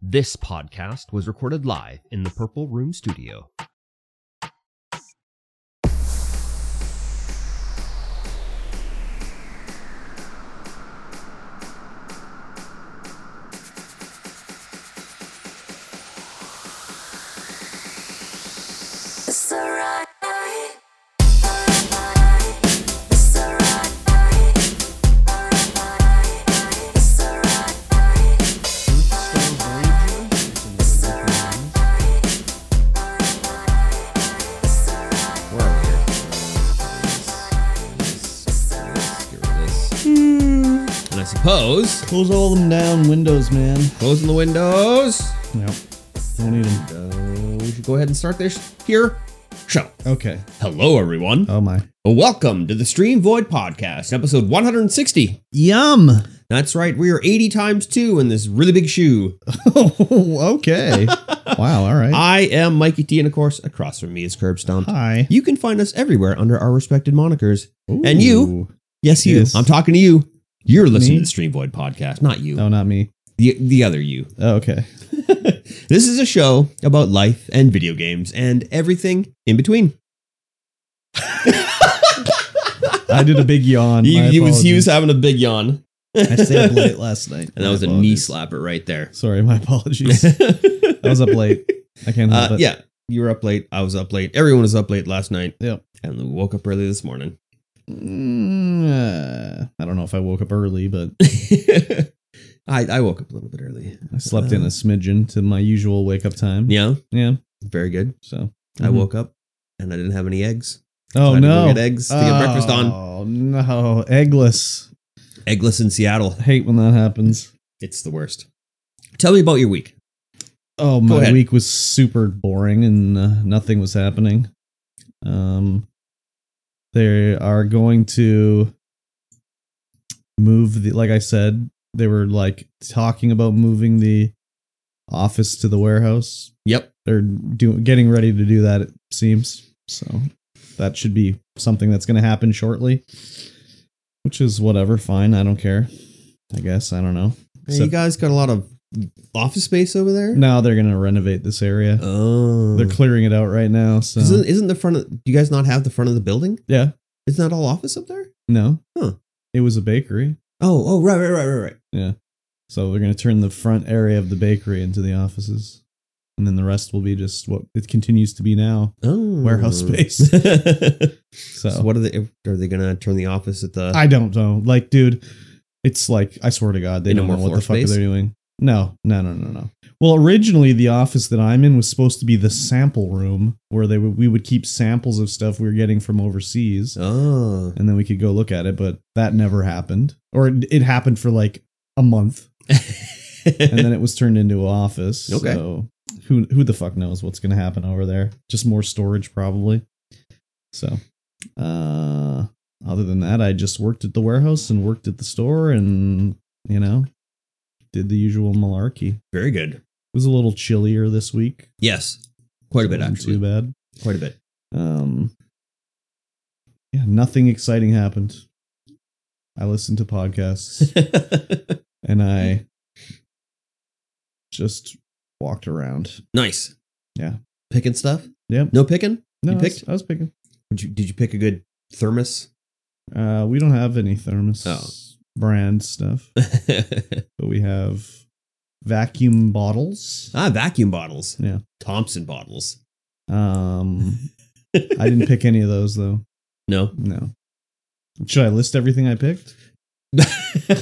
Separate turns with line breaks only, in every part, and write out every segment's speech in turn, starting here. This podcast was recorded live in the Purple Room Studio. Where are we here? Get rid of this. Hmm. And I suppose
Close all them down windows, man.
closing the windows.
Nope. Don't need them.
Uh, we should go ahead and start this here show.
Okay.
Hello, everyone. Uh,
Oh my.
Welcome to the Stream Void Podcast, episode 160.
Yum.
That's right, we are 80 times two in this really big shoe.
okay. wow. All right.
I am Mikey T, and of course, across from me is Curb Stomp.
Hi.
You can find us everywhere under our respected monikers. And you- Yes, you.
Yes.
I'm talking to you. You're listening
Me?
to the Stream Void Podcast, not you.
Ooh. No, not me.
The, the other you.
Oh, okay.
this is a show about life and video games and everything in between.
I did a big yawn.
He,
My
he was he
apologies.
was having a big yawn.
I stayed up late last night.
and that
My
was a knee
apologies.
slapper right there.
Sorry. My apologies. I was up late. I can't help
Uh,
it.
yeah, you were up late. I was up late. Everyone was up late last night.
Yep.
and we woke up early this morning.
Mm, uh, I don't know if I woke up early, but
I I woke up a little bit early.
I slept in a smidgen to my usual wake up time.
Yeah,
Yeah.
very good.
So
I
mhm.
woke up and I didn't have any eggs.
Oh
I had to go
no.
get eggs to get breakfast on.
Oh no. Eggless.
Eggless in Seattle.
I hate when that happens.
It's the worst. Tell me about your week. Go
Oh, my
ahead.
week was super boring and uh, nothing was happening. Um, they are going to move the. Like I said, they were like talking about moving the office to the warehouse.
Yep.
They're doing getting ready to do that. It seems so. That should be something that's going to happen shortly, which is whatever. Fine, I don't care. I guess I don't know.
Hey,
So-
you guys got a lot of office space over there.
Now they're going to renovate this area.
Oh,
They're clearing it out right now. So
isn't, isn't the front of? Do you guys not have the front of the building?
yeah,
Isn't that all office up there?
no,
Huh.
it was a bakery.
Oh, oh, right, right, right, right, right.
So they're going to turn the front area of the bakery into the offices, and then the rest will be just what it continues to be now.
Oh,
Warehouse space.
so,
So,
what are they? Are they gonna turn the office at the?
I don't know. Like, dude, it's like I swear to God, they
Any
don't know
more
what
floor
the fuck
space?
they're doing. No, no, no, no, no. Well, originally the office that I'm in was supposed to be the sample room where they would, we would keep samples of stuff we were getting from overseas.
oh,
and then we could go look at it but that never happened or it, it happened for like a month and then it was turned into an office
Okay.
so who who the fuck knows what's going to happen over there just more storage probably so uh other than that i just worked at the warehouse and worked at the store and you know did the usual malarkey it
very good.
was a little chillier this week
Yes, quite a bit
Wasn't
actually.
too bad
Quite a bit.
um yeah nothing exciting happened i listened to podcasts and I just walked around.
nice.
Yeah.
Picking stuff.
Yep.
No picking.
No,
You
I was-
picked?
I, was, picking.
Would you? Did you pick a good thermos?
Uh, we don't have any thermos
Oh.
brand stuff, but we have vacuum bottles.
ah, vacuum bottles.
Yeah.
Thompson bottles.
Um, I didn't pick any of those though.
No.
No. Should I list everything I picked?
Just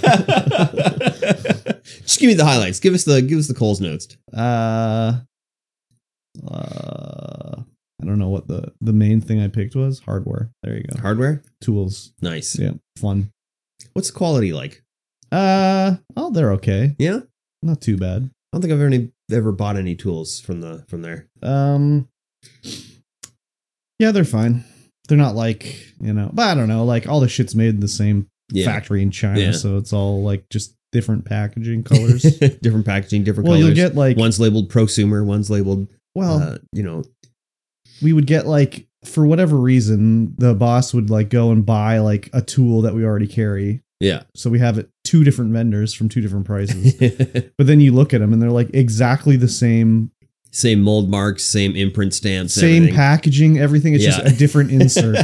give me the highlights. Give us the give us the Coles notes.
Uh, uh, I don't know what the the main thing I picked was. Hardware. There you go.
Hardware,
Tools.
nice.
Yeah, fun.
What's the quality like?
Uh, oh, they're okay.
Yeah, I
Not too bad.
don't think I've any, ever bought any tools from the from there.
Um, yeah, they're fine. They're not like you know, but I don't know. Like all the shit's made in the same factory in China,
Yeah.
so it's all like just different packaging colors.
different packaging, different
well, you'll
colors.
get like
one's labeled prosumer, one's labeled.
well,
uh, you know,
we would get like for whatever reason the boss would like go and buy like a tool that we already carry
Yeah.
So we have it two different vendors from two different prices. but then you look at them and they're like exactly the same,
same mold marks, same imprint stamps,
same
everything.
packaging, everything. It's
Yeah.
just a different insert.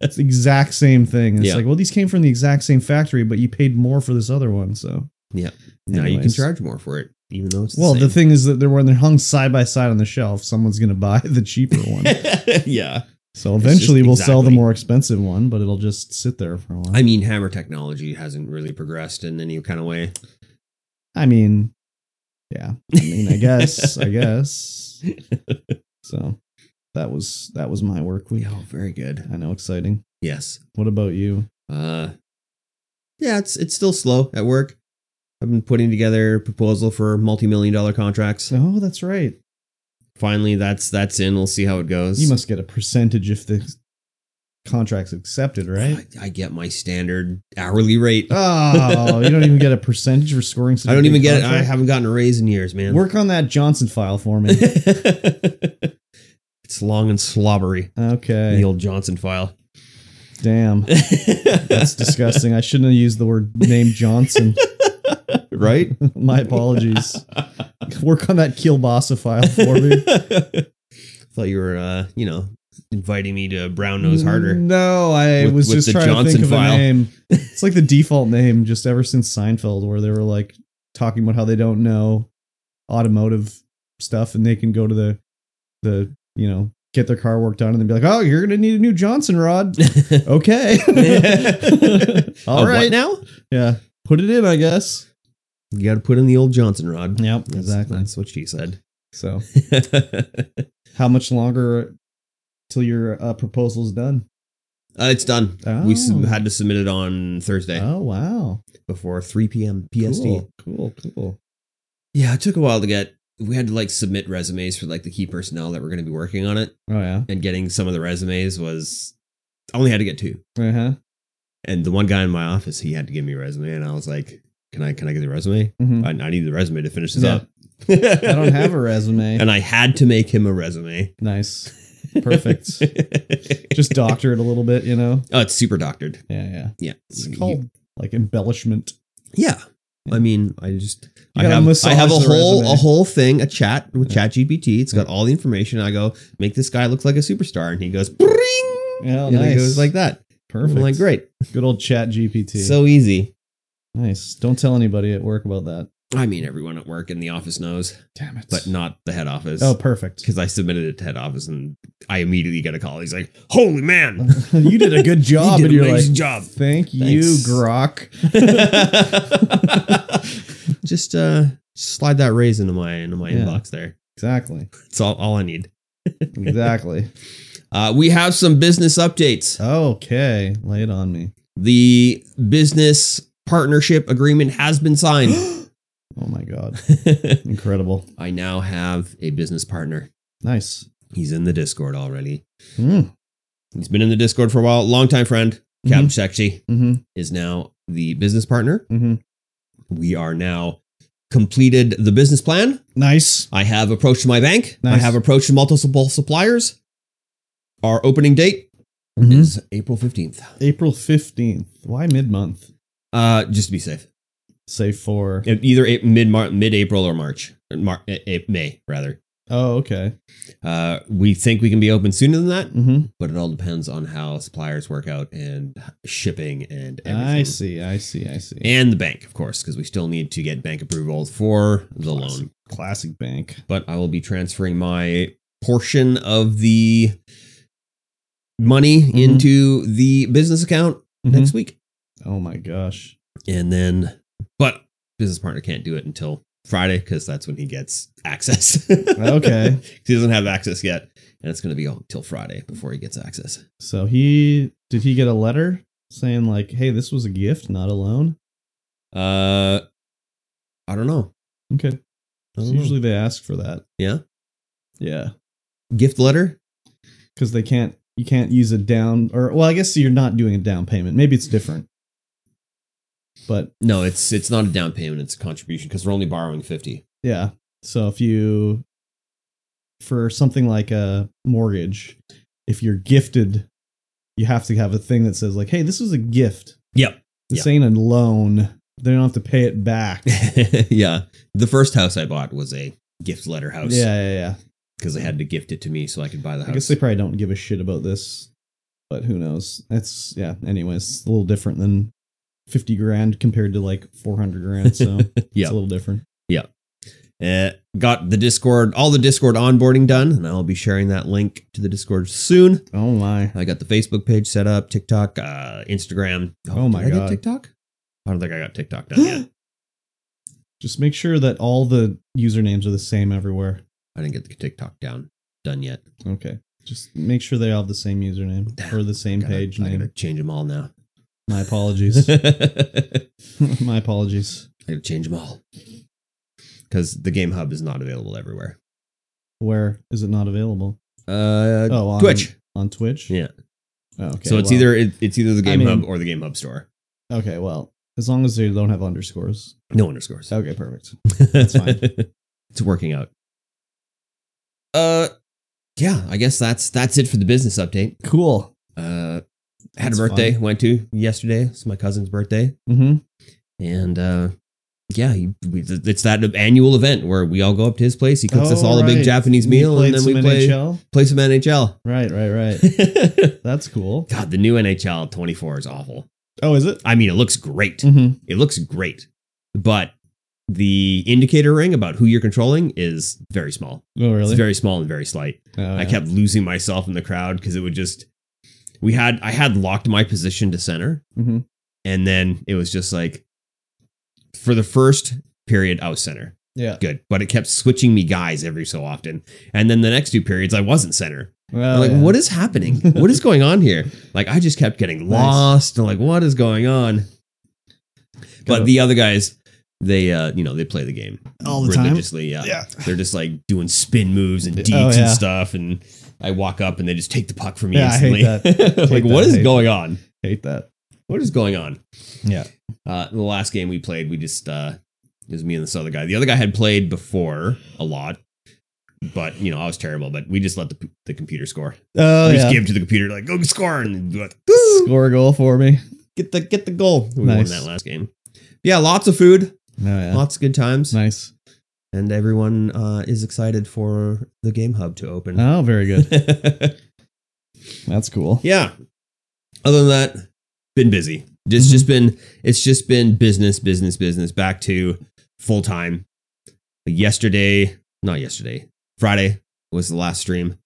it's the exact same thing. It's
Yeah.
like, well, these came from the exact same factory, but you paid more for this other one. So
now you can
Anyways.
charge more for it, even though it's the
well, the
same.
thing is that they're when they're hung side by side on the shelf, someone's gonna buy the cheaper one.
yeah.
So
It's just
eventually we'll sell the
exactly-
more expensive one, but it'll just sit there for a while.
I mean, hammer technology hasn't really progressed in any kind of way.
I mean, yeah. I mean, I guess, I guess. So that was that was my work week.
Oh, very good.
I know, exciting.
Yes.
What about you?
Uh, yeah, it's it's still slow at work. I've been putting together a proposal for multi-million dollar contracts.
Oh, that's right.
Finally, that's that's in. We'll see how it goes.
You must get a percentage if the contract's accepted, right?
I, I get my standard hourly rate.
Oh, you don't even get a percentage for scoring. such
I
a
don't
big
even get. I
contract?
haven't gotten a raise in years, man.
Work on that Johnson file for me.
it's long and slobbery.
Okay.
The old Johnson file.
Damn. That's disgusting. I shouldn't have used the word name Johnson.
right?
My apologies. Work on that Kielbasa file for me.
Thought you were, uh, you know, inviting me to brown nose harder.
No, I
With-
was
with
just
the
trying
Johnson
to think of
file.
a name. It's like the default name just ever since Seinfeld, where they were like talking about how they don't know automotive stuff and they can go to the the you know get their car worked on and then be like, oh, you're gonna need a new Johnson rod. Mm. okay.
Oh,
All
what
right.
now
Yeah. Put it in, I guess.
you got to put in the old Johnson rod.
Yep.
That's-
Exactly.
That's what she said.
So, how much longer till your uh, proposal's done?
Uh, it's done. We sub- had to submit it on Thursday
Oh wow.
before 3 p.m. PST.
Cool. Cool. Cool.
Yeah, it took a while to get. We had to like submit resumes for like the key personnel that were going to be working on it,
Oh yeah.
and getting some of the resumes was. I only had to get two,
Uh huh.
and the one guy in my office he had to give me a resume, and I was like, "Can I? Can I get the resume?
Mhm.
I, I need the resume to finish this
Yeah.
up." I
I don't have a resume.
and I had to make him a resume.
nice. Perfect. Just doctor it a little bit, you know?
oh, it's super doctored.
Yeah, yeah.
Yeah,
It's called like embellishment.
Yeah. I mean, I just I
gotta
have, I
massage
have a
the
whole
resume.
a whole thing, a chat with ChatGPT. It's got all the information. I go, make this guy look like a superstar, and he goes, Bring!
Yeah,
and it goes like that.
Oh, Perfect.
I'm like, great,
Good old chat GPT.
so easy.
nice. Don't tell anybody at work about that.
I mean, everyone at work in the office knows,
Damn it.
but not the head office.
Oh, perfect.
Because I submitted it to head office, and I immediately get a call. He's like, "Holy man,
you did a good job,
You did
and
an
you're
amazing
like,
job.
Thank you,
Thanks.
Grok.
just uh, slide that raise into my into my
Yeah.
inbox there.
Exactly.
It's all all I need."
Exactly.
Uh, we have some business updates.
okay. Lay it on me.
The business partnership agreement has been signed.
Oh my god. Incredible.
I now have a business partner.
Nice.
He's in the Discord already.
Mm.
He's been in the Discord for a while. Longtime friend, Captain Sexy,
Mm-hmm.
is now the business partner.
Mm-hmm.
We are now completed the business plan.
Nice.
I have approached my bank. I
Nice.
have approached multiple suppliers. Our opening date
Mhm.
is April 15th.
April 15th. Why mid month?
Uh, just to be safe.
Say for.
Uh, either a- mid Mar- mid April or March, Or Mar- a- a- May rather.
Oh, okay.
Uh, we think we can be open sooner than that,
Mm-hmm.
but it all depends on how suppliers work out and shipping and everything.
I see. I see. I see.
And the bank, of course, because we still need to get bank approval for the
Classic.
loan.
Classic bank.
But I will be transferring my portion of the money
Mhm.
into the business account
Mm-hmm.
next week,
Oh my gosh.
and then, but business partner can't do it until Friday because that's when he gets access.
Okay.
he doesn't have access yet, and it's going to be until Friday before he gets access.
So he did he get a letter saying like, "Hey, this was a gift, not a loan."
Uh, I don't know.
Okay.
I
So
don't know.
usually they ask for that.
Yeah?
Yeah.
gift letter.
Because they can't. You can't use a down or well, I guess you're not doing a down payment. Maybe it's different. But
No, it's it's not a down payment. It's a contribution because we're only borrowing fifty.
Yeah. So if you for something like a mortgage, if you're gifted, you have to have a thing that says like, "Hey, this was a gift."
Yep.
This ain't a loan. They don't have to pay it back. yeah,
yeah. The first house I bought was a gift letter house
yeah, yeah.
because they had to gift it to me so I could buy the
I
house.
guess they probably don't give a shit about this, but who knows? That's yeah. Anyways, it's a little different than fifty grand compared to like four hundred grand. So
Yeah.
it's a little different.
Uh, got the Discord, all the Discord onboarding done, and I'll be sharing that link to the Discord soon.
Oh my!
I got the Facebook page set up, TikTok, uh, Instagram.
Oh my
did I get
God.
TikTok? I don't think I got TikTok done yet.
Just make sure that all the usernames are the same everywhere.
I didn't get the TikTok down done yet.
Okay. Just make sure they all have the same username or the same
Gotta-
page
I gotta
name.
change them all now.
My apologies.
I
my apologies.
gotta change them all because the Game Hub is not available everywhere.
Where is it not available?
Uh,
Oh, on,
Twitch.
On Twitch.
Yeah.
Oh, okay.
so it's
well-
either it, it's either the
I
Game Hub
mean-
or the Game Hub store.
Okay. Well, as long as they don't have underscores.
No underscores.
Okay. Perfect.
That's
fine.
it's working out. Uh, yeah, I guess that's that's it for the business update.
Cool.
Uh, had a
That's
birthday
fun.
went to yesterday. It's my cousin's birthday,
Mm-hmm.
and uh, yeah, he, we, it's that annual event where we all go up to his place. He cooks us
Oh,
all a big
right.
Japanese
We
meal,
played
and then we
some
play
NHL.
play some NHL.
Right, right, right. That's cool.
God, the new NHL 24 is awful.
Oh, is it?
I mean, it looks great.
Mm-hmm.
It looks great, but the indicator ring about who you're controlling is very small.
Oh, really?
It's very small and very slight.
Oh, yeah.
I kept losing myself in the crowd because it would just we had I had locked my position to center,
Mhm.
and then it was just like for the first period I was center,
Yeah.
good, but it kept switching me guys every so often, and then the next two periods I wasn't center.
Well,
I'm Oh, like
Oh, yeah.
what is happening? what is going on here? Like I just kept getting
Nice.
lost. and Like what is going on?
Gotta-
But the other guys, they uh you know they play the game
All the time?
religiously. Yeah,
Yeah.
they're just like doing spin moves and
Oh,
deets
yeah.
and stuff. And I walk up and they just take the puck from me
Yeah, I hate
instantly.
that. I hate
like
that.
what
I
is
hate
going on?
Hate that.
What is going on?
Yeah.
Uh, the last game we played, we just uh, it was me and this other guy. The other guy had played before a lot. But you know I was terrible. But we just let the, the computer score.
Oh,
we
yeah.
just give to the computer like go score and do it.
Score a goal for me.
get the get the goal. We
Nice.
won that last game. Yeah, lots of food,
Oh, yeah.
lots of good times.
Nice.
and everyone uh, is excited for the game hub to open.
Oh, very good. That's cool.
yeah. Other than that, been busy. It's
Mhm.
just been it's just been business, business, business. Back to full time. Yesterday, not yesterday, Friday was the last stream,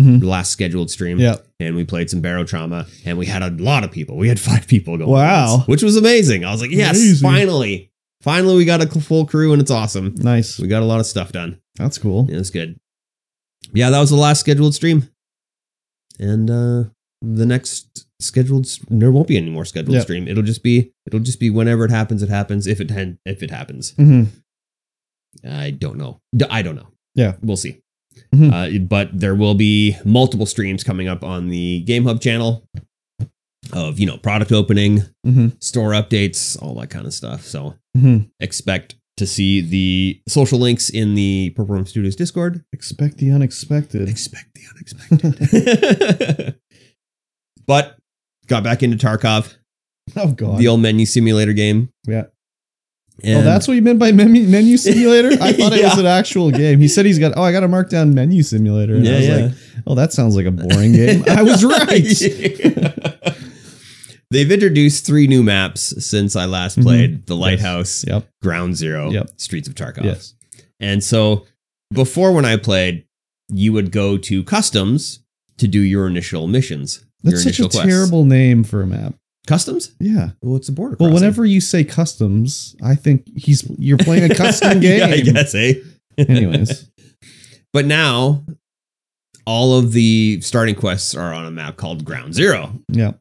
Mhm.
the last scheduled stream,
Yeah.
and we played some Barrow Trauma, and we had a lot of people. We had five people going.
Wow.
once, which was amazing. I was like, yes,
Amazing.
finally, finally, we got a full crew, and it's awesome.
Nice.
We got a lot of stuff done.
That's cool.
It was good. Yeah, that was the last scheduled stream. And uh the next scheduled s- there won't be any more scheduled
Yep.
stream. It'll just be it'll just be whenever it happens, it happens. If it hen- if it happens,
Mm-hmm.
I don't know. D- I don't know.
Yeah.
we'll see.
Mhm.
Uh, but there will be multiple streams coming up on the Game Hub channel of you know product opening,
Mm-hmm.
store updates, all that kind of stuff. So
Mm-hmm.
expect to see the social links in the Purple Room Studios Discord
Expect the unexpected.
expect the unexpected. but got back into Tarkov,
Oh, God.
the old menu simulator game.
Yeah.
And
oh, that's what you meant by menu, menu simulator? I thought it was
Yeah.
an actual game. He said he's got, oh, I got to mark down menu simulator. And I
yeah,
was
yeah.
like, oh, that sounds like a boring game. I was right.
Yeah. They've introduced three new maps since I last
Mhm.
played: the Lighthouse,
Yep.
Ground Zero,
Yep.
Streets of Tarkov.
Yes.
And so, before when I played, you would go to customs to do your initial missions.
That's
your
such a
initial quests.
terrible name for a map.
customs.
Yeah.
Well, it's a border.
Well,
crossing.
whenever you say customs, I think he's you're playing a custom game.
yeah, I guess, eh?
Anyways,
But now all of the starting quests are on a map called Ground Zero,
yeah.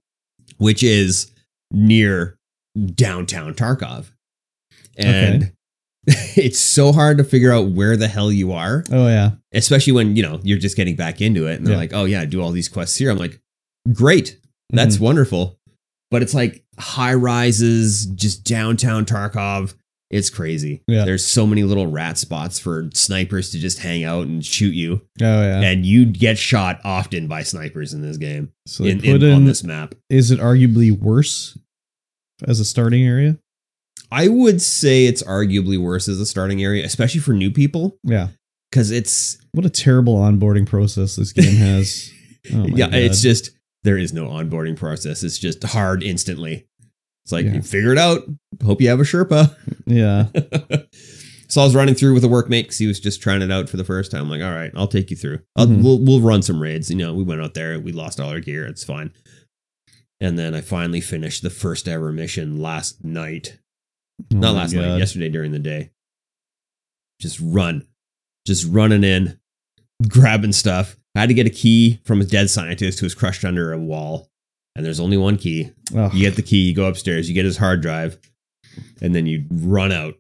which is near downtown Tarkov. And it's so hard to figure out where the hell you are,
Oh yeah.
especially when, you know, you're just getting back into it and they're
Yeah.
like, "Oh yeah, do all these quests here." I'm like, "Great. That's
Mm-hmm.
wonderful." But it's like high rises just downtown Tarkov. It's crazy.
Yeah.
There's so many little rat spots for snipers to just hang out and shoot you
Oh yeah.
and you get shot often by snipers in this game
so they
in,
put
in- on
in.
this map
Is it arguably worse as a starting area?
I would say it's arguably worse as a starting area, especially for new people,
Yeah.
because it's
What a terrible onboarding process this game has. Oh my
yeah, it's
God.
just there is no onboarding process. It's just hard instantly. It's like
Yeah.
you figure it out. Hope you have a Sherpa.
yeah.
so I was running through with a workmate because he was just trying it out for the first time. like, all right, I'll take you through. I'll,
Mhm.
We'll we'll run some raids. You know, we went out there. We lost all our gear. It's fine. And then I finally finished the first ever mission last night.
Oh
Not last night. Yesterday during the day. Just run, just running in, grabbing stuff. I had to get a key from a dead scientist who was crushed under a wall. And there's only one key.
Oh,
You get the key. You go upstairs. You get his hard drive, and then you run out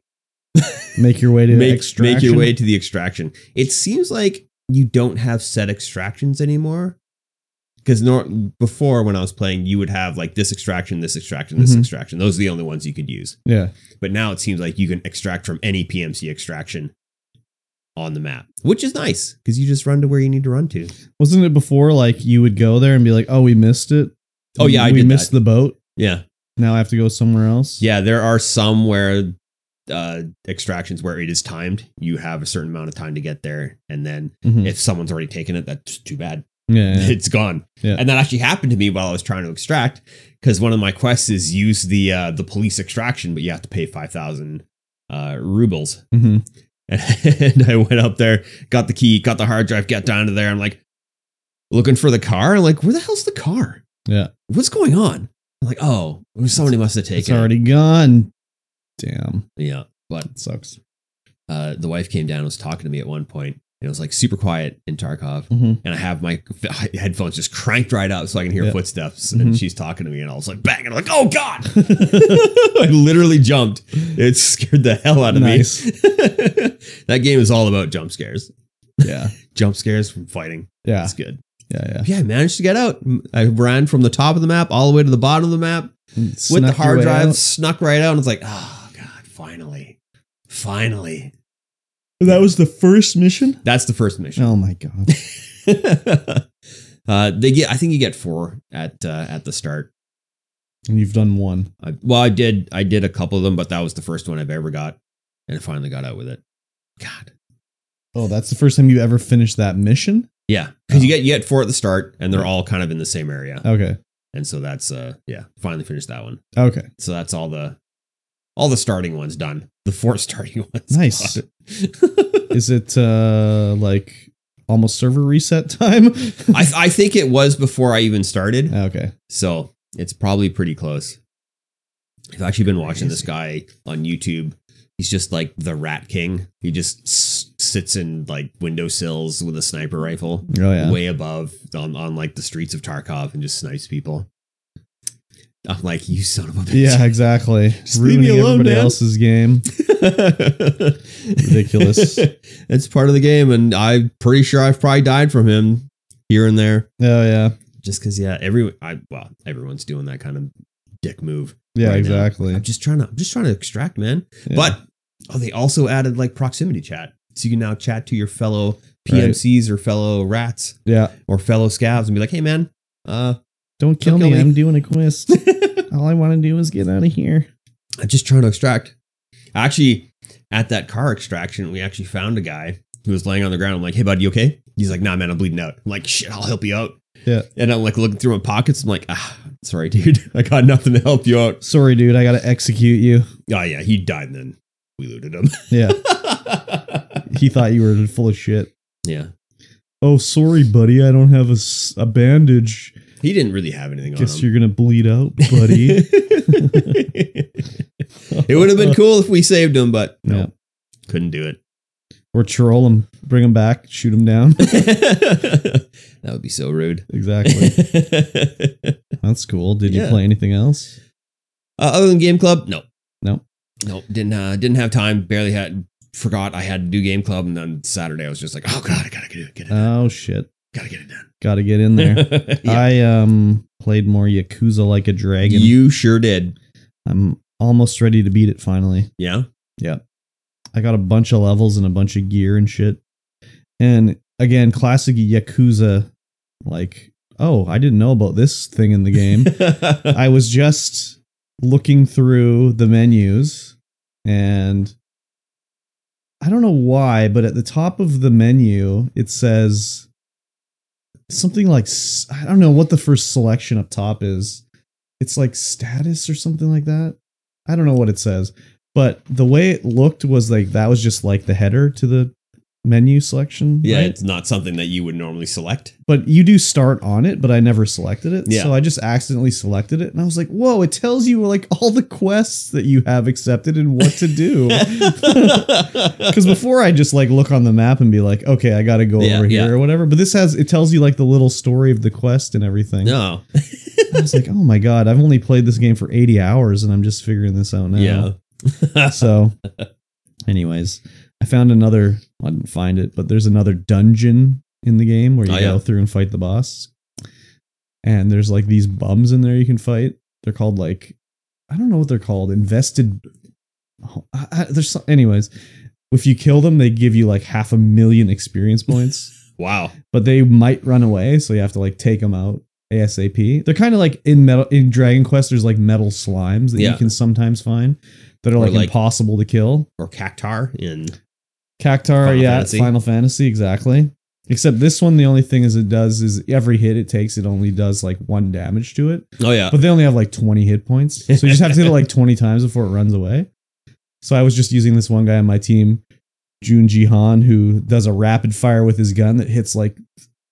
make your way to
make,
extraction.
make your way to the extraction. It seems like you don't have set extractions anymore. Because nor- before, when I was playing, you would have like this extraction, this extraction, this
Mhm.
extraction. Those are the only ones you could use.
Yeah.
But now it seems like you can extract from any PMC extraction on the map, which is nice because you just run to where you need to run to.
Wasn't it before like you would go there and be like, oh, we missed it?
Oh, yeah, I
We
did
missed the boat.
Yeah.
Now I have to go somewhere else.
Yeah. There are some where uh, extractions where it is timed. You have a certain amount of time to get there. And then
Mhm.
if someone's already taken it, that's too bad.
yeah. yeah.
it's gone.
Yeah.
And that actually happened to me while I was trying to extract because one of my quests is use the uh, the police extraction, but you have to pay five thousand uh, rubles.
Mhm.
And, I went up there, got the key, got the hard drive, got down to there. I'm like looking for the car. I'm like, where the hell's the car?
Yeah.
What's going on? I'm like, oh, somebody must have taken
It's already gone. Damn.
it. Yeah. But
That sucks.
uh, the wife came down and was talking to me at one point, and it was like super quiet in Tarkov.
Mhm.
and I have my f- headphones just cranked right up so I can hear
Yeah.
footsteps.
Mhm.
And she's talking to me, and all of a sudden, bang! And I'm like, oh god! I literally jumped. It scared the hell out of
Nice.
me. that game is all about jump scares.
Yeah.
Jump scares from fighting.
Yeah.
That's good.
Yeah.
Yeah, I managed to get out. I ran from the top of the map all the way to the bottom of the map
Yeah.
with the
Snuck your
hard
way
drive,
out.
snuck right out, and it's like, oh god, finally, finally.
That was the first mission.
That's the first mission.
Oh my god.
uh, they get. I think you get four at uh, at the start.
And you've done one.
I, well, I did. I did a couple of them, but that was the first one I've ever got, and I finally got out with it. God,
Oh, that's the first time you ever finished that mission.
yeah, because you
Oh.
get you get four at the start, and they're all kind of in the same area,
Okay.
and so that's uh yeah, finally finished that one.
Okay.
So that's all the all the starting ones done. The four starting ones.
Nice.
done.
Is it uh like almost server reset time?
I I think it was before I even started.
okay.
So it's probably pretty close. I've actually been watching this
Crazy.
guy on YouTube. He's just like the Rat King. He just s- sits in like windowsills with a sniper rifle
Oh yeah.
way above on, on like the streets of Tarkov and just snipes people. I'm like, you son of a
Yeah,
bitch.
exactly.
Just leave
Ruining
me alone,
everybody
man.
else's game. Ridiculous.
it's part of the game. And I'm pretty sure I've probably died from him here and there.
Oh yeah.
Just because, yeah, every, I, well, everyone's doing that kind of dick move.
Yeah,
Right now.
exactly.
I'm just trying to I'm just trying to extract, man.
Yeah.
But oh, they also added like proximity chat. So you can now chat to your fellow
Right.
PMCs or fellow rats
yeah,
or fellow scavs and be like, hey man, uh
don't kill,
Don't kill
me.
me.
I'm doing a quest. All I want to do is get out of here.
I'm just trying to extract. Actually, at that car extraction, we actually found a guy who was laying on the ground. I'm like, hey bud, you okay? He's like, nah, man, I'm bleeding out. I'm like, shit, I'll help you out.
Yeah.
And I'm like looking through my pockets. I'm like, ah, sorry, dude. I got nothing to help you out.
Sorry, dude. I gotta execute you.
Oh yeah, he died and then we looted him.
Yeah, he thought you were full of shit.
yeah.
Oh, sorry, buddy. I don't have a, s- a bandage.
He didn't really have anything on
Guess
him.
you're gonna bleed out, buddy.
it would have been cool if we saved him, but no,
Yeah.
couldn't do it.
Or troll him, bring him back, shoot him down.
that would be so rude.
Exactly.
uh,
That's cool. Did you
Yeah.
play anything else?
Uh, other than Game Club, no,
No.
no, didn't uh, didn't have time. Barely had forgot I had to do Game Club, and then Saturday I was just like, oh god, I gotta get it, get it,
Oh shit.
gotta get it done.
Gotta get in there.
Yeah.
I um played more Yakuza like a dragon.
you sure did.
I'm almost ready to beat it finally.
Yeah,
I got a bunch of levels and a bunch of gear and shit. And again, classic Yakuza like, oh, I didn't know about this thing in the game. I was just looking through the menus and I don't know why, but at the top of the menu it says something like s- I don't know what the first selection up top is. It's like status or something like that. I don't know what it says, but the way it looked was like that was just like the header to the menu selection.
Yeah,
right?
it's not something that you would normally select.
but you do start on it, but I never selected it.
Yeah.
So I just accidentally selected it and I was like, whoa, it tells you like all the quests that you have accepted and what to do. Because
Because
before I just like look on the map and be like, okay, I gotta go
Yeah,
over here
yeah.
or whatever. But this has it tells you like the little story of the quest and everything.
no,
I was like, oh my god, I've only played this game for 80 hours and I'm just figuring this out now.
yeah,
So, anyways, I found another. I didn't find it, but there's another dungeon in the game where you
Oh,
go
yeah.
through and fight the boss. And there's like these bums in there you can fight. They're called like I don't know what they're called. Invested. Oh, I, I, there's some, anyways. If you kill them, they give you like half a million experience points,
wow,
but they might run away, so you have to like take them out ASAP. They're kind of like in metal in Dragon Quest. There's like metal slimes that
Yeah.
you can sometimes find that are
Or,
like,
like-
impossible to kill.
or cactar in
Cactar,
Final
yeah,
Fantasy.
Final Fantasy, exactly. Except this one, the only thing is it does is every hit it takes, it only does like one damage to it.
oh yeah,
But they only have like 20 hit points. So you just have to hit it like 20 times before it runs away. So I was just using this one guy on my team, Jun Jihan, who does a rapid fire with his gun that hits like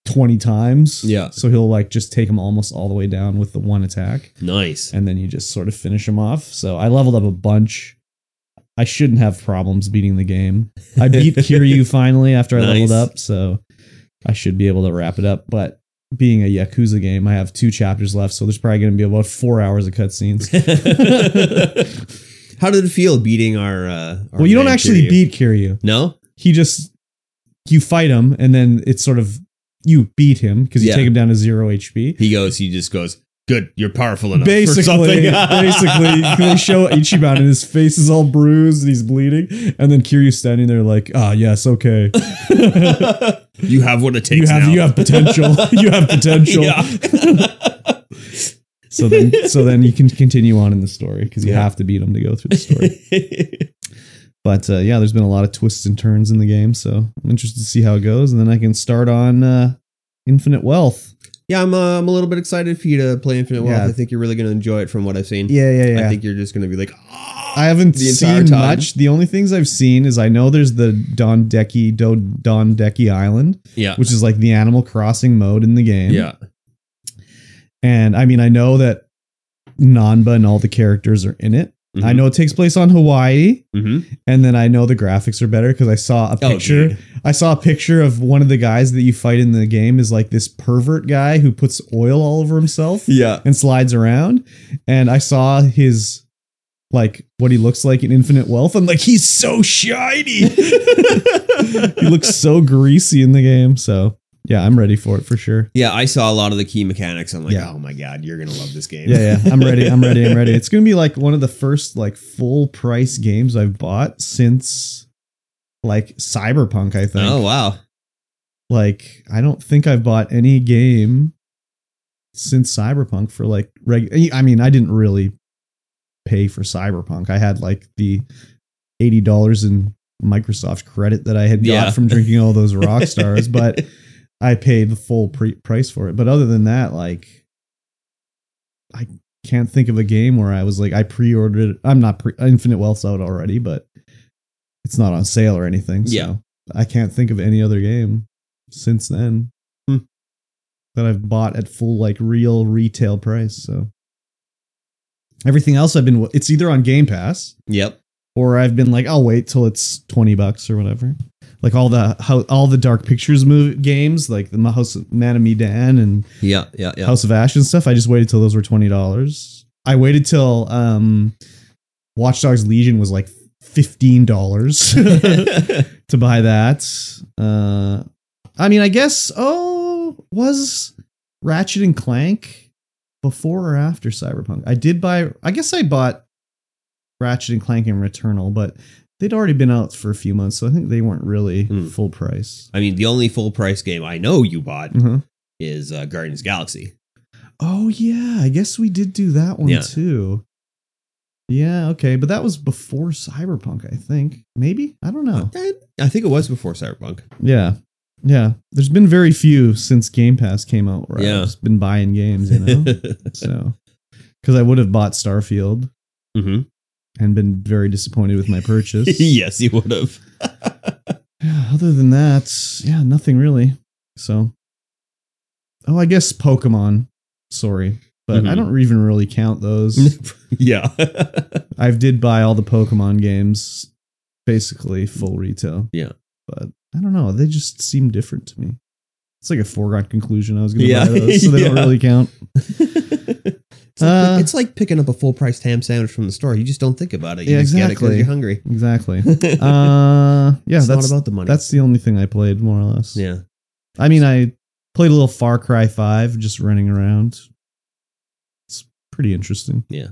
20 times.
Yeah.
So he'll like just take him almost all the way down with the one attack
nice.
and then you just sort of finish him off. So I leveled up a bunch. I shouldn't have problems beating the game. I beat Kiryu finally after I
Nice.
leveled up, so I should be able to wrap it up. But being a Yakuza game, I have two chapters left, so there's probably going to be about four hours of cutscenes.
How did it feel beating our? Uh, our
well, you don't
man
actually
Kiryu?
beat Kiryu.
No,
He just you fight him, and then it's sort of you beat him because you
Yeah.
take him down to zero HP.
he goes. He just goes. Good, you're powerful enough. for something.
Basically, basically, they show Ichiban and his face is all bruised and he's bleeding, and then Kiryu's standing there like, ah, yes, okay,
you have what it takes.
you have
now.
you have potential, you have potential.
Yeah.
So then, so then you can continue on in the story because you
Yeah.
have to beat him to go through the story. But uh, yeah, there's been a lot of twists and turns in the game, so I'm interested to see how it goes, and then I can start on uh, Infinite Wealth.
yeah, I'm. Uh, I'm a little bit excited for you to play Infinite Wealth.
Yeah.
I think you're really going to enjoy it from what I've seen.
Yeah, yeah,
I think you're just going to be like, "Ah."
I haven't
The entire
seen
time.
much. The only things I've seen is I know there's the Don Decky Do Don Decky Island,
yeah,
which is like the Animal Crossing mode in the game.
yeah,
And I mean, I know that Nanba and all the characters are in it. I
Mhm. Mm-hmm.
know it takes place on Hawaii,
hmm
and then I know the graphics are better because I saw a
Oh,
picture.
dude.
I saw a picture of one of the guys that you fight in the game is like this pervert guy who puts oil all over himself
yeah.
and slides around. And I saw his like what he looks like in Infinite Wealth. I'm like, he's so shiny. he looks so greasy in the game. So yeah, I'm ready for it for sure.
Yeah, I saw a lot of the key mechanics. I'm like,
Yeah.
oh my god, you're gonna love this game.
Yeah, yeah. I'm ready. I'm ready. I'm ready. It's gonna be like one of the first like full price games I've bought since like Cyberpunk, I think.
oh wow.
Like, I don't think I've bought any game since Cyberpunk for like regular. I mean, I didn't really pay for Cyberpunk. I had like the eighty dollars in Microsoft credit that I had got
Yeah.
from drinking all those rock stars, but I paid the full pre- price for it. But other than that, like, I can't think of a game where I was like, I pre-ordered. it. I'm not pre- Infinite Wealth's out already, but it's not on sale or anything. So
Yeah.
I can't think of any other game since then
Hmm.
that I've bought at full like real retail price. So everything else I've been, it's either on Game Pass
Yep.
or I've been like, I'll wait till it's twenty bucks or whatever. Like all the how all the Dark Pictures move games, like the House of Manami Dan and
Yeah. Yeah. Yeah.
House of Ash and stuff. I just waited till those were twenty dollars. I waited till um, Watch Dogs Legion was like fifteen dollars to buy that. Uh, I mean, I guess oh, was Ratchet and Clank before or after Cyberpunk? I did buy. I guess I bought Ratchet and Clank and Returnal, but they'd already been out for a few months, so I think they weren't really
Hmm.
full price.
I mean, the only full price game I know you bought
Mhm.
is uh, Guardians of the Galaxy.
Oh yeah, I guess we did do that one
Yeah.
too. Yeah, okay, but that was before Cyberpunk, I think. Maybe I don't know.
That- I think it was before Cyberpunk.
Yeah, yeah. There's been very few since Game Pass came out. Right?
Yeah.
I've just been buying games, you know. so, because I would have bought Starfield
hmm
and been very disappointed with my purchase.
yes, you would have.
Yeah, other than that, yeah, nothing really. So, oh, I guess Pokemon. Sorry, but I
Mhm.
don't even really count those.
yeah.
I did buy all the Pokemon games, basically full retail.
Yeah.
but I don't know. They just seem different to me. It's like a foregone conclusion. I was going to
Yeah.
buy those, so they don't
Yeah.
really count.
it's, like,
Uh,
it's like picking up a full priced ham sandwich from the store. You just don't think about it. You
Yeah,
just get it because
exactly.
you're hungry.
Exactly. Uh, yeah,
it's
that's
not about the money.
that's the only thing I played, more or less.
yeah.
I mean, I played a little Far Cry 5 just running around. It's pretty interesting.
Yeah.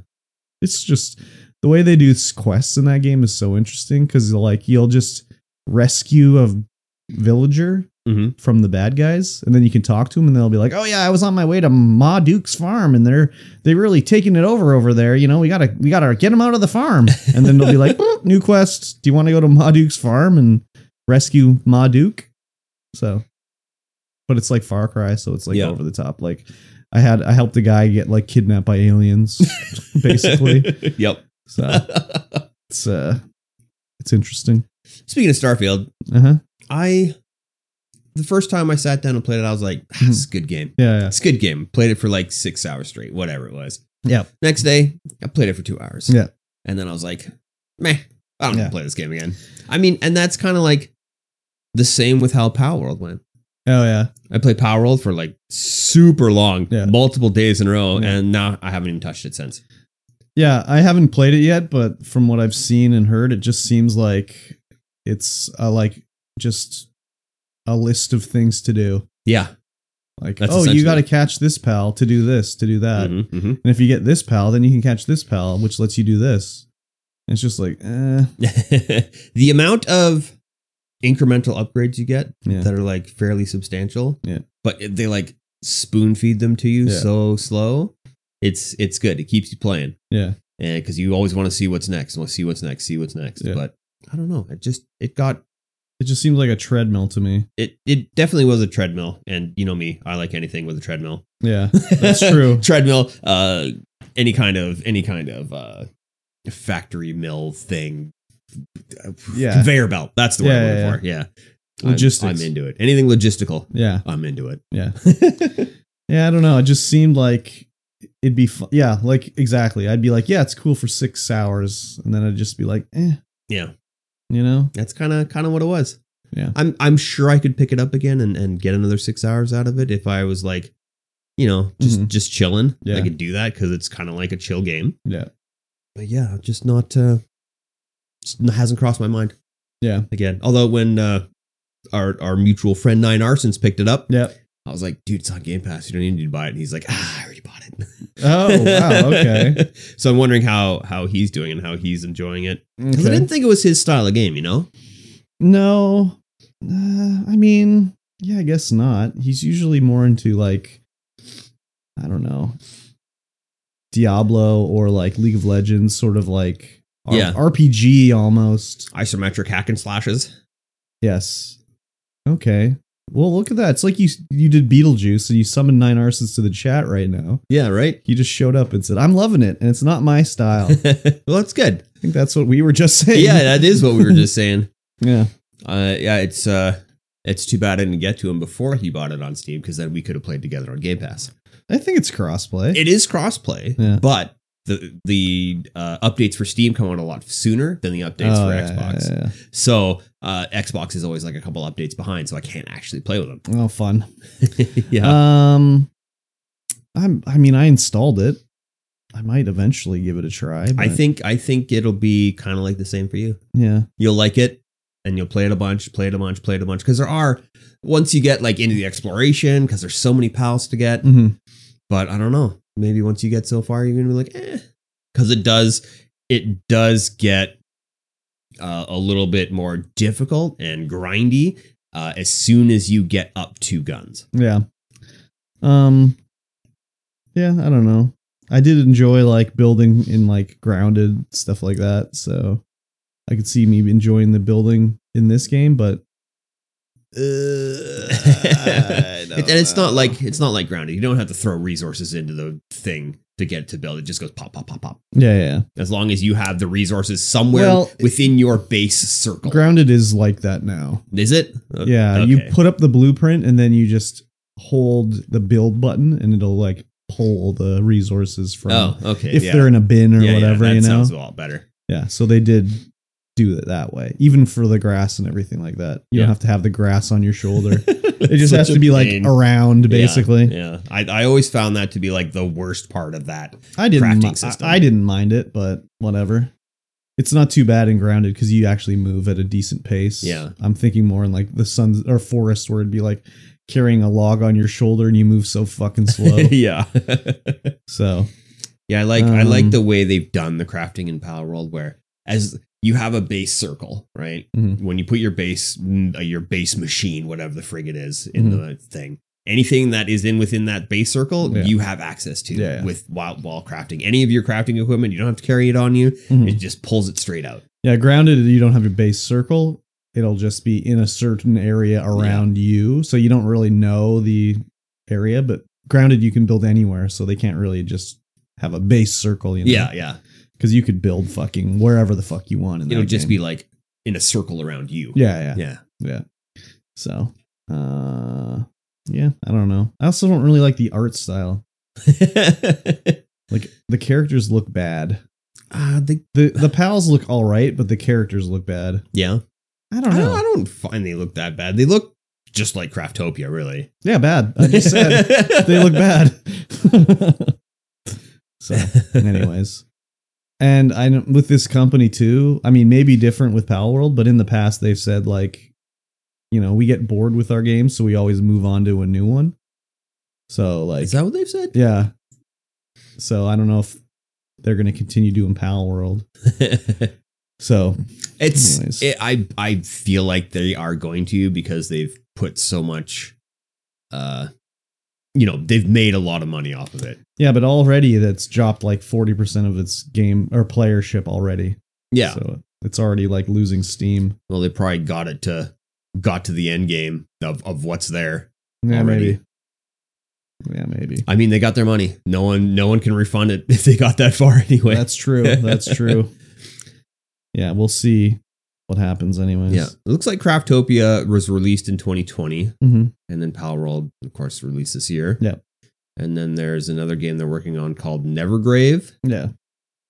It's just the way they do s- quests in that game is so interesting because, like, you'll just rescue a villager
hmm
from the bad guys, and then you can talk to them, and they'll be like, "Oh yeah, I was on my way to Ma Duke's farm, and they're they really taking it over over there. You know, we gotta we gotta get them out of the farm." And then they'll be like, "Boop, "New quest. Do you want to go to Ma Duke's farm and rescue Ma Duke?" So, but it's like Far Cry, so it's like
Yeah.
over the top. Like, I had I helped a guy get like kidnapped by aliens, basically.
yep.
So it's uh, it's interesting.
Speaking of Starfield,
Uh huh.
I the first time I sat down and played it, I was like, "Ah,
Hmm.
"It's a good game.
Yeah. yeah.
It's a good game." Played it for like six hours straight, whatever it was.
Yep.
Next day, I played it for two hours.
Yeah.
And then I was like, "Meh, I don't want
Yeah.
to play this game again." I mean, and that's kind of like the same with how Power World went.
Oh yeah.
I played Power World for like super long,
Yeah.
multiple days in a row,
Yeah.
and now I haven't even touched it since.
Yeah, I haven't played it yet, but from what I've seen and heard, it just seems like it's uh, like just a list of things to do.
Yeah.
Like,
That's
oh,
essentially-
you got to catch this pal to do this, to do that,
Mhm, mhm.
and if you get this pal, then you can catch this pal, which lets you do this. And it's just like, eh,
the amount of incremental upgrades you get
Yeah.
that are like fairly substantial.
Yeah.
But it- they like spoon feed them to you
Yeah.
so slow. It's it's good. It keeps you playing.
yeah,
And because you always want to see what's next. Want to see what's next. See what's next.
Yeah.
But I don't know. It just it got
it just seems like a treadmill to me.
it it definitely was a treadmill. And you know me, I like anything with a treadmill.
Yeah, that's true.
treadmill, uh any kind of any kind of uh factory mill thing.
Yeah.
Conveyor belt. That's the word
Yeah,
I'm
yeah,
looking for. Yeah. I'm-
Logistics.
I'm, into it. Anything logistical,
yeah,
I'm into it.
yeah. Yeah, I don't know. It just seemed like it'd be fun. Yeah, like exactly. I'd be like, yeah, it's cool for six hours, and then I'd just be like, eh,
yeah.
you know,
That's kind of kind of what it was.
Yeah.
I'm I'm sure I could pick it up again and, and get another 6 hours out of it if I was like, you know, just
Mhm.
just chilling.
Yeah.
I could do that cuz it's kind of like a chill game.
yeah,
But yeah, just not uh just n- hasn't crossed my mind
yeah,
again. Although when uh our our mutual friend Nine Arsons picked it up,
yeah.
I was like, dude, it's on Game Pass. You don't need to buy it. And he's like, ah, I already bought it.
Oh wow, okay.
so I'm wondering how how he's doing and how he's enjoying it. Because
Okay.
I didn't think it was his style of game, you know?
no, uh, I mean, yeah, I guess not. He's usually more into like, I don't know, Diablo or like League of Legends, sort of like R-
Yeah.
RPG almost.
Isometric hack and slashes.
Yes. Okay. Well, look at that. It's like you you did Beetlejuice and you summoned nine arses to the chat right now.
Yeah, right?
You just showed up and said, "I'm loving it," and it's not my style. I
well, that's good.
think that's what we were just saying.
Yeah, that is what we were just saying.
yeah.
Uh, yeah, it's uh, it's too bad I didn't get to him before he bought it on Steam because then we could have played together on Game Pass.
I think it's crossplay.
It is crossplay,
Yeah.
but the the uh, updates for Steam come out a lot sooner than the updates
Oh,
for
yeah,
Xbox.
yeah, yeah.
So uh, Xbox is always like a couple updates behind, so I can't actually play with them. Uh,
Oh, fun.
yeah,
Um, I'm. I mean, I installed it. I might eventually give it a try.
I
but-
think I think it'll be kind of like the same for you.
Yeah.
You'll like it, and you'll play it a bunch, play it a bunch, play it a bunch. Because there are once you get like into the exploration, because there's so many pals to get.
hmm
But I don't know. Maybe once you get so far, you're gonna be like, eh, because it does it does get uh, a little bit more difficult and grindy uh, as soon as you get up to guns.
Yeah. Um. Yeah. I don't know. I did enjoy like building in like grounded stuff like that. So I could see me enjoying the building in this game, but uh, I
and
don't
it's
know.
not like it's not like grounded. You don't have to throw resources into the thing to get it to build. It just goes pop, pop, pop, pop.
yeah, yeah.
As long as you have the resources somewhere
Well,
within your base circle.
Grounded is like that now.
Is it? O-
Yeah,
okay.
you put up the blueprint and then you just hold the build button and it'll like pull the resources from
Oh, okay.
if
yeah.
they're in a bin or
Yeah, yeah,
whatever,
that
you know.
sounds a lot better.
Yeah, so they did do it that way, even for the grass and everything like that. You
Yeah.
don't have to have the grass on your shoulder. it
it
just has to be like around, basically.
Yeah, I, I always found that to be like the worst part of that.
I didn't,
Crafting
mi- I-
system.
I, didn't mind it, but whatever. It's not too bad and grounded because you actually move at a decent pace.
Yeah.
I'm thinking more in like the suns or forest where it'd be like carrying a log on your shoulder and you move so fucking slow.
yeah,
so
yeah. I like I like
Um,
the way they've done the crafting in Power World, where as you have a base circle, right?
Mhm.
When you put your base mm, uh, your base machine, whatever the frig it is, in
Mm-hmm.
the thing. Anything that is in within that base circle,
Yeah.
you have access to
Yeah, yeah.
with while, while crafting. Any of your crafting equipment, you don't have to carry it on you.
mhm.
It just pulls it straight out.
yeah, grounded. You don't have your base circle. It'll just be in a certain area around you, so you don't really know the area. But grounded, you can build anywhere, so they can't really just have a base circle. You know?
Yeah, yeah.
because you could build fucking wherever the fuck you want. In
It'll
that
just
game.
be like in a circle around you.
Yeah, yeah,
yeah.
yeah. So, uh, yeah, I don't know. I also don't really like the art style. Like the characters look bad.
uh, they,
The the pals look all right, but the characters look bad.
yeah.
I
I
don't
don't,
know.
I don't find they look that bad. They look just like Craftopia, really.
yeah, bad. I just said they look bad. so, anyways. And I know with this company too. I mean, maybe different with Pal World, but in the past they've said like, you know, we get bored with our games, so we always move on to a new one. So like,
Is that what they've said?
yeah. So I don't know if they're going to continue doing Pal World. So Anyways.
it's it, I I feel like they are going to because they've put so much uh you know, they've made a lot of money off of it.
yeah, but already that's dropped like forty percent of its game or playership already.
Yeah.
So it's already like losing steam.
Well, they probably got it to got to the end game of of what's there.
Yeah,
already.
maybe. Yeah, maybe.
I mean, they got their money. No one no one can refund it if they got that far anyway.
That's true. That's true. yeah, we'll see what happens, anyways.
Yeah, it looks like Craftopia was released in 2020,
Mhm.
and then Power World, of course, released this year.
Yeah.
And then there's another game they're working on called Nevergrave,
Yeah.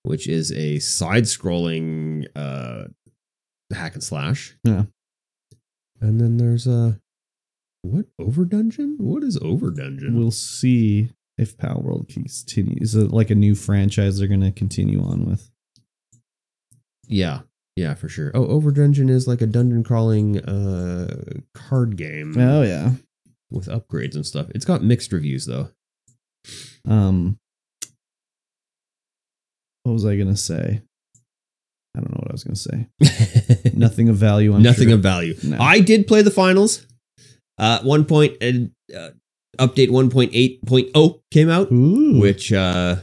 which is a side-scrolling uh, hack and slash.
Yeah.
And then there's a what Over Dungeon? What is Over Dungeon?
We'll see if Power World continues. Is it like a new franchise they're going to continue on with?
yeah, yeah, for sure. Oh, Over Dungeon is like a dungeon crawling uh, card game
yeah.
with upgrades and stuff. It's got mixed reviews though.
Um, what was I going to say? I don't know what I was going to say. Nothing of value. I'm
nothing
sure.
of value.
No.
I did play the finals. Uh, one point and uh, update 1.8.0 came out,
Ooh.
which uh,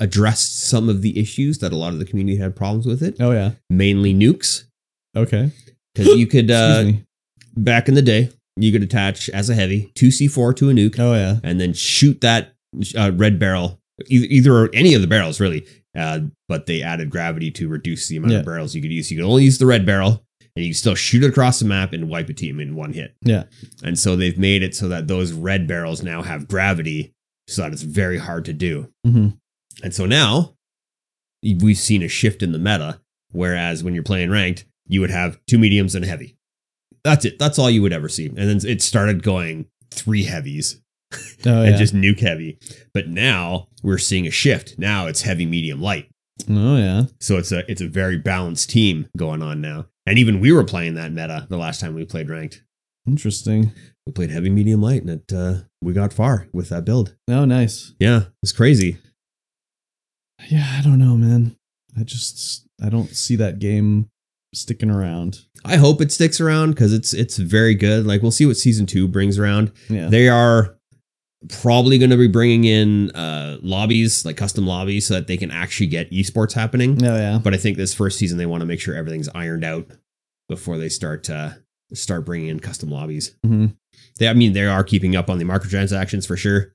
addressed some of the issues that a lot of the community had problems with it,
oh yeah.
mainly nukes.
Okay.
Because you could,
Excuse
uh,
me.
back in the day, you could attach as a heavy 2C4 to a nuke
Oh yeah.
and then shoot that uh, red barrel, either, either or any of the barrels really. Uh, but they added gravity to reduce the amount
Yeah.
of barrels you could use. You could only use the red barrel, and you could still shoot it across the map and wipe a team in one hit.
Yeah.
And so they've made it so that those red barrels now have gravity, so that it's very hard to do.
Mm-hmm.
And so now we've seen a shift in the meta. Whereas when you're playing ranked, you would have two mediums and a heavy. That's it. That's all you would ever see. And then it started going three heavies
Oh yeah.
and just nuke heavy. But now we're seeing a shift. Now it's heavy, medium, light.
oh yeah.
So it's a it's a very balanced team going on now. And even we were playing that meta the last time we played ranked.
Interesting.
We played heavy, medium, light, and it uh, we got far with that build.
Oh, nice.
Yeah, it's crazy.
Yeah, I don't know, man. I just I don't see that game sticking around.
I hope it sticks around because it's it's very good. Like we'll see what season two brings around.
Yeah.
They are probably going to be bringing in uh, lobbies, like custom lobbies, so that they can actually get esports happening.
Oh yeah.
But I think this first season they want to make sure everything's ironed out before they start uh, start bringing in custom lobbies.
hmm
They, I mean, they are keeping up on the microtransactions for sure,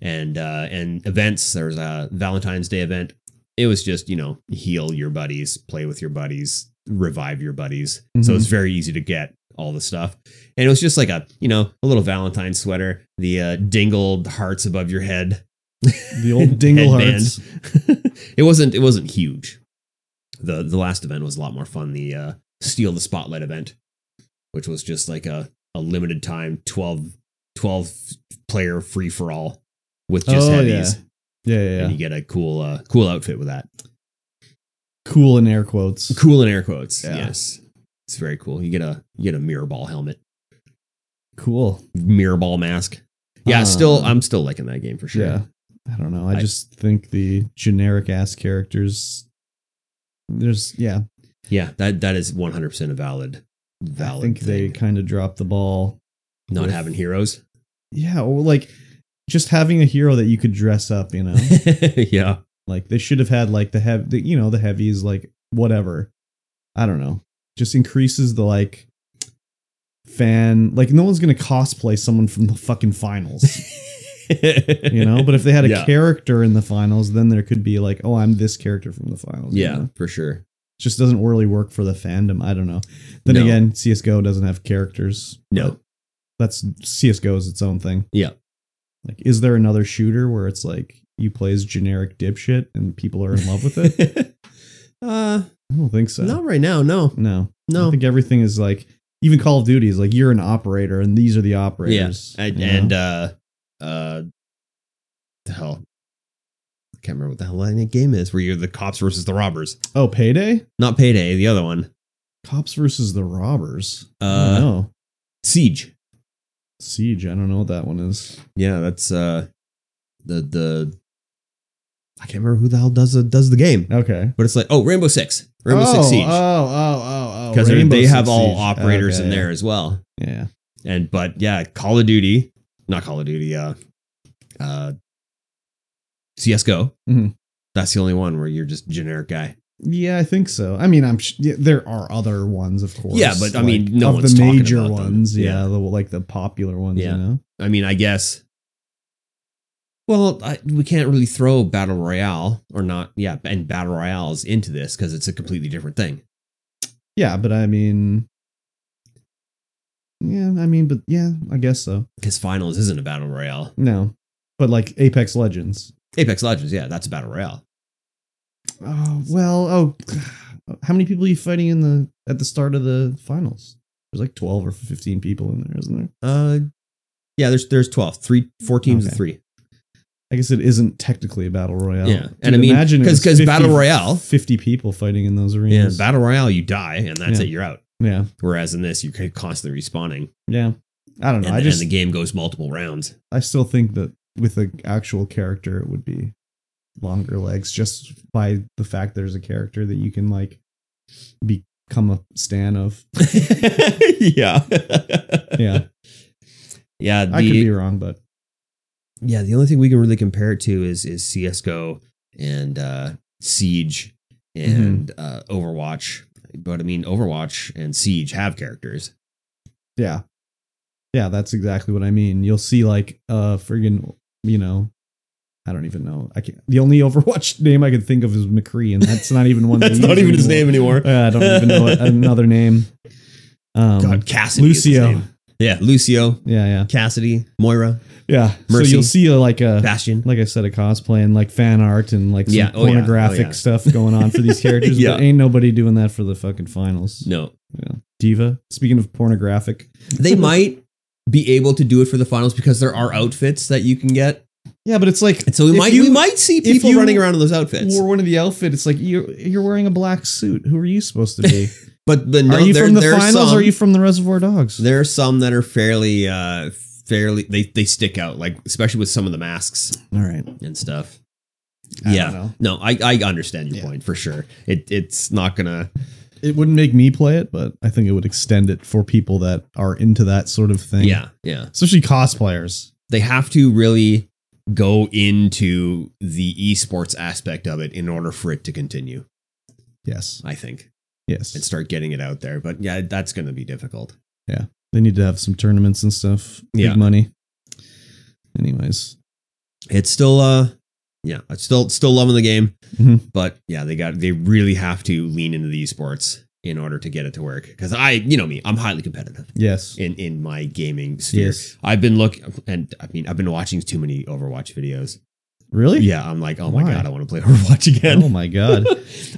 and uh, and events. There was a Valentine's Day event. It was just you know heal your buddies, play with your buddies, revive your buddies. So
Mhm.
it's very easy to get all the stuff, and it was just like a you know a little Valentine sweater, the uh, dingled hearts above your head.
The old dingle hearts.
it wasn't it wasn't huge. The the last event was a lot more fun. The uh, steal the spotlight event, which was just like a, a limited time 12, 12 player free for all with just
Oh,
heavies,
Yeah, yeah,
and
yeah.
you get a cool uh, cool outfit with that.
Cool in air quotes.
Cool in air quotes.
Yeah.
Yes, it's very cool. You get a you get a mirror ball helmet,
Cool.
mirror ball mask. Yeah,
Uh,
still I'm still liking that game for sure.
Yeah. I don't know. I,
I-
just think the generic ass characters. There's yeah.
Yeah, that that is 100 percent a valid valid.
I think they
thing.
kind of dropped the ball.
not
with-
having heroes.
Yeah, or like just having a hero that you could dress up. You know,
yeah.
like they should have had like the heavy. The, you know, the heavies like whatever. I don't know. Just increases the like fan. Like no one's gonna cosplay someone from the fucking finals. you know but if they had a
Yeah.
character in the finals then there could be like oh i'm this character from the finals you
Yeah,
know?
for sure.
It just doesn't really work for the fandom i don't know then
No.
again csgo doesn't have characters
No.
but that's csgo is its own thing
Yeah.
like is there another shooter where it's like you play as generic dipshit and people are in love with it
uh,
i don't think so
not right now. No,
no i
no.
think everything is like even call of duty is like you're an operator and these are the operators
And,
you know?
and uh, uh, the hell, I can't remember what the hell that game is where you're the cops versus the robbers.
oh payday
Not Payday, the other one.
cops versus the robbers
Uh,
no
Siege.
Siege. I don't know what that one is.
Yeah, that's uh, the the. I can't remember who the hell does the, does the game,
Okay.
but it's like oh Rainbow Six, Rainbow Six Siege,
Oh, oh, oh, oh.
because they're-
Rainbow
they have
Six
all
Siege.
operators
Okay,
in
yeah.
there as well.
Yeah.
And but yeah, Call of Duty, not Call of Duty, uh uh CS:GO.
Mhm.
That's the only one where you're just generic guy.
Yeah, I think so. I mean, I'm sh- yeah, there are other ones, of course.
Yeah, but, I mean, no
of
one's
the
talking
major
about them.
ones.
Yeah.
Yeah, the, like the popular ones.
Yeah.
You know.
I mean, I guess well, I, we can't really throw battle royale or not, yeah, and battle royales into this because it's a completely different thing.
Yeah, but I mean. Yeah, I mean, but yeah, I guess so.
Because finals isn't a battle royale.
No, but like Apex Legends.
Apex Legends, yeah, that's a battle royale.
Oh well. Oh, how many people are you fighting in the at the start of the finals? There's like twelve or fifteen people in there, isn't there?
Uh, yeah, there's there's twelve, three, four teams
Okay.
of three.
I guess it isn't technically a battle royale.
Yeah.
Dude,
And I mean,
imagine it
'cause-
was
'cause
50
battle royale-
fifty people fighting in those
Yeah,
arenas.
battle royale, you die and that's
Yeah.
it, you're out.
yeah,
Whereas in this, you're constantly respawning.
yeah. I don't know.
and,
I
the-
just,
and the game goes multiple rounds.
I still think that with an actual character, it would be longer legs, just by the fact there's a character that you can like become a stan of.
yeah,
Yeah,
yeah. The,
I could be wrong, but
yeah, the only thing we can really compare it to is is CS:GO and uh, Siege
Mm-hmm.
and uh, Overwatch. But I mean, Overwatch and Siege have characters.
yeah, yeah. That's exactly what I mean. You'll see like uh friggin' you know. I don't even know. I can't. The only Overwatch name I could think of is McCree, and that's not even one.
That's
they
not
use
even his
anymore.
name anymore.
Yeah, I don't even know what, another name. Um,
God, Cassidy. is his
Lucio. Uh-huh.
name. Yeah, Lucio,
Yeah, yeah,
Cassidy, Moira,
yeah.
Mercy.
So you'll see uh, like a
Bastion.
like I said, a cosplay and like fan art and like some
Yeah, oh yeah, oh
pornographic
yeah.
stuff going on for these characters.
Yeah.
But ain't nobody doing that for the fucking finals.
No,
Diva. Speaking of pornographic,
they might be able to do it for the finals because there are outfits that you can get.
yeah, but it's like
And so we
if
might
you
we might see people
you
running around in those outfits.
wore one of the outfit. It's like you're you're wearing a black suit. Who are you supposed to be?
But but no,
are you
there,
from the
there
finals?
Are some,
or Are you from the Reservoir Dogs?
there are some that are fairly uh fairly they they stick out like especially with some of the masks
All right.
and stuff.
I
yeah.
don't know.
No, I I understand your
Yeah.
point for sure. It it's not gonna
It wouldn't make me play it, but I think it would extend it for people that are into that sort of thing.
yeah yeah
especially cosplayers.
they have to really go into the esports aspect of it in order for it to continue.
Yes.
I think
Yes.
and start getting it out there. But yeah, that's going to be difficult.
they need to have some tournaments and stuff.
Yeah.
Big money. Anyways.
It's still, uh, yeah, I'm still still loving the game,
Mhm.
but yeah, they got they really have to lean into the esports in order to get it to work. Because I, you know me, I'm highly competitive
Yes.
in in my gaming sphere.
Yes.
I've been look and I mean I've been watching too many Overwatch videos.
Really?
Yeah, I'm like, oh my
Why?
god, I want to play Overwatch again.
Oh my god.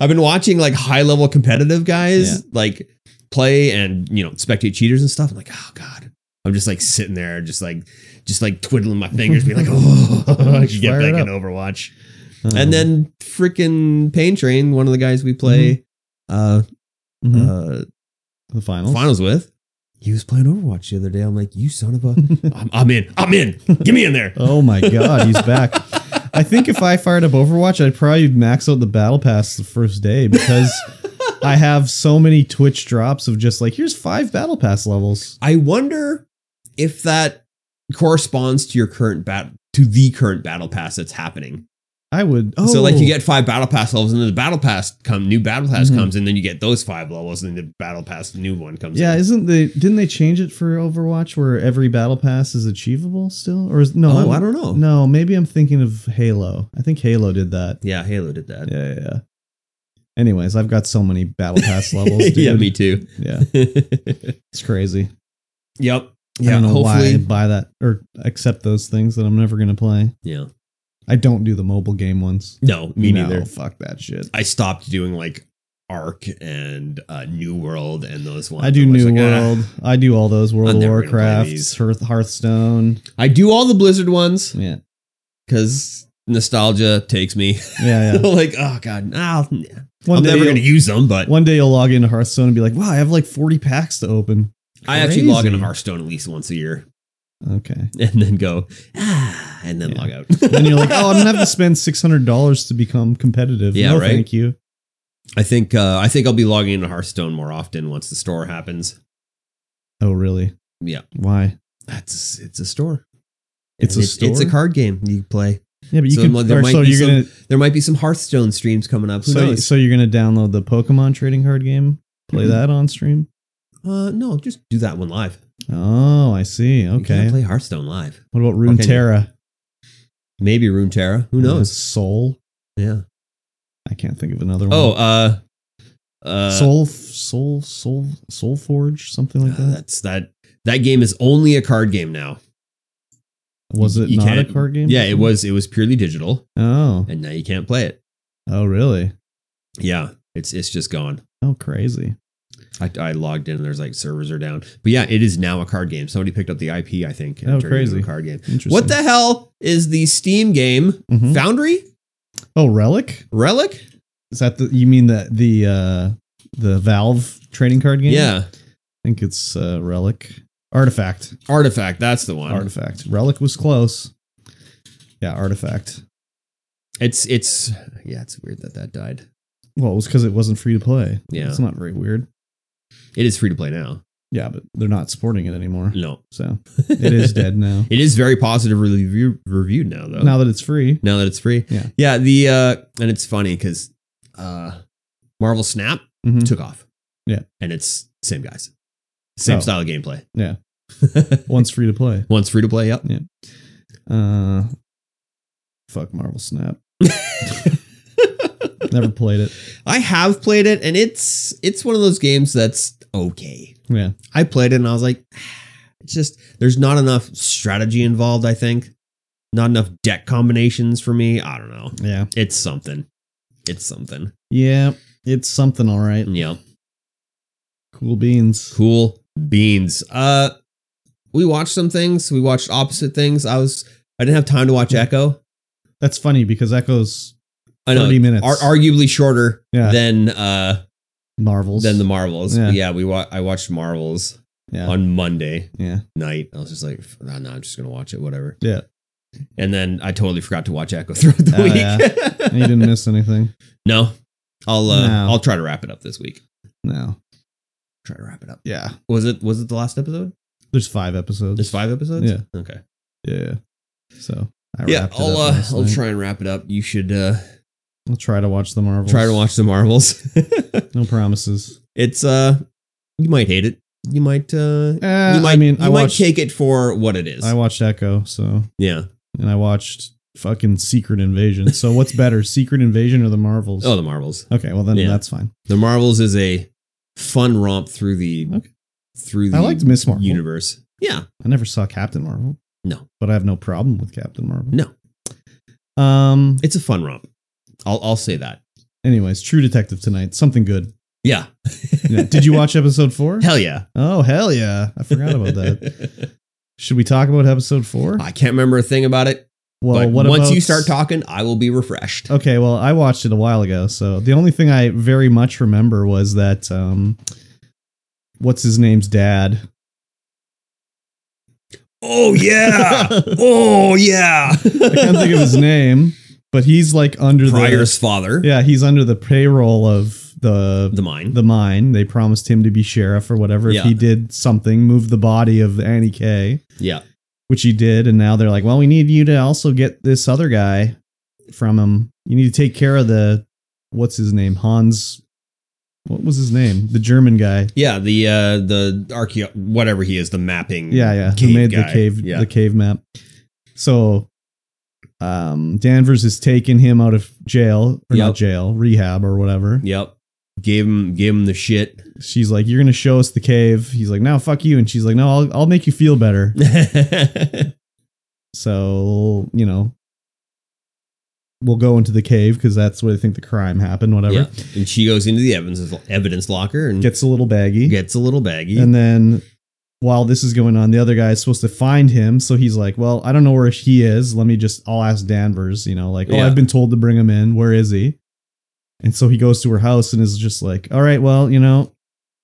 I've been watching like high level competitive guys
Yeah.
like play and you know spectate cheaters and stuff. I'm like, oh god, I'm just like sitting there, just like just like twiddling my fingers, being like, oh, I should get
Fire it
back in
up.
Overwatch.
Um,
And then freaking Pain Train, one of the guys we play
Mm-hmm. mhm.
uh,
the
uh,
finals.
finals with, he was playing Overwatch the other day. I'm like, you son of a, I'm, I'm in, I'm in, get me in there.
oh my god, he's back. I think if I fired up Overwatch, I'd probably max out the battle pass the first day because I have so many Twitch drops of just like here's five battle pass levels.
I wonder if that corresponds to your current bat to the current battle pass that's happening.
I would oh
So like you get five battle pass levels, and then the battle pass come new battle pass
Mhm.
comes, and then you get those five levels, and then the battle pass new one comes.
Yeah,
in.
isn't they didn't they change it for Overwatch where every battle pass is achievable still? Or is no
oh,
I'm-
I don't know.
No, maybe I'm thinking of Halo. I think Halo did that.
Yeah, Halo did that.
Yeah, yeah, yeah. Anyways, I've got so many battle pass levels. Dude.
yeah, me too.
Yeah, it's crazy.
yep.
I
Yeah,
don't know why I
hopefully.
buy that or accept those things that I'm never gonna play.
Yeah.
I don't do the mobile game ones.
No, me
No,
neither.
Fuck that shit.
I stopped doing like Arc and uh, New World and those ones.
I do
I'm just
New
like, ah.
World. I do all those World
I'm
of
never gonna play
Warcraft,
these.
Hearth, Hearthstone.
I do all the Blizzard ones
Yeah,
because nostalgia takes me.
yeah, yeah.
like, oh god, nah, I'll- nah.
One
I'm
day
never
you'll-
going to use them. But
One day you'll log into Hearthstone and be like, wow, I have like 40 packs to open.
I actually log into
Crazy.
Hearthstone at least once a year,
Okay.
and then go ah, and then
Yeah.
log out.
Then you're like, oh, I'm going to have to spend $600 to become competitive.
Yeah,
no,
right?
thank you.
I think uh, I think I'll be logging into Hearthstone more often once the store happens.
Oh, really?
Yeah,
Why?
that's it's a store.
It's a
And it- It's a
store?
card game you play.
Yeah, but you
So
can.
like, there
or
might
so
be
you're
some-
gonna
There might be some Hearthstone streams coming up. Who
so,
knows?
so you're gonna download the Pokemon trading card game, play
Mhm.
that on stream.
Uh, no, just do that one live.
Oh, I see.
You can't
Okay.
play Hearthstone live.
What about
can you?
Runeterra?
Maybe Runeterra. Who knows?
Soul.
Yeah.
I can't think of another
Oh,
one.
uh, uh,
Soul, Soul, Soul, Soul Forge, something like
uh,
that.
that's that. That game is only a card game now.
Was it
you
not a
can't-
card game?
Yeah, it was. It was purely digital,
Oh,
and now you can't play it.
oh, really?
Yeah, it's it's just gone.
Oh, crazy.
I, I logged in and there's like servers are down. But yeah, it is now a card game. Somebody picked up the IP, I think. And
Oh,
turned it into
crazy.
A card game.
Interesting.
What the hell is the Steam game
Mhm.
Foundry
Oh, Relic?
Relic?
Is that the? You mean the the uh, the Valve trading card game?
Yeah,
I think it's uh, Relic. Artifact.
Artifact. That's the one.
Artifact. Relic was close. Yeah, Artifact.
It's it's yeah. It's weird that that died.
Well, it was because it wasn't free to play.
Yeah.
it's not very weird.
It is free to play now.
Yeah, but they're not supporting it anymore,
No,
so it is dead now.
It is very positively review, reviewed now, though.
Now that it's free,
Now that it's free,
Yeah.
yeah. The uh, and it's funny because uh, Marvel Snap
Mhm.
took off,
Yeah.
and it's same guys, same
Oh.
style of gameplay,
Yeah. once free to play.
One's free to play, yep.
Uh, fuck Marvel Snap. Never played it.
I have played it, and it's it's one of those games that's okay.
Yeah,
I played it, and I was like, it's just there's not enough strategy involved. I think not enough deck combinations for me. I don't know.
yeah,
It's something. It's something.
yeah. It's something, all right.
Yeah.
Cool beans.
Cool beans. Uh we watched some things. We watched opposite things. I was I didn't have time to watch
Hmm.
Echo.
That's funny because Echo's
I know
30 minutes.
ar- arguably shorter
Yeah.
than uh
Marvels.
than the Marvels.
Yeah.
Yeah, yeah we wa- I watched Marvels
yeah.
on Monday
yeah.
night. I was just like, "F- nah, nah, I'm just gonna watch it, whatever.
Yeah.
And then I totally forgot to watch Echo throughout the
Oh,
week.
And you didn't miss anything.
no. I'll uh,
No.
I'll try to wrap it up this week.
No.
Try to wrap it up.
Yeah.
Was it was it the last episode?
There's five episodes.
There's five episodes?
Yeah.
Okay.
Yeah. So I
yeah,
wrapped it
I'll
up
uh,
last
I'll
night.
try and wrap it up. You should uh,
I'll try to watch the Marvels.
try to watch the Marvels.
No promises.
it's uh, you might hate it. You might uh,
Eh,
you might
I mean,
you
I
might
watched.
take it for what it is.
I watched Echo. So
yeah.
and I watched fucking Secret Invasion. So what's better, Secret Invasion or the Marvels?
Oh, the Marvels.
okay. Well then
Yeah.
that's fine.
The Marvels is a fun romp through the
Okay.
through the
I liked Miss Marvel.
universe. Yeah.
I never saw Captain Marvel,
No.
but I have no problem with Captain Marvel.
No.
Um.
It's a fun romp. I'll I'll say that.
Anyways, True Detective tonight. Something good.
Yeah.
Yeah. Did you watch episode four?
Hell yeah.
Oh hell yeah! I forgot about that. Should we talk about episode four?
I can't remember a thing about it.
Well,
but
what
once
about- Uh,
you start talking, I will be refreshed.
Okay, well, I watched it a while ago, so the only thing I very much remember was that um, what's his name's dad.
Oh yeah. oh yeah.
I can't think of his name, but he's like under
Pryor's father.
the yeah, he's under the payroll of the
The mine.
the mine. They promised him to be sheriff or whatever
Yeah.
if he did something, move the body of Annie Kay,
yeah.
which he did, and now they're like, well, we need you to also get this other guy from him. You need to take care of the what's his name Hans. What was his name? The German guy.
Yeah. The uh the archeo whatever he is, the mapping.
yeah yeah
Cave
who made
guy.
the cave
Yeah.
the cave map so um danvers has taken him out of jail or
Yep.
not jail rehab or whatever
Yep. Gave him gave him the shit.
she's like you're gonna show us the cave he's like no fuck you and she's like no i'll, I'll make you feel better so you know we'll go into the cave because that's where they think the crime happened whatever
Yeah. And she goes into the evidence evidence locker and gets,
gets a little baggy
a little baggy.
And then while this is going on, the other guy is supposed to find him. So he's like, Well, I don't know where he is. Let me just, I'll ask Danvers, you know, like, Oh,
Yeah.
I've been told to bring him in. Where is he? And so he goes to her house and is just like, All right, well, you know,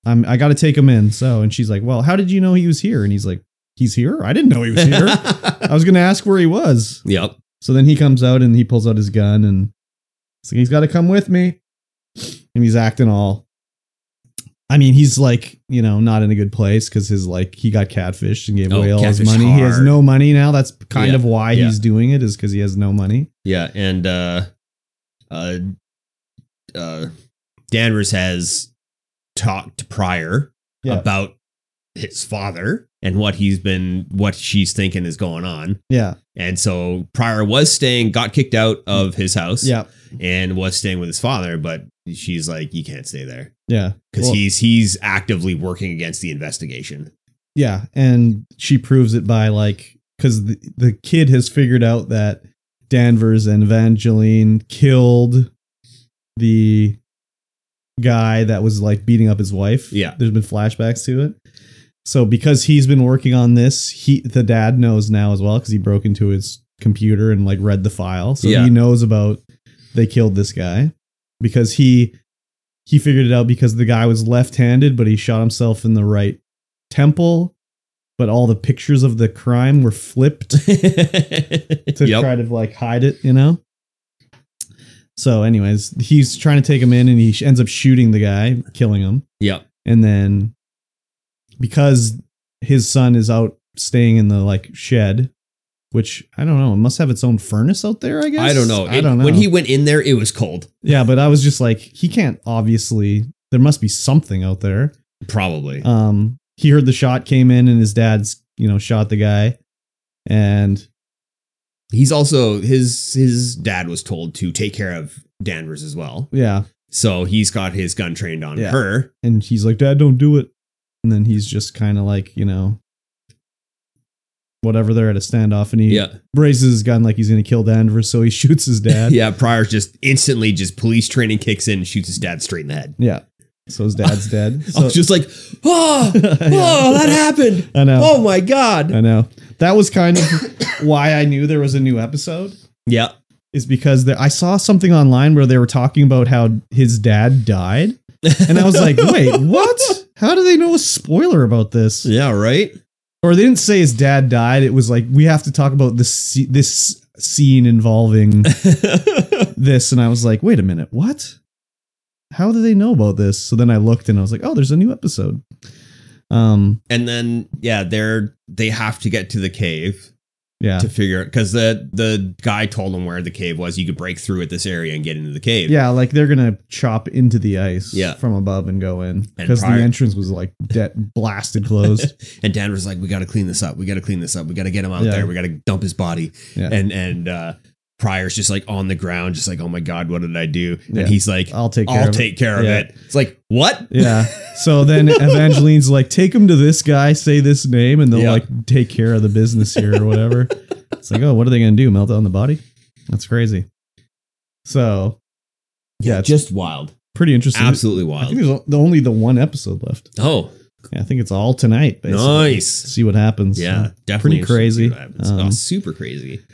I'm, I got to take him in. So, and she's like, Well, how did you know he was here? And he's like, He's here? I didn't know he was here. I was going to ask where he was.
yep.
So then he comes out and he pulls out his gun and he's like, He's got to come with me. And he's acting all I mean, he's like, you know, not in a good place because his like he got catfished and gave
Oh,
away all his
catfished
money. He has
hard.
no money now. That's kind
Yeah,
of why
yeah.
he's doing it is because he has no money.
Yeah, and uh uh uh Danvers has talked to Pryor
Yeah.
about his father and what he's been what she's thinking is going on.
Yeah.
And so Pryor was staying, got kicked out of his house
Mm. Yeah.
and was staying with his father, but she's like, You can't stay there.
Yeah.
Because
Well,
he's he's actively working against the investigation.
Yeah. And she proves it by like because the, the kid has figured out that Danvers and Evangeline killed the guy that was like beating up his wife.
Yeah.
There's been flashbacks to it. So because he's been working on this, he the dad knows now as well because he broke into his computer and like read the file. So
Yeah.
he knows about they killed this guy because he he figured it out because the guy was left-handed but he shot himself in the right temple but all the pictures of the crime were flipped to
yep.
try to like hide it, you know. So, anyways, he's trying to take him in, and he sh- ends up shooting the guy, killing him,
Yep.
and then because his son is out staying in the like shed, which I don't know, it must have its own furnace out there. I guess
I don't know.
I
It-
don't know.
When he went in there, it was cold.
yeah, but I was just like, he can't obviously. There must be something out there.
Probably.
Um, he heard the shot came in, and his dad's you know shot the guy, and
he's also his his dad was told to take care of Danvers as well.
yeah,
So he's got his gun trained on
Yeah.
her.
and he's like, "Dad, don't do it." And then he's just kind of like, you know, whatever. They're at a standoff, and he
Yeah.
raises his gun like he's going to kill Danvers, so he shoots his dad.
Yeah, Pryor's just instantly just police training kicks in and shoots his dad straight in the head.
yeah. So his dad's dead.
I
So,
was just like, oh,
I know.
oh, that happened.
I know.
Oh my god.
I know. That was kind of why I knew there was a new episode.
Yeah.
Is because there, I saw something online where they were talking about how his dad died, and I was like, "Wait, what? How do they know a spoiler about this?"
Yeah, right?
or they didn't say his dad died. It was like we have to talk about this sce- this scene involving this, and I was like, wait a minute, what? How do they know about this? So then I looked and I was like, oh, there's a new episode. Um,
and then yeah, they're they have to get to the cave.
Yeah.
to figure out because the the guy told him where the cave was. You could break through at this area and get into the cave.
Yeah, like they're gonna chop into the ice
Yeah.
from above and go in
And
because the
prior-
entrance was like de- blasted closed.
And Dan was like, "We got to clean this up. We got to clean this up. We got to get him out
Yeah.
there. We got to dump his body."
Yeah.
And and uh, Pryor's just like on the ground, just like, "Oh my god, what did I do?"
Yeah.
And he's like,
I'll take care
"I'll
of it.
take care of
Yeah.
it." It's like, "What?"
Yeah. So then Evangeline's like, take him to this guy, say this name, and they'll
Yeah.
like take care of the business here or whatever. it's like, oh, what are they gonna do? Melt down the body? That's crazy. So Yeah, it's-
just wild,
pretty interesting.
absolutely
I think
wild.
there's o- the- only the one episode left.
Oh,
Yeah, I think it's all tonight. Basically.
nice.
See what happens.
Yeah,
So-
definitely interesting to
pretty crazy.
see what happens. oh,
Um,
super crazy.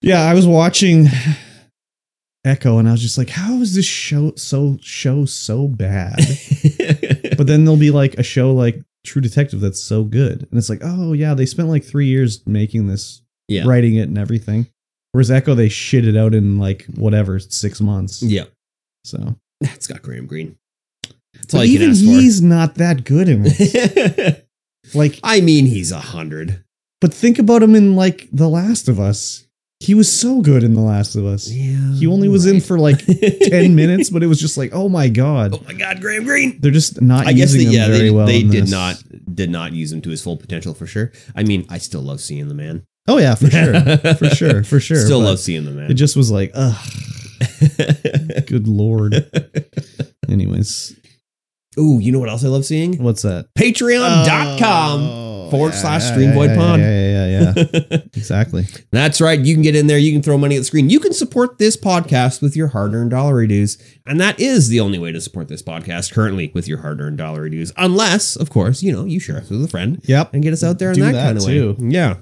Yeah, I was watching Echo, and I was just like, how is this show so show so bad? but then there'll be like a show like True Detective that's so good, and it's like, oh yeah, they spent like three years making this,
yeah,
writing it, and everything. Whereas Echo, they shit it out in like whatever six months.
yeah.
So,
It's got Graham Greene. That's all
but
you
even
can ask
he's not that good in it.
for.
like,
I mean, he's a hundred.
but think about him in like The Last of Us. He was so good in The Last of Us.
Yeah,
He only was in for like ten minutes, but it was just like, oh my god,
Oh my God, Graham Greene.
they're just not
I guess
using
that,
him
yeah,
very
they,
well.
they
in
did
this.
not did not use him to his full potential for sure. I mean, I still love seeing the man
Oh yeah, for sure, for sure, for sure.
still
but
love seeing the
It
man.
just was like, ugh, good lord. Anyways,
Ooh, you know what else I love seeing?
what's that?
Patreon.com.
Oh,
forward slash
yeah,
Streamboy
yeah,
Pond.
Yeah, yeah, yeah, yeah. exactly.
That's right. You can get in there. You can throw money at the screen. You can support this podcast with your hard earned dollar dues. And that is the only way to support this podcast currently with your hard earned dollar dues. Unless, of course, you know, you share us with a friend
Yep.
and get us out there in
Do
that,
that
kind of
too.
way. Yeah.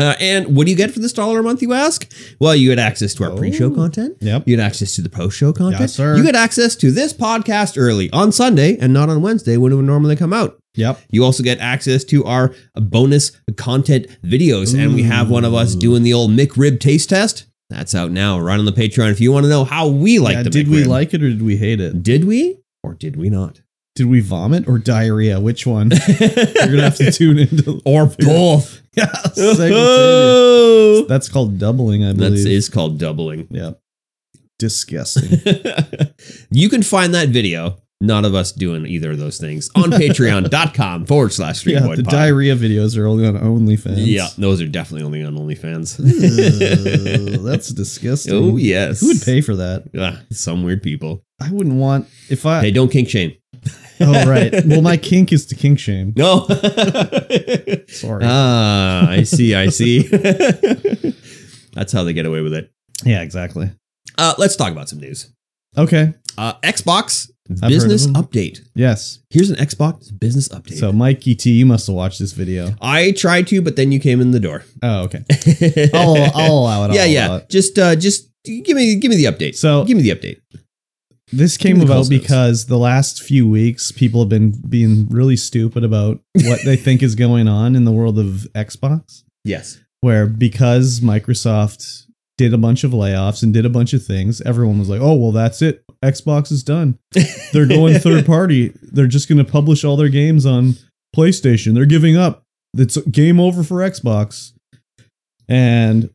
Uh, and what do you get for this dollar a month, you ask? Well, you get access to our pre show
Oh.
content.
Yep.
You get access to the post show content.
Yes, sir.
You get access to this podcast early on Sunday and not on Wednesday when it would normally come out.
Yep.
You also get access to our bonus content videos, and we have one of us
Ooh.
doing the old McRib taste test. That's out now, right on the Patreon. If you want to know how we like
yeah,
the
did we
McRib.
like it or did we hate it?
Did we or did we not?
Did we vomit or diarrhea? Which one? You're gonna have to tune into.
or both.
yeah, simultaneous.
Oh,
That's called doubling, I
that
believe.
is called doubling.
Yeah. Disgusting.
you can find that video, not of us doing either of those things, on patreon.com forward slash
yeah,
streetboy
the
pod.
diarrhea videos are only on OnlyFans.
Yeah, those are definitely only on OnlyFans.
Ugh, that's disgusting.
Oh yes.
Who would pay for that?
Ah, some weird people.
I wouldn't want if I.
Hey, don't kink shame.
Oh right. Well, my kink is to kink shame.
No.
Sorry.
ah, I see. I see. That's how they get away with it.
yeah, exactly.
Uh, let's talk about some news.
Okay.
Uh, Xbox
of
business
them.
update.
Yes.
Here's an Xbox business update.
So, Mikey T, you must have watched this video.
I tried to, but then you came in the door.
Oh, okay. I'll, I'll allow it. I'll
yeah,
allow
yeah.
it.
Just, uh, just give me, give me the update.
So-
give me the update.
This
Give
came
me the
about
close notes.
because the last few weeks people have been being really stupid about what they think is going on in the world of Xbox,
Yes.
where because Microsoft did a bunch of layoffs and did a bunch of things, everyone was like, oh, well, that's it. Xbox is done. They're going third party. They're just going to publish all their games on PlayStation. They're giving up. It's game over for Xbox. And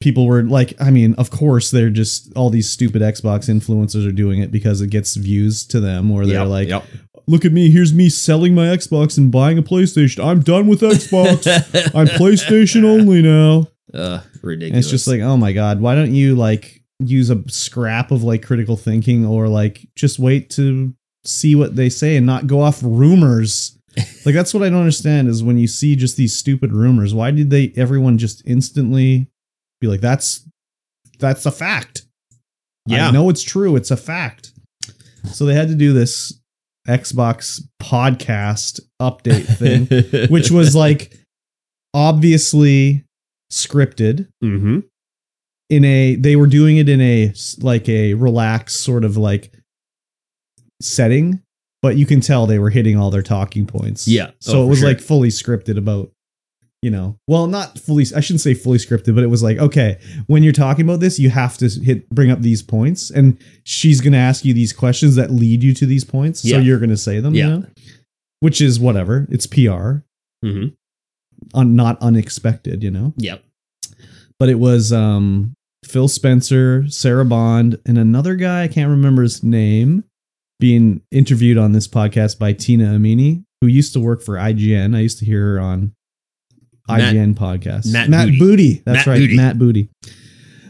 people were like, I mean, of course, they're just all these stupid Xbox influencers are doing it because it gets views to them, or they're
Yep,
like,
yep.
look at me. Here's me selling my Xbox and buying a PlayStation. I'm done with Xbox. I'm PlayStation only now.
Uh, ridiculous.
And it's just like, oh my god, why don't you like use a scrap of like critical thinking or like just wait to see what they say and not go off rumors. like that's what I don't understand is when you see just these stupid rumors, why did they everyone just instantly be like that's that's a fact.
Yeah.
I know it's true, it's a fact. So they had to do this Xbox podcast update thing, which was like obviously scripted
hmm
in a they were doing it in a s- like a relaxed sort of like setting but you can tell they were hitting all their talking points
Yeah.
so
Oh,
it
for
was
sure.
like fully scripted about you know well not fully i shouldn't say fully scripted but it was like okay when you're talking about this you have to hit bring up these points and she's going to ask you these questions that lead you to these points
Yeah.
so you're going to say them
Yeah.
you know which is whatever it's pr
hmm
un- not unexpected you know
Yep.
but it was um, Phil Spencer, Sarah Bond, and another guy I can't remember his name being interviewed on this podcast by Tina Amini, who used to work for IGN. I used to hear her on
Matt-
IGN podcast.
Matt
Matt
Booty.
Booty. That's
Matt
right,
Booty.
Matt Booty.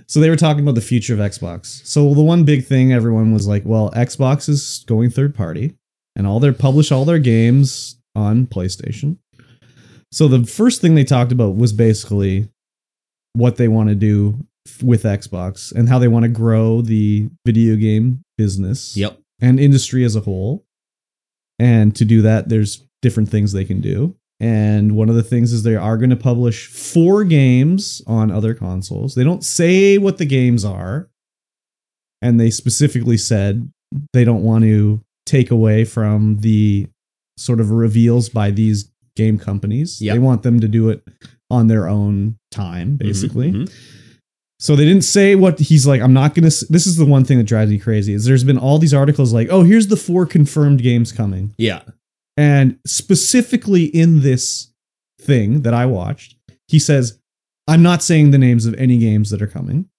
So they were talking about the future of Xbox. So the one big thing everyone was like, well, Xbox is going third party and all their publish all their games on PlayStation. So the first thing they talked about was basically what they want to do f- with Xbox and how they want to grow the video game business
Yep.
and industry as a whole. And to do that, there's different things they can do. And one of the things is they are going to publish four games on other consoles. They don't say what the games are. And they specifically said they don't want to take away from the sort of reveals by these game companies.
Yep.
They want them to do it on their own time, basically.
Mhm, mhm.
So they didn't say what he's like. I'm not gonna. s- This is the one thing that drives me crazy. Is there's been all these articles like, oh, here's the four confirmed games coming,
Yeah.
and specifically in this thing that I watched, he says, I'm not saying the names of any games that are coming.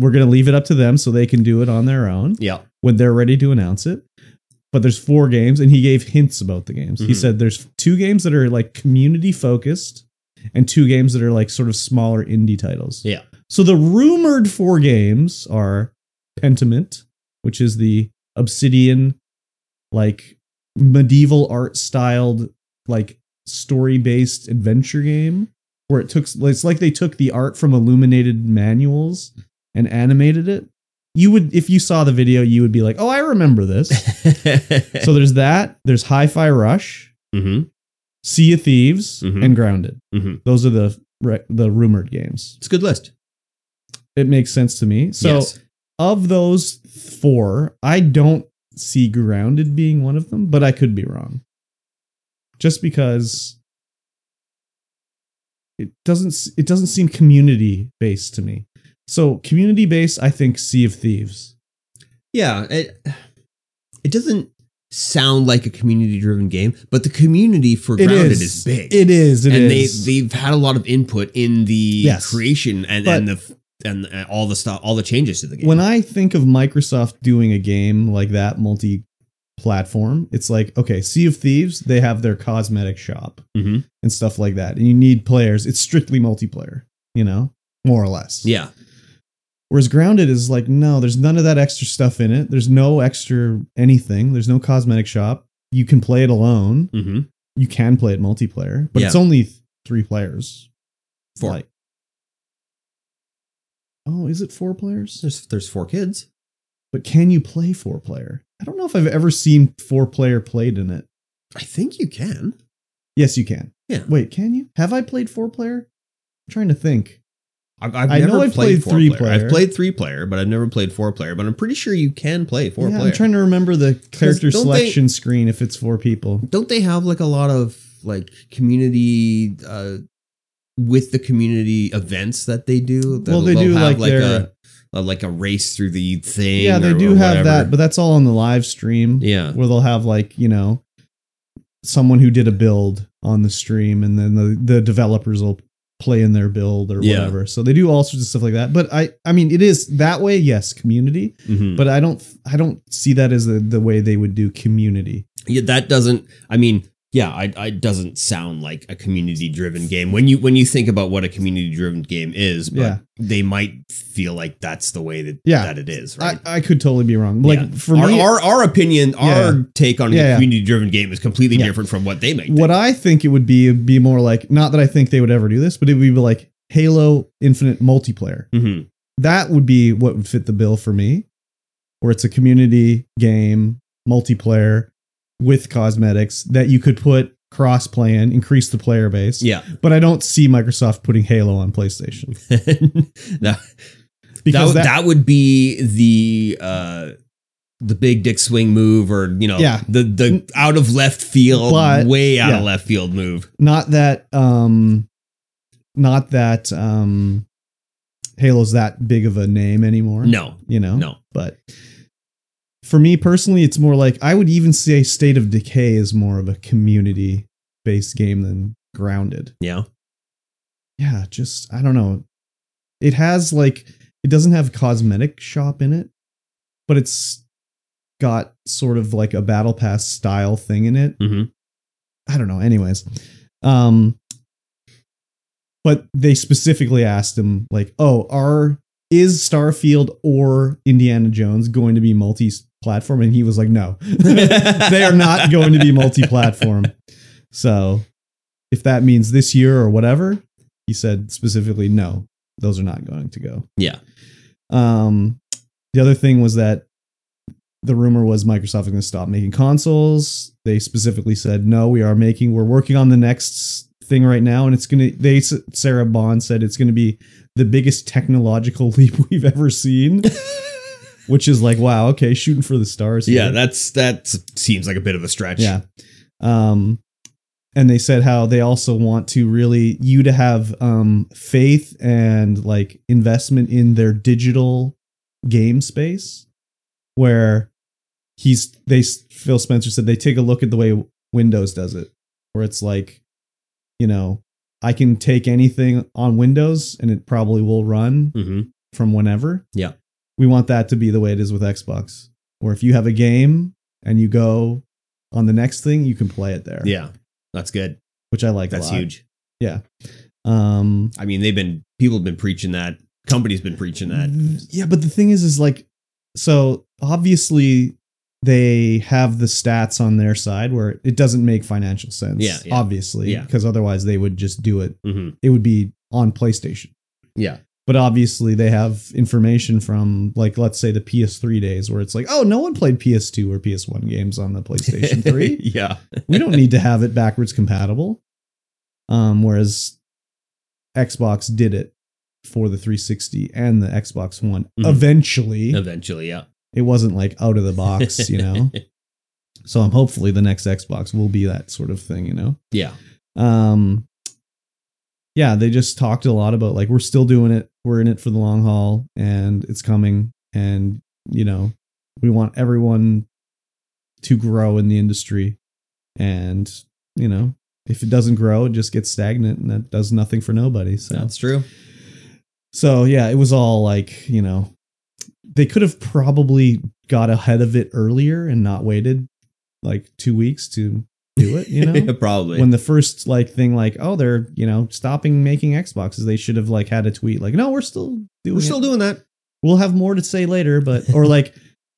We're gonna leave it up to them so they can do it on their own
yeah.
when they're ready to announce it. But there's four games, and he gave hints about the games. He
Mhm.
said there's two games that are like community focused, and two games that are like sort of smaller indie titles.
Yeah.
So the rumored four games are Pentiment, which is the Obsidian, like medieval art styled, like story based adventure game where it took. It's like they took the art from illuminated manuals and animated it. You would, if you saw the video, you would be like, "Oh, I remember this." so there's that. There's Hi-Fi Rush,
hmm
Sea of Thieves,
Mhm.
and Grounded.
hmm
Those are the re- the rumored games.
It's a good list.
It makes sense to me. So
Yes.
of those four, I don't see Grounded being one of them, but I could be wrong. Just because it doesn't s- it doesn't seem community based to me. So community based, I think Sea of Thieves.
Yeah, it it doesn't sound like a community driven game, but the community for
It
Grounded
is.
is, big.
It is. It is.
and they they've had a lot of input in the
Yes.
creation and
But-
and the and, and all the stuff, all the changes to the game.
when I think of Microsoft doing a game like that multi platform, it's like, okay, Sea of Thieves, they have their cosmetic shop
Mhm.
and stuff like that. And you need players. It's strictly multiplayer, you know, more or less.
yeah,
Whereas Grounded is like, no, there's none of that extra stuff in it. There's no extra anything. There's no cosmetic shop. You can play it alone.
mm-hmm.
You can play it multiplayer, but it's
Yeah.
only th- three players.
four.
Like- oh, is it four players?
there's there's four kids.
but can you play four player? I don't know if I've ever seen four player played in it.
I think you can.
Yes, you can.
Yeah.
Wait, can you? Have I played four player? I'm trying to think.
I've, I've
I
never
know I've played
four
three
player.
player.
I've played three player, but I've never played four player. But I'm pretty sure you can play four
yeah,
player.
I'm trying to remember the character
don't they-
selection screen if it's four people.
Don't they have like a lot of like community uh, with the community events that they do?
Well, they
They'll
do, like,
a,
their-
a like a race through the thing.
Yeah, they
or-
do
or
have
whatever.
that, but that's all on the live stream
yeah,
where they'll have like, you know, someone who did a build on the stream and then the, the developers will play in their build or
Yeah.
whatever. So they do all sorts of stuff like that. But I I mean it is that way, yes, community.
Mhm.
but I don't I don't see that as the, the way they would do community.
yeah, that doesn't. I mean, yeah, I, I it doesn't sound like a community driven game when you when you think about what a community driven game is. But
Yeah.
they might feel like that's the way that
Yeah.
that it is. Right.
I, I could totally be wrong. Like
Yeah.
for
our,
me,
our our opinion,
Yeah.
our take on
Yeah,
a
yeah.
community driven game is completely
Yeah.
different from what they make.
what I think it would be it'd be more like not that I think they would ever do this, but it would be like Halo Infinite multiplayer.
hmm
That would be what would fit the bill for me, where it's a community game multiplayer with cosmetics that you could put cross play in, increase the player base.
Yeah.
But I don't see Microsoft putting Halo on PlayStation
that, that,
because
would-
that,
that would be the uh the big dick swing move or you know
Yeah.
the the out of left field
But-
way out
yeah.
of left field move
not that um not that um halo's that big of a name anymore
no
you know
no
but for me personally it's more like i would even say state of decay is more of a community based game than grounded
yeah
yeah, just I don't know. It has like it doesn't have cosmetic shop in it, but it's got sort of like a battle pass style thing in it.
Mhm.
I don't know. Anyways, um, but they specifically asked him like, "Oh, are is Starfield or Indiana Jones going to be multi-platform?" And he was like, "No,
Mm-hmm.
they are not going to be multi-platform." So, if that means this year or whatever, he said specifically, "No, those are not going to go."
Yeah.
Um, the other thing was that the rumor was Microsoft is going to stop making consoles. They specifically said, "No, we are making. We're working on the next thing right now, and it's going to." They Sarah Bond said it's going to be the biggest technological leap we've ever seen, which is like, wow, okay, shooting for the stars. here.
yeah, that's that seems like a bit of a stretch.
Yeah. Um, and they said how they also want to really you to have um, faith and like investment in their digital game space, where he's they Phil Spencer said they take a look at the way Windows does it, where it's like, you know, I can take anything on Windows and it probably will run
hmm
from whenever.
Yeah.
We want that to be the way it is with Xbox. Or if you have a game and you go on the next thing, you can play it there.
Yeah. That's good.
Which I like. a
That's
lot.
huge.
Um
I mean, they've been people have been preaching that. Companies been preaching that.
Yeah, but the thing is is like so obviously they have the stats on their side where it doesn't make financial sense.
Yeah, yeah.
Obviously.
Yeah.
Because otherwise they would just do it.
hmm
It would be on PlayStation.
Yeah.
But obviously they have information from like let's say the PS3 days where it's like, oh, no one played PS2 or PS1 games on the PlayStation 3.
yeah.
we don't need to have it backwards compatible. Um, whereas Xbox did it for the 360 and the Xbox One.
Mhm.
Eventually,
Eventually, yeah.
it wasn't like out of the box, you know. so I'm hopefully the next Xbox will be that sort of thing, you know.
Yeah.
Um, yeah, they just talked a lot about like we're still doing it, we're in it for the long haul, and it's coming, and you know, we want everyone to grow in the industry, and you know, if it doesn't grow, it just gets stagnant, and that does nothing for nobody. So
true.
so yeah, it was all like, you know, they could have probably got ahead of it earlier and not waited like two weeks to do it, you know?
Probably.
when the first like thing like, oh, they're, you know, stopping making Xboxes, they should have like had a tweet like, no, we're still doing
We're still
it.
doing that.
we'll have more to say later, but or like,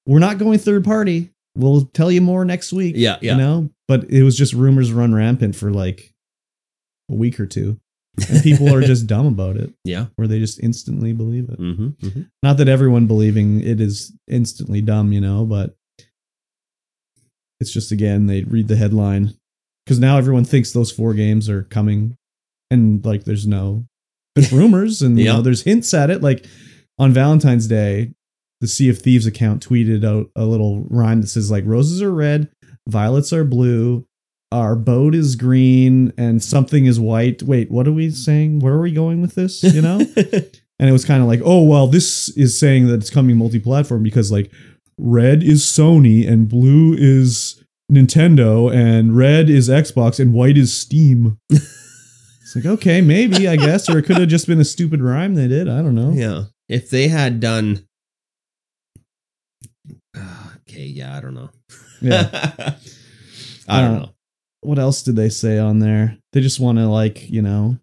we're not going third party. We'll tell you more next week.
Yeah. Yeah.
You know? But it was just rumors run rampant for like a week or two. And people are just dumb about it,
Yeah.
where they just instantly believe it
hmm hmm
not that everyone believing it is instantly dumb, you know, but it's just again they read the headline because now everyone thinks those four games are coming, and like there's no there's rumors and you
Yeah.
know there's hints at it. Like on Valentine's Day, the Sea of Thieves account tweeted out a little rhyme that says like roses are red, violets are blue. Our boat is green and something is white. Wait, what are we saying? Where are we going with this? You know? And it was kind of like, oh, well, this is saying that it's coming multi platform because, like, red is Sony and blue is Nintendo and red is Xbox and white is Steam. it's like, okay, maybe, I guess. Or it could have just been a stupid rhyme they did. I don't know.
Yeah. If they had done. Ah, okay. Yeah. I don't know.
Yeah.
I don't
Uh,
know.
What else did they say on there? They just want to, like, you know,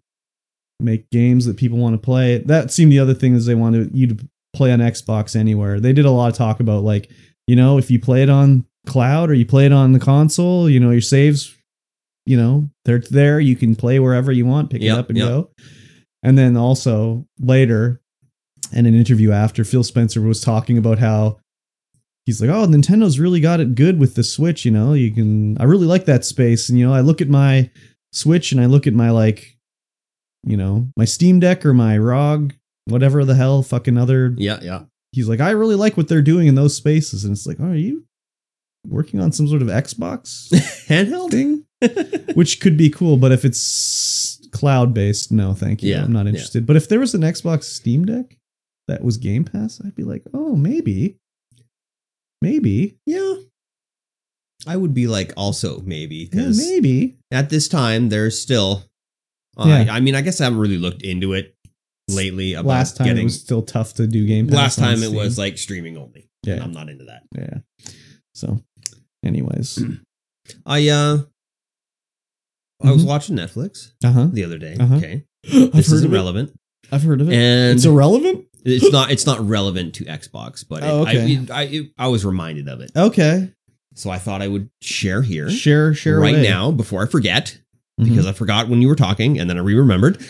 make games that people want to play. That seemed the other thing is they wanted you to play on Xbox anywhere. They did a lot of talk about like, you know, if you play it on cloud or you play it on the console, you know, your saves, you know, they're there. You can play wherever you want, pick
Yeah,
it up and
yeah.
go. And then also later in an interview after Phil Spencer was talking about how he's like, Oh, Nintendo's really got it good with the Switch, you know, you can I really like that space. And you know, I look at my Switch and I look at my like you know, my Steam Deck or my ROG, whatever the hell, fucking other.
Yeah. Yeah.
He's like, I really like what they're doing in those spaces. And it's like, oh, are you working on some sort of Xbox
Handheld.
thing? Which could be cool, but if it's cloud based, no, thank you.
Yeah,
I'm not
yeah.
interested. But if there was an Xbox Steam Deck that was Game Pass, I'd be like, oh, maybe. Maybe.
yeah. I would be like, also maybe
Yeah,
because
maybe.
at this time there's still I-
Yeah.
I mean, I guess I haven't really looked into it lately. About
last time
getting,
it was still tough to do game. Pass
last
on
time it
Steam.
was like streaming only.
Yeah.
and I'm not into that.
yeah. So, anyways,
I uh, I was
Mhm.
watching Netflix
uh huh.
the other day.
Uh-huh.
Okay,
I've
this is
heard of it.
irrelevant,
I've heard of it.
and
it's irrelevant.
it's not it's not relevant to Xbox, but it,
Oh, okay.
I I, it, I was reminded of it,
Okay,
so I thought I would share here
share share
right
away.
now before I forget
Mhm.
because I forgot when you were talking and then I re-remembered.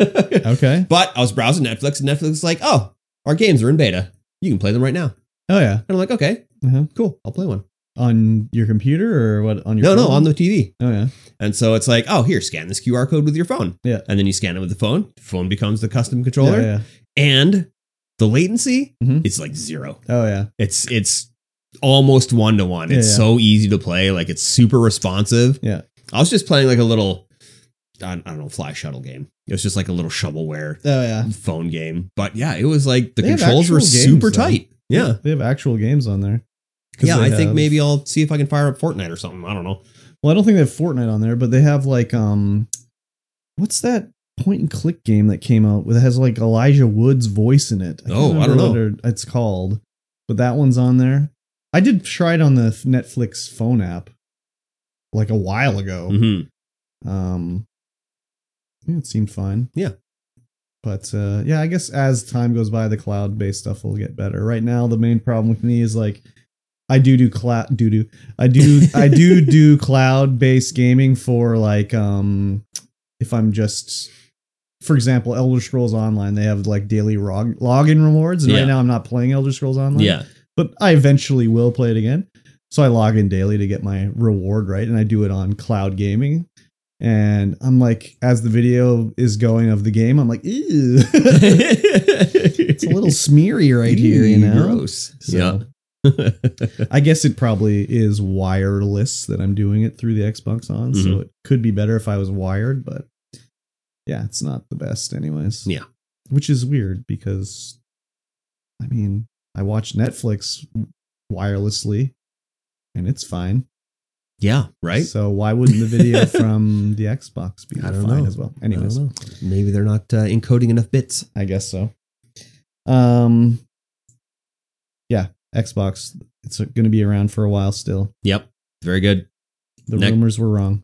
Okay.
but I was browsing Netflix and Netflix is like, oh, our games are in beta. You can play them right now.
Oh yeah.
And I'm like, okay,
Uh-huh.
cool, I'll play one.
On your computer or what? On your
No, no,
phone?
on the TV.
Oh yeah.
And so it's like, oh, here, scan this QR code with your phone.
Yeah.
And then you scan it with the phone. The phone becomes the custom controller,
Yeah, yeah.
and the latency
Mhm.
is like zero.
Oh yeah.
It's it's almost one to one.
Yeah,
It's
yeah.
so easy to play. Like it's super responsive.
Yeah.
I was just playing like a little, I I don't know, fly shuttle game. It was just like a little shovelware
Oh yeah.
phone game. But yeah, it was like the
They have
controls were
actual games,
super
though.
tight. Yeah.
They have actual games on there. 'Cause
Yeah,
they
I think
have-
maybe I'll see if I can fire up Fortnite or something. I don't know.
Well, I don't think they have Fortnite on there, but they have like um, what's that point and click game that came out that has like Elijah Wood's voice in it? can't
Oh, I don't
remember what it- it's called, but that one's on there. I did try it on the Netflix phone app like a while ago.
Mhm.
Um, yeah, it seemed fine.
Yeah.
But uh, yeah, I guess as time goes by, the cloud-based stuff will get better. Right now, the main problem with me is like, I do do cloud do do I do I do do cloud-based gaming for like um, if I'm just, for example, Elder Scrolls Online, they have like daily log- login rewards, and
Yeah.
right now I'm not playing Elder Scrolls Online
Yeah.
but I eventually will play it again. So I log in daily to get my reward, right? And I do it on cloud gaming. And I'm like, as the video is going of the game, I'm like, ew, it's
it's
a little smeary right here, you know?
Gross.
So I guess it probably is wireless that I'm doing it through the Xbox on.
Mm-hmm.
So it could be better if I was wired, but yeah, it's not the best, anyways.
Yeah.
Which is weird because, I mean, I watch Netflix wirelessly and it's fine.
yeah. Right.
So why wouldn't the video from the Xbox be
I don't
fine
know.
as well?
I don't
Anyways,
know. Maybe they're not uh, encoding enough bits.
I guess so. Um, yeah, Xbox. It's going to be around for a while still.
Yep. Very good.
The
Next-
rumors were wrong.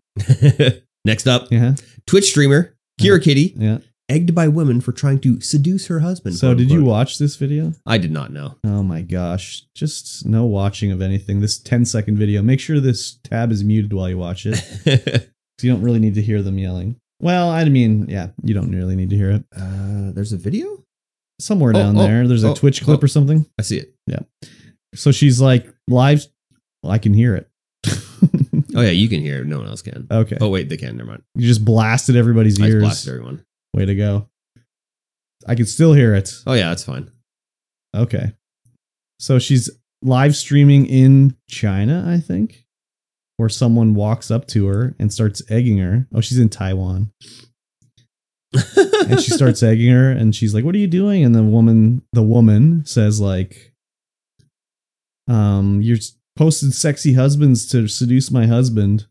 Next up,
Yeah,
Twitch streamer Kira Kitty
yeah.
egged by women for trying to seduce her husband.
So,
quote
did you
unquote.
watch this video?
I did not know.
Oh my gosh, just no watching of anything. This 10 second video. Make sure this tab is muted while you watch it. 'cause you don't really need to hear them yelling. Well, I mean, yeah, you don't really need to hear it.
uh, there's a video.
Somewhere
Oh,
down
oh,
there, there's a
oh,
Twitch clip
oh.
or something.
I see it.
So she's like live. Well, I can hear it.
Oh yeah, you can hear it. No one else can.
okay,
Oh wait, they can. Never mind.
you just blasted everybody's
I just
ears.
blasted everyone.
Way to go! I can still hear it.
Oh yeah, that's fine.
Okay. So she's live streaming in China, I think, where someone walks up to her and starts egging her. Oh, she's in Taiwan. And she starts egging her and she's like, "What are you doing?" And the woman the woman says like um you're s- posted sexy husbands to seduce my husband.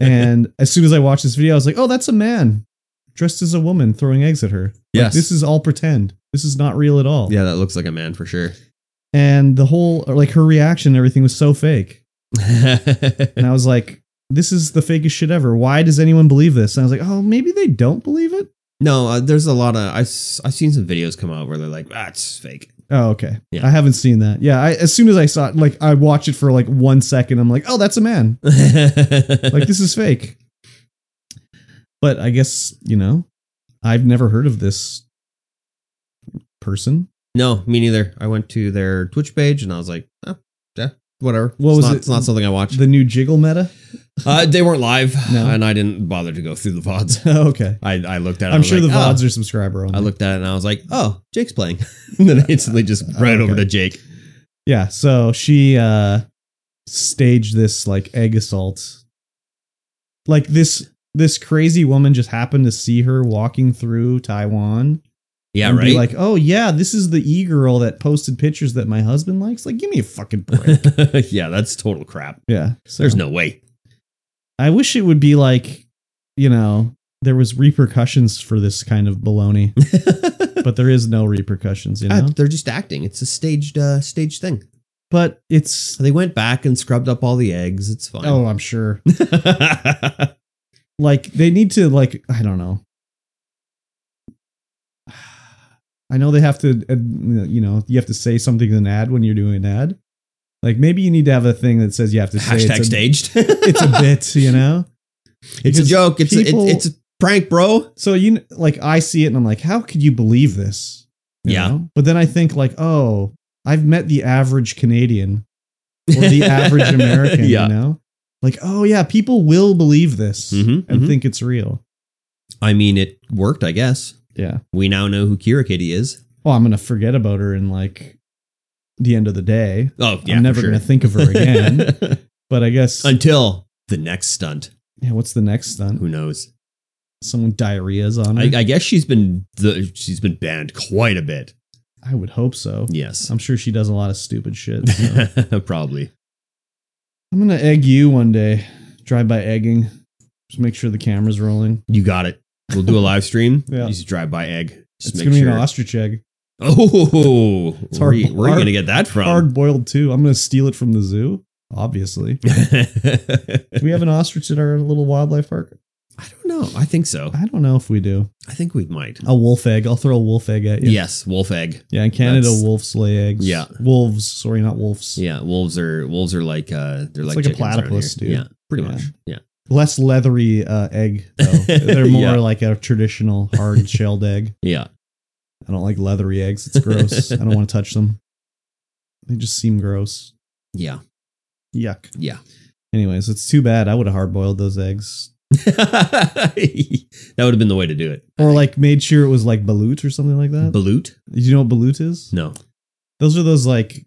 And as soon as I watched this video, I was like, "Oh, that's a man dressed as a woman throwing eggs at her."
yes,
This is all pretend. This is not real at all.
yeah, that looks like a man for sure.
and the whole or, like her reaction and everything was so fake and i was like this is the fakest shit ever why does anyone believe this and i was like oh maybe they don't believe it
no, uh, there's a lot of I have seen some videos come out where they're like, ah, it's fake.
oh okay
Yeah.
i haven't seen that yeah I, as soon as i saw it like i watched it for like one second i'm like oh that's a man like
like
this is fake but i guess you know i've never heard of this person
no, me neither. I went to their Twitch page and I was like, oh, yeah, whatever.
What
it's
was
not,
it?
It's not something I watch.
the new jiggle meta
uh, they weren't live,
No.
and I didn't bother to go through the vods.
okay
I, I looked at. it
i'm sure the vods
vods
are subscriber only
I looked at it and I was like, oh, Jake's playing. and then I instantly just ran over
Oh,
to
Okay.
Jake.
Yeah, so she uh staged this like egg assault. Like this this crazy woman just happened to see her walking through Taiwan.
Yeah,
and
right.
Be like, oh yeah, this is the e girl that posted pictures that my husband likes. Like, give me a fucking break.
yeah, that's total crap.
yeah. So
There's no way.
I wish it would be like you know, there was repercussions for this kind of baloney, but there is no repercussions, you
Ah,
know.
they're just acting. It's a staged uh, staged thing.
But it's
So they went back and scrubbed up all the eggs. It's fine.
oh, I'm sure. Like they need to like I don't know. I know they have to uh, you know, you have to say something in an ad when you're doing an ad. Like maybe you need to have a thing that says you have to say
Hashtag
it's a,
staged.
it's a bit, you know.
It's a
Because
joke. It's a, it,
people-
it's a prank, bro.
So you kn- like I see it and I'm like, how could you believe this? You
Yeah.
know? But then I think like, oh, I've met the average Canadian or the average American.
Yeah.
You know, like oh yeah, people will believe this
Mhm,
and
mhm.
think it's real.
I mean, it worked. I guess
Yeah.
we now know who Kira Kitty is.
Well, I'm gonna forget about her in like the end of the day.
Oh, yeah,
I'm
for
never
sure.
gonna think of her again. but I guess
until the next stunt.
yeah. What's the next
Who
stunt?
knows?
Someone diarrhea's on her.
I, I guess she's been the, she's been banned quite a bit.
I would hope so.
Yes,
I'm sure she does a lot of stupid shit. so.
probably.
I'm gonna egg you one day. Drive by egging. Just make sure the camera's rolling.
You got it. We'll do a live stream.
Yeah.
You just drive by egg. Just
it's
make
gonna be
sure.
an ostrich egg.
Oh,
It's hard-
where, where are you
hard-
gonna get that from?
Hard boiled too. I'm gonna steal it from the zoo, obviously. Do we have an ostrich at our little wildlife park?
I don't know. I think so.
I don't know if we do.
I think we might.
A wolf egg. I'll throw a wolf egg at you.
Yes, wolf egg.
Yeah, in Canada,
That's-
wolves lay eggs.
Yeah.
Wolves, sorry, not wolves.
Yeah, wolves are wolves are like uh they're
It's
like
like a
chickens around
platypus,
here.
dude.
Yeah, pretty
Yeah.
much. Yeah.
Less leathery uh, egg, though. They're more
Yeah.
like a traditional hard shelled egg.
Yeah.
I don't like leathery eggs. It's gross. I don't want to touch them. They just seem gross.
Yeah.
Yuck.
Yeah.
Anyways, it's too bad. I would have hard boiled those eggs,
that would have been the way to do it.
or like made sure it was like balut or something like that.
Balut?
Do you know what balut is?
No.
Those are those like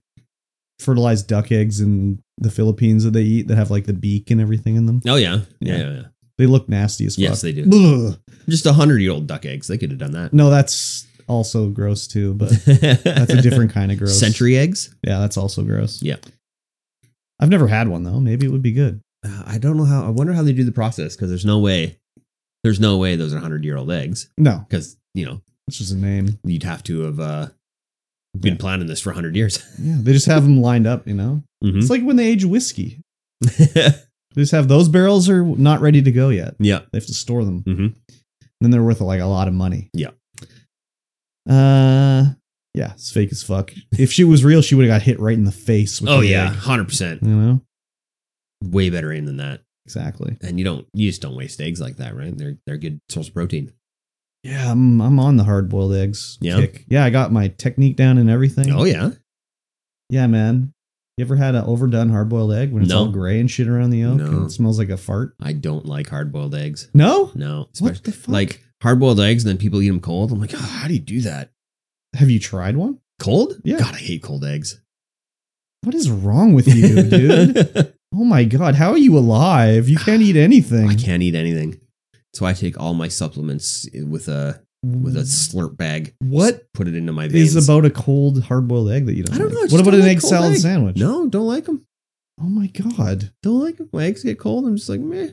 fertilized duck eggs in the Philippines that they eat that have like the beak and everything in them.
Oh yeah. Yeah,
Yeah.
yeah, yeah.
They look nasty as fuck.
Yes, they do.
Blah.
Just a hundred year old duck eggs. They could have done that.
No, that's also gross too, but
that's
that's a different kind of gross.
century eggs.
Yeah, that's also gross.
Yeah.
I've never had one though. Maybe it would be good.
Uh, I don't know how. I wonder how they do the process because there's no way. There's no way those are hundred year old eggs
No,
because you know
it's just a name.
you'd have to have uh, been planning this for hundred years.
Yeah, they just have them lined up. You know,
Mhm.
it's like when they age whiskey. They just have those barrels are not ready to go yet.
yeah.
They have to store them.
Mhm.
Then they're worth like a lot of money.
Yeah.
Uh, yeah, it's fake as fuck. If she was real, she would have got hit right in the face. With
Oh
the
yeah,
egg,
hundred percent.
you know
Way better aim than that.
exactly.
And you don't. You just don't waste eggs like that, right? They're they're a good source of protein.
Yeah, I'm I'm on the hard boiled eggs.
Yeah?
kick. yeah, I got my technique down and everything.
Oh yeah.
yeah, man. You ever had an overdone hard boiled egg when it's
No.
all gray and shit around the yolk
No.
and it smells like a fart?
I don't like hard boiled eggs.
No.
No. especially-
What the fuck?
Like hard boiled eggs, and then people eat them cold. I'm like, oh, how do you do that?
have you tried one?
Cold?
Yeah.
God, I hate cold eggs.
What is wrong with you, dude? Oh my god, how are you alive? You can't eat anything.
I can't eat anything. That's why I take all my supplements with a with a slurp bag.
What
Put it into my veins.
is about a cold hard-boiled egg that you don't?
I don't
like?
know, I just
What about
don't
an
like
egg
cold
salad
egg.
sandwich?
no, don't like them.
Oh my god.
Don't like them. My eggs get cold. I'm just like meh.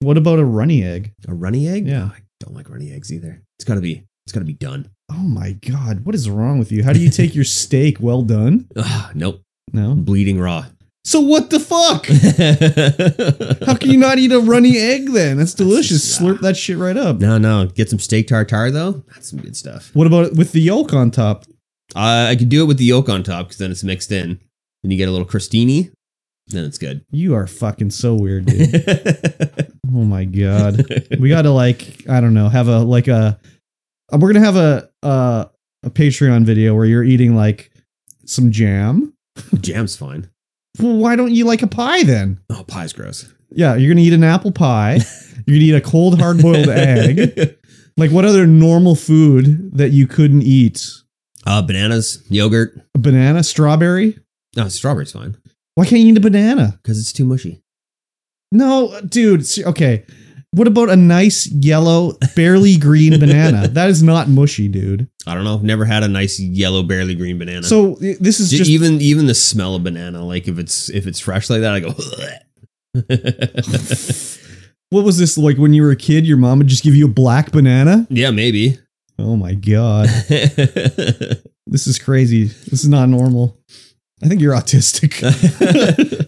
What about a runny egg?
A runny egg?
Yeah.
I don't like runny eggs either. It's gotta be. It's gotta be done.
Oh my god, what is wrong with you? How do you take your steak well done?
Ugh, nope.
No.
Bleeding raw.
So what the fuck? How
How
can you not eat a runny egg then? That's delicious.
just-
Slurp that shit right up.
No, no. Get some steak tartare though. That's some good stuff.
What about with the yolk on top?
Uh, I could do it with the yolk on top because then it's mixed in. Then you get a little crostini. Then it's good.
You are fucking so weird, dude. oh my god. we got to like I don't know have a like a we're gonna have a uh, a Patreon video where you're eating like some jam.
Jam's fine.
Well, why don't you like a pie then?
Oh, pie's gross.
Yeah, you're gonna eat an apple pie. You're gonna eat a cold hard boiled egg. Like what other normal food that you couldn't eat?
Uh, bananas, yogurt.
A banana, strawberry.
No, strawberry's fine
Why can't you eat a banana?
because it's too mushy.
No, dude. se- Okay. What about a nice yellow, barely green banana? That is not mushy, dude.
I don't know. Never had a nice yellow, barely green banana.
So i- this is
J-
just
e, even even the smell of banana, like if it's if it's fresh like that, I go.
What was this like when you were a kid? Your mom would just give you a black banana.
Yeah, maybe.
Oh my god, this is crazy. This is not normal. I think you're autistic.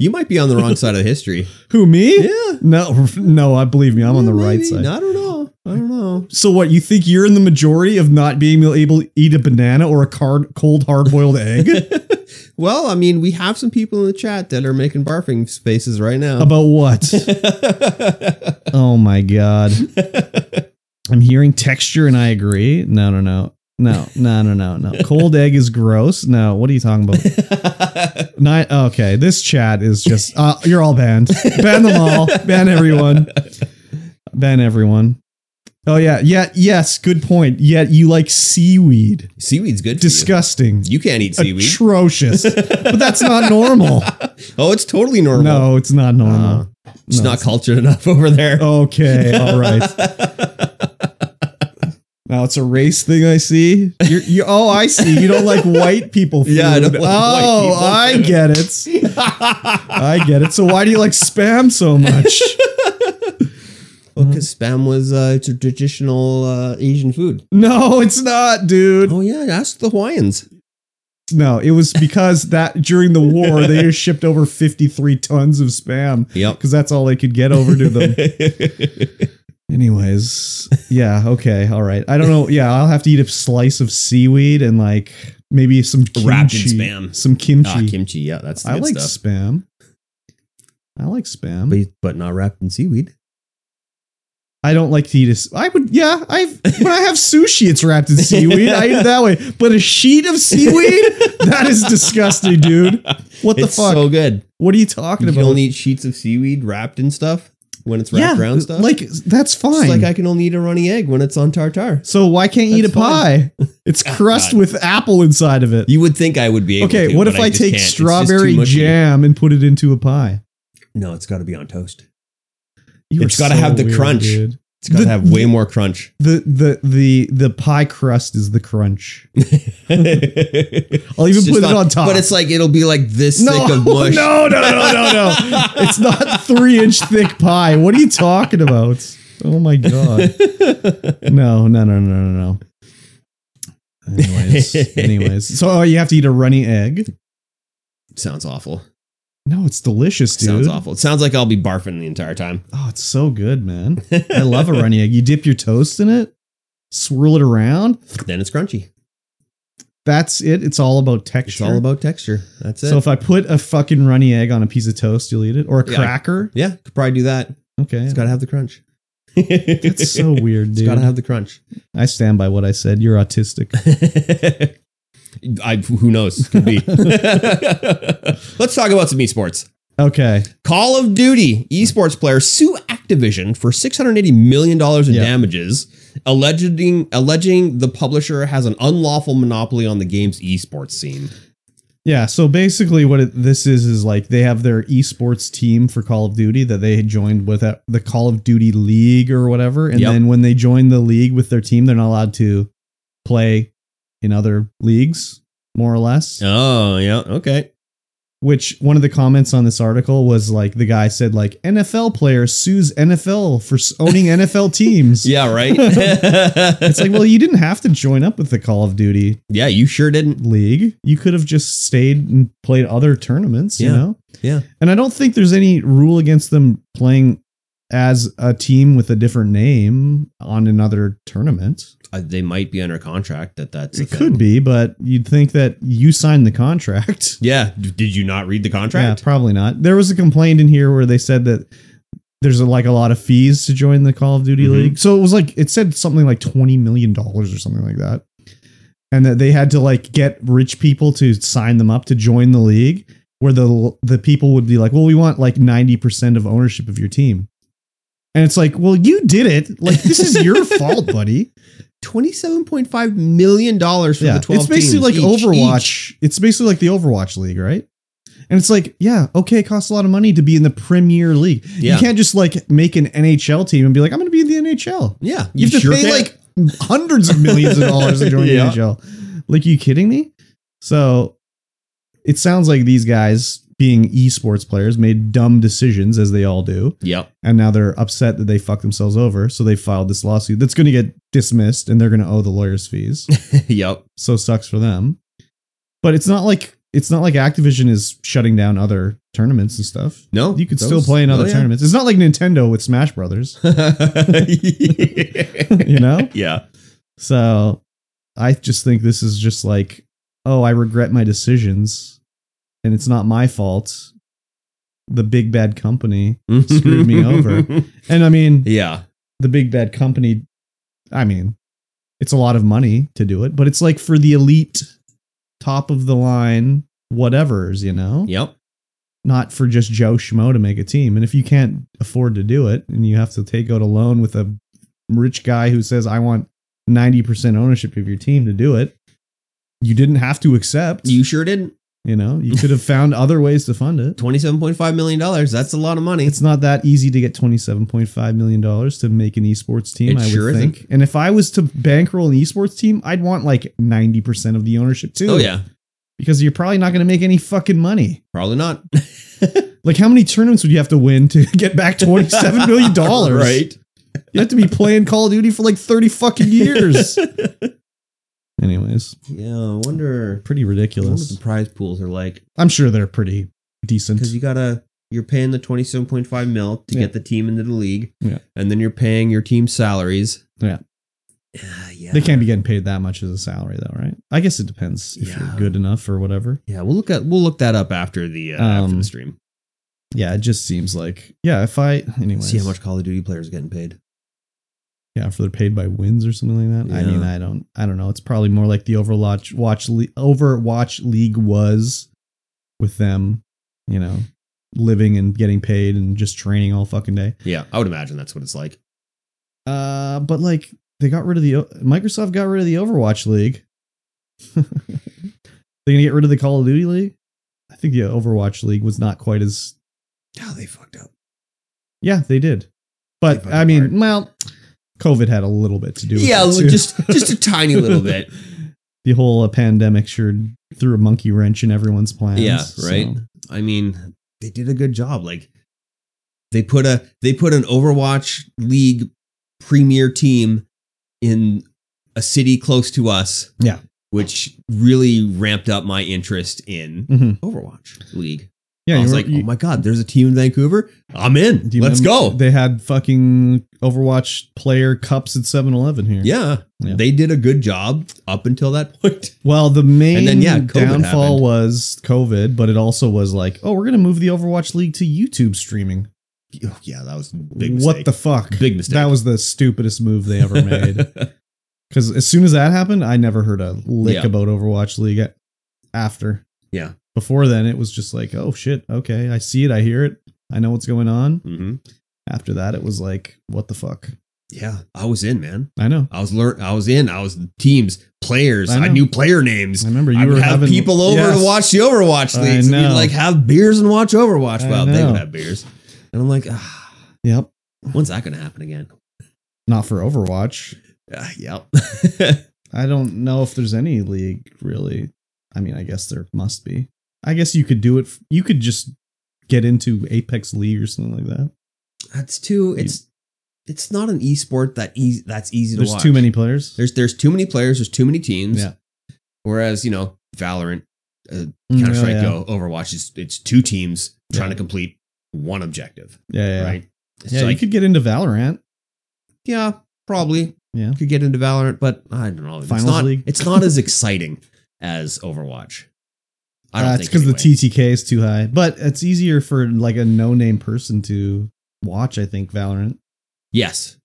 you might be on the wrong side of history.
Who me?
Yeah.
No, no. I believe me. I'm on the
Yeah,
right
maybe.
side.
I don't know. I don't know.
So what? You think you're in the majority of not being able to eat a banana or a card, cold hard boiled egg?
well, I mean, we have some people in the chat that are making barfing spaces right now.
About what? Oh my god. I'm hearing texture and I agree. No, no, no. No, no, no, no, no. Cold egg is gross. No, what are you talking about? Not, okay, this chat is just uh, you're all banned. Ban them all. Ban everyone. Ban everyone. Oh yeah, yeah, yes, good point. Yet you like seaweed.
Seaweed's good. For
Disgusting.
You. you can't eat seaweed.
Atrocious. but that's not normal.
oh, it's totally normal. Uh-huh.
No, it's not normal.
it's
no,
not
it's- Oh.
cultured enough over there.
Okay, all right. Now it's a race thing I see. You're, you oh I see. You don't like white people. Food.
Yeah, I don't like white
oh,
people.
I get it. I get it. So why do you like spam so much?
because spam was uh, it's a traditional uh, Asian food.
No, it's not, dude.
Oh yeah, ask the Hawaiians.
No, it was because that during the war they just shipped over fifty three tons of spam
Yep.
because that's all they could get over to them. Anyways, yeah, okay, all right. I don't know. Yeah, I'll have to eat a slice of seaweed and like maybe some kimchi,
Wrapped in spam.
some kimchi.
ah, kimchi. Yeah, that's the
I
good
like
stuff.
spam. I like spam.
but, but not wrapped in seaweed.
I don't like to eat. A, s- I would, yeah. I when I have sushi, it's wrapped in seaweed. I eat it that way. But a sheet of seaweed, that is disgusting, dude. What the
it's
fuck?
so good.
what are you talking
You can
about?
only eat sheets of seaweed wrapped in stuff when it's wrapped around stuff.
like that's
Just
fine.
like I can only eat a runny egg when it's on tartar.
so why can't you eat a
That's
pie? It's crust
Ah, God.
with apple inside of it.
You would think I would be able
okay,
to,
what
but
if I,
just
take
can't. It's just too
strawberry
mushy.
jam and put it into a pie?
No, it's got to be on toast.
You
It's
are
gotta have the crunch.
dude.
It's got to
The-
have way more crunch.
The the the the pie crust is the crunch. I'll even
It's just
put it on top.
But it's like it'll be like this
no,
thick of
no,
mush.
no, no, no, no, no. It's not three inch thick pie. What are you talking about? Oh my god. No, no, no, no, no, no. Anyways, anyways. So oh, you have to eat a runny egg.
sounds awful.
No, it's delicious, dude.
Sounds awful. It sounds like I'll be barfing the entire time.
Oh, it's so good, man. I love a runny egg. You dip your toast in it, swirl it around.
Then it's crunchy.
That's it. It's all about
It's
texture.
all about texture. That's it.
so if I put a fucking runny egg on a piece of toast, you'll eat it, or a
Yeah.
cracker.
yeah, could probably do that.
Okay,
It's got to have the crunch.
that's so weird,
It's
dude.
got to have the crunch.
I stand by what I said. You're autistic.
I who knows could be. Let's talk about some esports.
Okay.
Call of Duty esports player sue Activision for six hundred eighty million dollars in
Yeah.
damages, alleging alleging the publisher has an unlawful monopoly on the game's esports scene.
Yeah. So basically, what it, this is is like they have their esports team for Call of Duty that they had joined with at the Call of Duty League or whatever. And
Yep.
then when they join the league with their team, they're not allowed to play in other leagues, more or less.
Oh yeah, okay.
Which one of the comments on this article was like the guy said, like, NFL player sues NFL for s- owning NFL teams.
Yeah, right.
It's like, well, you didn't have to join up with the Call of Duty
yeah, you sure didn't.
league. You could have just stayed and played other tournaments, you
Yeah.
know?
Yeah.
And I don't think there's any rule against them playing as a team with a different name on another tournament.
Uh, they might be under contract. That that's a
it
thing.
could be, but you'd think that you signed the contract.
Yeah. D- Did you not read the contract?
Yeah, probably not. There was a complaint in here where they said that there's like a lot of fees to join the Call of Duty
Mhm.
League. So it was like it said something like twenty million dollars or something like that, and that they had to like get rich people to sign them up to join the league, where the the people would be like, well, we want like ninety percent of ownership of your team. And it's like, well, you did it. Like this is your fault, buddy.
Twenty-seven point five million dollars for
yeah,
the twelve.
it's basically
teams,
like
each- each.
Overwatch. It's basically like the Overwatch League, right? And it's like, yeah, okay, it costs a lot of money to be in the Premier League.
Yeah.
You can't just like make an NHL team and be like, I'm going to be in the NHL.
Yeah,
You, have to
sure
pay
can.
like hundreds of millions of dollars to join
Yeah.
the NHL. Like, you kidding me? So it sounds like these guys being esports players made dumb decisions as they all do,
Yep.
and now they're upset that they fucked themselves over. So they filed this lawsuit that's going to get dismissed, and they're going to owe the lawyers fees.
yep.
so sucks for them. But it's not like it's not like Activision is shutting down other tournaments and stuff.
No.
You could
those-
still play in
oh,
other
yeah.
tournaments. It's not like Nintendo with Smash Brothers, you know?
yeah.
So I just think this is just like, oh, I regret my decisions and it's not my fault. The big bad company. Screwed me over. And I mean,
Yeah.
the big bad company, I mean, it's a lot of money to do it, but it's like for the elite, top of the line, whatever's, you know?
Yep.
Not for just Joe Schmo to make a team. And if you can't afford to do it and you have to take out a loan with a rich guy who says, I want 90% ownership of your team to do it, you didn't have to accept.
You sure didn't.
you know, you could have found other ways to fund it.
Twenty-seven point five million dollars. That's a lot of money.
It's not that easy to get $27.5 million to make an esports team,
It
I
sure
would
isn't.
think. And if I was to bankroll an esports team, I'd want like 90% of the ownership too.
oh yeah.
Because you're probably not going to make any fucking money.
Probably not.
Like, how many tournaments would you have to win to get back $27 million?
right?
You have to be playing Call of Duty for like 30 fucking years. Anyways,
yeah. I wonder.
pretty
I wonder what the
ridiculous.
prize pools are like
I'm sure they're pretty decent.
because you gotta. You're paying the twenty-seven point five mil to
Yeah.
get the team into the league,
Yeah.
and then you're paying your team salaries.
Yeah.
Ah, yeah.
They can't be getting paid that much as a salary, though, right? I guess it depends if
Yeah.
you're good enough or whatever.
Yeah, we'll look at we'll look that up after the uh, after the
Um,
stream.
Yeah, it just seems like yeah. If I anyways,
See how much Call of Duty players are getting paid.
yeah, if they're paid by wins or something like that. I
Yeah.
mean, I don't, I don't know. It's probably more like the Overwatch watch Le- Overwatch League was with them, you know, living and getting paid and just training all fucking day.
Yeah, I would imagine that's what it's like.
Uh, but like they got rid of the O- Microsoft got rid of the Overwatch League. They're gonna get rid of the Call of Duty League. I think the Overwatch League was not quite as
Oh, they fucked up.
Yeah, they did. But
They fucking
I mean,
are.
well, COVID had a little bit to do with
Yeah,
it,
li-
too.
just just a tiny little bit.
the whole uh, pandemic sure threw a monkey wrench in everyone's plans.
Yeah,
so-
right. I mean, they did a good job. Like they put a they put an Overwatch League premier team in a city close to us.
Yeah.
which really ramped up my interest in
Mhm.
Overwatch League.
Yeah,
I
you
was
were-
like,
you-
oh my god, there's a team in Vancouver. I'm in.
do you
Let's
remember-
go.
They had fucking Overwatch player cups at 7-Eleven here.
yeah,
Yeah.
they did a good job up until that point.
Well, the main
And then, yeah, COVID
downfall
happened.
was COVID, but it also was like, oh, we're gonna move the Overwatch League to YouTube streaming.
Oh, yeah, that was a big. Mistake.
what the fuck?
Big mistake.
That was the stupidest move they ever made. Because as soon as that happened, I never heard a lick
Yeah.
about Overwatch League a- after.
Yeah.
Before then, it was just like, oh shit, okay, I see it, I hear it, I know what's going on.
hmm
After that, it was like, what the fuck?
Yeah, I was in, man.
I know.
I was learn. I was in. I was teams, players.
I
I,
know.
knew player names.
I remember you
I would
were
have
having
people over
Yes.
to watch the Overwatch
I
leagues. And
know.
we'd like have beers and watch Overwatch.
I
Well, they
know.
would have beers, and I'm like, ah,
Yep.
when's that going to happen again?
Not for Overwatch.
Uh, yep.
I don't know if there's any league really. I mean, I guess there must be. I guess you could do it. f- You could just get into Apex League or something like that.
that's too. It's it's not an esport that easy. That's easy to
There's
watch.
too many players.
There's there's too many players. There's too many teams.
Yeah.
Whereas you know Valorant,
Mm,
Counter Strike
yeah.
Go, Overwatch is it's two teams trying
Yeah.
to complete one objective.
Yeah, yeah, yeah.
Right. It's
yeah you
like-
could get into Valorant.
Yeah, probably.
Yeah.
Could get into Valorant, but I don't know.
Finals
it's not
League?
it's not as exciting as Overwatch. I don't
Uh,
think
it's because
anyway.
the TTK is too high, but it's easier for like a no-name person to watch. I think Valorant.
Yes.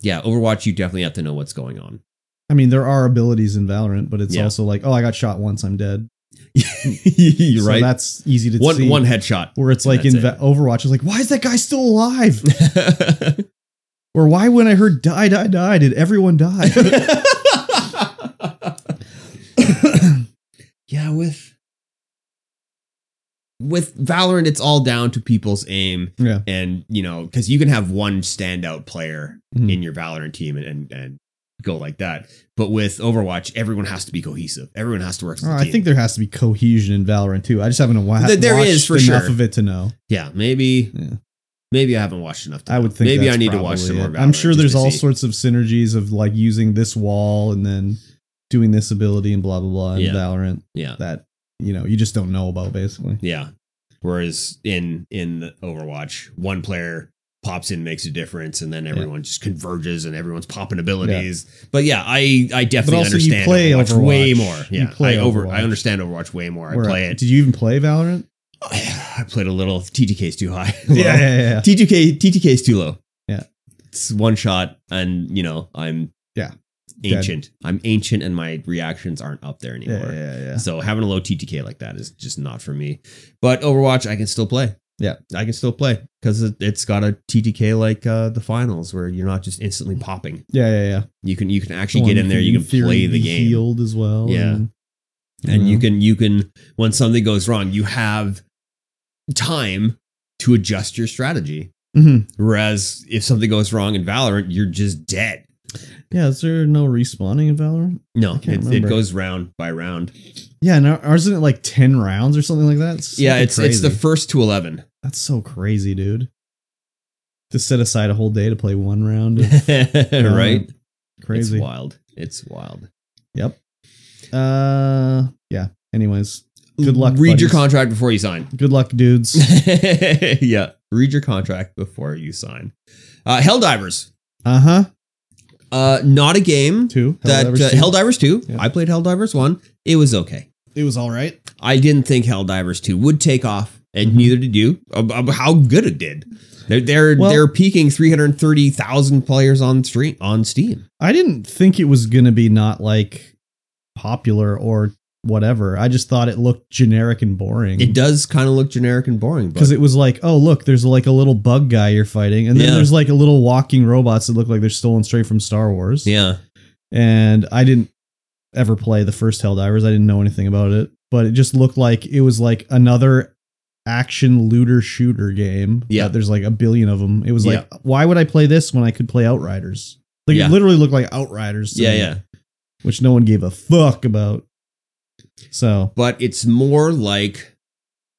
Yeah, Overwatch you definitely have to know what's going on.
I mean, there are abilities in Valorant, but it's
Yeah.
also like, oh, I got shot once, I'm dead.
You're
So
right.
That's easy to
One
see.
one headshot.
Where it's like
That's
in
it.
Va- Overwatch, it's like, why is that guy still alive?
yeah,
or why, when I heard die, die, die, did everyone die?
with with Valorant it's all down to people's aim
yeah,
and you know because you can have one standout player
Mhm.
in your Valorant team and, and and go like that. But with Overwatch, everyone has to be cohesive. Everyone has to work. As a
Oh, I
team.
think there has to be cohesion in Valorant too. I just haven't wa-
Th- there
watched
is, for
enough
sure.
of it to know.
yeah, maybe
Yeah.
maybe I haven't watched enough. To
I
know.
would think
maybe
that's
I need to
probably
watch some more.
it. I'm
Valorant
sure
just
there's
to
all
see.
sorts of synergies of like using this wall and then doing this ability and blah blah blah in
Yeah.
Valorant
Yeah,
that you know you just don't know about basically.
yeah. Whereas in in Overwatch, one player pops in, makes a difference, and then everyone just converges and everyone's popping abilities. But yeah, I I definitely
also you
understand
play
Overwatch, way
Overwatch.
more.
You
Yeah,
play
I over I
Overwatch.
understand Overwatch way more. I
Where-
play it.
Did you even play Valorant?
I played a little. TTK's too high.
yeah, yeah, yeah.
TTK TTK is too low.
Yeah.
It's one shot and you know, I'm
Yeah.
ancient. I'm ancient and my reactions aren't up there
Yeah,
anymore.
yeah, yeah, yeah.
So having a low TTK like that is just not for me. But Overwatch I can still play.
Yeah.
I can still play cuz it, it's got a TTK like uh the finals where you're not just instantly popping.
Yeah, yeah, yeah.
You can you can actually
Well,
get in there, you can
theory
play
be
the game.
Healed as well.
Yeah.
and,
and you
know.
can you can when something goes wrong, you have time to adjust your strategy.
Mhm.
Whereas if something goes wrong in Valorant, you're just dead.
Yeah, is there no respawning in Valorant?
No,
can't
it, it
remember.
goes round by round.
Yeah, and ours isn't it like ten rounds or something like that.
yeah,
something
it's it's the
crazy.
first to eleven.
That's so crazy, dude. To set aside a whole day to play one round, of
right?
Valorant. Crazy.
It's wild. It's wild.
Yep. Uh, yeah. Anyways, Good luck,
Read your
buddies.
contract before you sign.
good luck, dudes.
yeah. Read your contract before you sign. Uh Helldivers.
Uh huh.
Uh not a game
Two.
that
Helldivers
uh,
two.
Helldivers 2.
Yeah.
I played Helldivers 1. It was okay.
It was all right.
I didn't think Helldivers 2 would take off, and
Mhm.
neither did you. Of- of how good it did. They're they're
Well-
they're peaking 330,000 players on stream on Steam.
I didn't think it was gonna be not like popular or whatever. I just thought it looked generic and boring.
It does kind of look generic and boring, but
because it was like, oh look, there's like a little bug guy you're fighting, and then
Yeah.
there's like a little walking robots that look like they're stolen straight from Star Wars.
yeah,
and I didn't ever play the first Helldivers. I didn't know anything about it, but it just looked like it was like another action looter shooter game.
Yeah.
that there's like a billion of them. It was like, why would I play this when I could play Outriders? Like
Yeah.
it literally looked like Outriders. to
yeah,
me,
yeah.
which no one gave a fuck about. So
But it's more like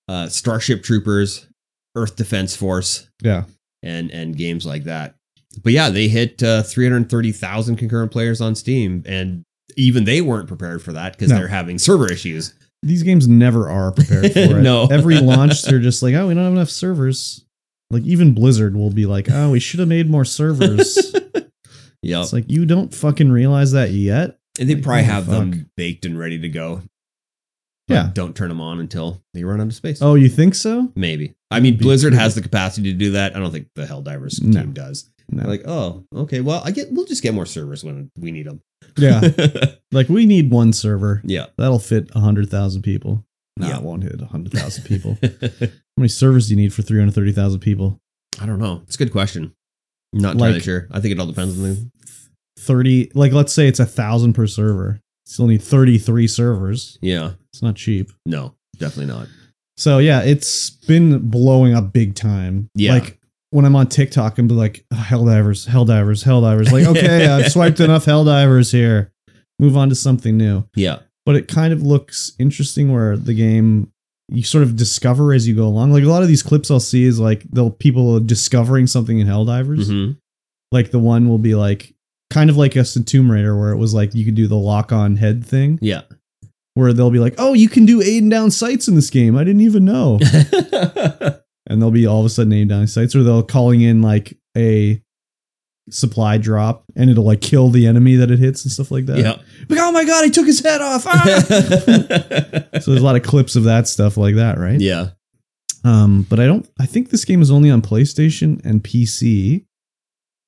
uh, Starship Troopers, Earth Defense Force,
yeah,
and and games like that. But yeah, they hit uh, 330,000 concurrent players on Steam, and even they weren't prepared for that because
No.
they're having server issues.
these games never are prepared for it.
No.
every launch they're just like, oh, we don't have enough servers. Like even Blizzard will be like, oh, we should have made more servers.
Yeah,
It's like you don't fucking realize that yet.
And they
Like,
probably
oh,
have
fuck.
them baked and ready to go. But
Yeah.
Don't turn them on until they run out of space.
Oh, you think so?
Maybe. I mean,
Be
Blizzard
cool.
has the capacity to do that. I don't think the Helldivers
No.
team does.
No.
They're like, oh, okay. Well, I get. We'll just get more servers when we need them.
yeah, like we need one server
yeah.
that'll fit hundred thousand people. No,
Yeah.
it won't hit hundred thousand people. How many servers do you need for three hundred thirty thousand people?
I don't know. It's a good question. I'm not entirely
Like-
sure. I think it all depends on the.
Thirty, like let's say it's a thousand per server. Still need thirty-three servers.
Yeah.
It's not cheap.
No. Definitely not.
So yeah, it's been blowing up big time.
Yeah.
Like when I'm on TikTok and be like, oh, Helldivers, Helldivers, Helldivers. Like, okay, I've swiped enough Helldivers here. Move on to something new.
Yeah.
but it kind of looks interesting where the game you sort of discover as you go along. Like a lot of these clips I'll see is like they'll people discovering something in Helldivers.
Mhm.
Like the one will be like kind of like us in Tomb Raider where it was like you could do the lock on head thing
Yeah.
where they'll be like, Oh, you can do aid and down sights in this game. I didn't even know. and they'll be all of a sudden aid and down sights, or they'll calling in like a supply drop and it'll like kill the enemy that it hits and stuff like that.
yeah.
Like, oh my god, I took his head off. Ah! so there's a lot of clips of that stuff like that, right?
yeah.
Um, but I don't. I think this game is only on PlayStation and PC,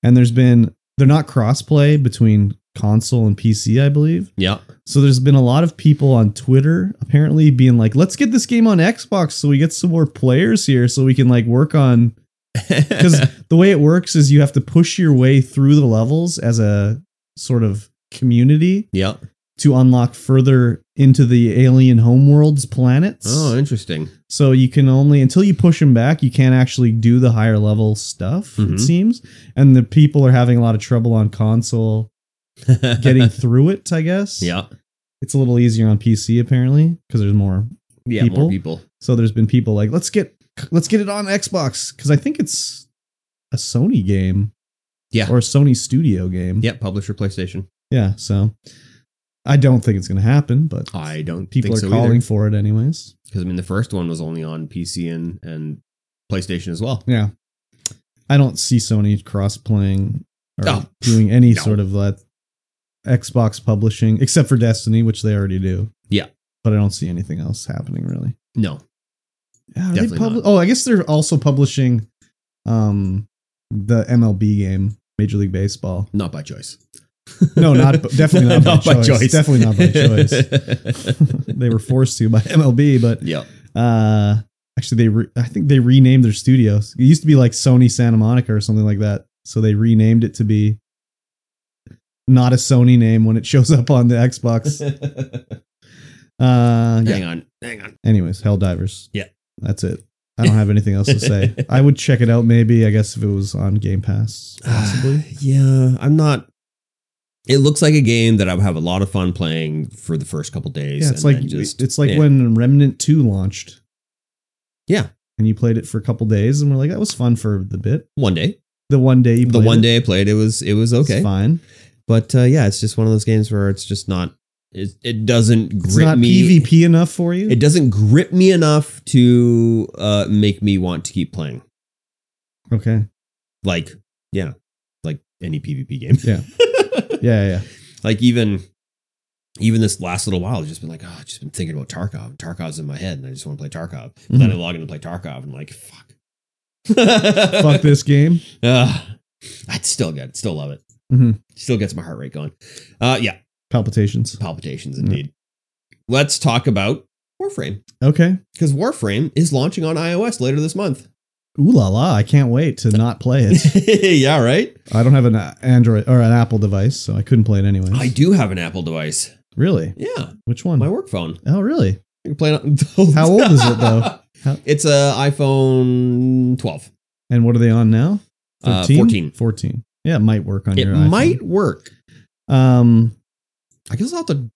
and there's been they're not crossplay between console and PC, I believe.
Yeah.
So there's been a lot of people on Twitter apparently being like, "Let's get this game on Xbox so we get some more players here, so we can like work on." Because the way it works is you have to push your way through the levels as a sort of community
yeah.
to unlock further into the alien homeworlds planets.
Oh, interesting.
So you can only until you push them back, you can't actually do the higher level stuff.
Mhm.
It seems, and the people are having a lot of trouble on console getting through it, I guess.
yeah,
It's a little easier on PC apparently because there's more.
yeah,
People?
more people.
So there's been people like, let's get let's get it on Xbox because I think it's a Sony game.
Yeah.
Or a Sony studio game.
Yeah, publisher PlayStation.
Yeah. So I don't think it's going to happen, but
I don't
people
think
are
so
calling
either.
for it anyways.
Because I mean, the first one was only on PC and and PlayStation as well.
Yeah. I don't see Sony cross playing or
Oh,
doing any
no.
sort of that Xbox publishing, except for Destiny, which they already do.
Yeah.
But I don't see anything else happening really.
No,
Yeah, are they
Definitely
publi-
not.
oh, I guess they're also publishing um, the MLB game, Major League Baseball.
not by choice.
No, not- definitely not by choice. Definitely not by they were forced to by MLB, but
yeah,
uh, actually, they re- I think they renamed their studios. It used to be like Sony Santa Monica or something like that. So they renamed it to be not a Sony name when it shows up on the Xbox. Uh, yeah.
hang on, hang on.
Anyways, Helldivers.
Yeah.
That's it. I don't have anything else to say. I would check it out maybe, I guess, if it was on Game Pass, possibly.
yeah, I'm not. It looks like a game that I would have a lot of fun playing for the first couple days.
yeah,
and
it's like
then just
it's like
yeah.
when Remnant 2 launched.
Yeah.
And you played it for a couple days and we're like, that was fun for the bit.
one day,
The one day you
the
played
one
it,
day I played, it was it was
it's
okay.
fine.
But uh, yeah, it's just one of those games where it's just not. It, it doesn't
It's
grip
not
me.
PvP enough for you.
It doesn't grip me enough to uh, make me want to keep playing.
okay.
Like yeah, like any PvP game.
Yeah. Yeah, yeah.
like even even this last little while, I've just been like, oh, I've just been thinking about Tarkov. Tarkov's in my head, and I just want to play Tarkov. But
Mm-hmm.
Then I log in and play Tarkov, and I'm like, fuck,
yeah. Fuck this game.
Ugh. I'd still get, still love it.
Mhm.
Still gets my heart rate going. Uh, yeah,
Palpitations.
palpitations
Yeah.
indeed. Let's talk about Warframe
Okay.
because Warframe is launching on iOS later this month.
Ooh la la. I can't wait to not play it.
yeah, right.
I don't have an uh, Android or an Apple device, so I couldn't play it anyway.
I do have an Apple device.
Really?
Yeah,
Which one?
my work phone.
oh, really?
You can play it on
How old is it, though? How-
It's a iPhone 12.
And what are they on now?
Uh, 14.
14. Yeah, it might work on
It
your iPhone.
might work.
Um,
I guess I'll have to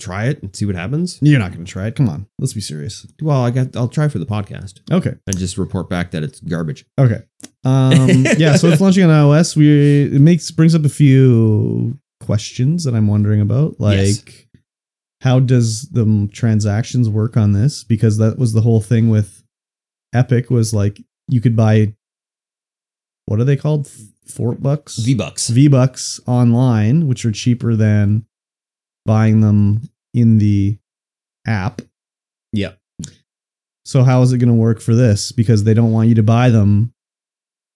try it and see what happens.
you're not going to try it. Come on. Let's be serious.
Well, I got. I'll try for the podcast
Okay.
and just report back that it's garbage.
Okay. Um, yeah, so it's launching on iOS. We it makes brings up a few questions that I'm wondering about, like
Yes.
how does the m- transactions work on this? Because that was the whole thing with Epic was like you could buy what are they called? F- Fort bucks,
V bucks.
V bucks online, which are cheaper than buying them in the app.
Yeah.
So how is it going to work for this? Because they don't want you to buy them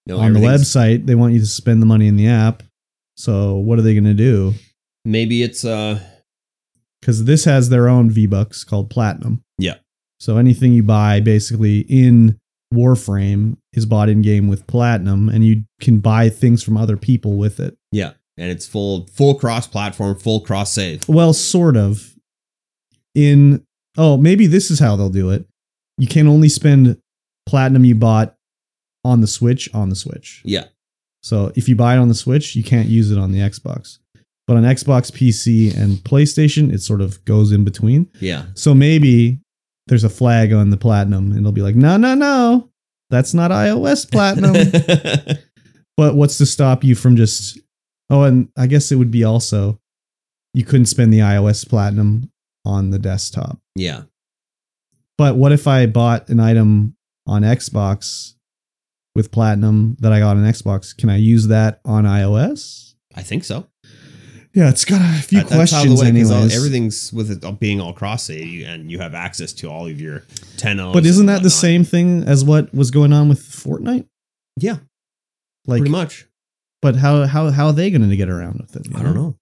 No,
on the
everything's-
website. They want you to spend the money in the app. So what are they going to do?
Maybe it's uh.
Because this has their own V Bucks called Platinum.
Yeah.
So anything you buy basically in Warframe is bought in game with Platinum, and you can buy things from other people with it.
Yeah, and it's full full cross platform, full cross save.
Well, sort of. In oh, maybe this is how they'll do it. You can only spend Platinum you bought on the Switch on the Switch.
Yeah,
So if you buy it on the Switch, you can't use it on the Xbox. But on Xbox, PC, and PlayStation, it sort of goes in between.
yeah.
So maybe there's a flag on the platinum and it'll be like, no, no, no, that's not iOS platinum. but what's to stop you from just, oh, and I guess it would be also you couldn't spend the iOS platinum on the desktop.
yeah,
But what if I bought an item on Xbox with platinum that I got on Xbox? Can I use that on iOS?
I think so.
Yeah, it's got a few
That- that's how the
questions
way- 'cause all-
anyways.
everything's with it all being all cross save, you- and you have access to all of your ten.
but isn't that the same thing as what was going on with Fortnite?
Yeah,
Like,
pretty much.
but how how how are they going to get around with it? you
I don't know.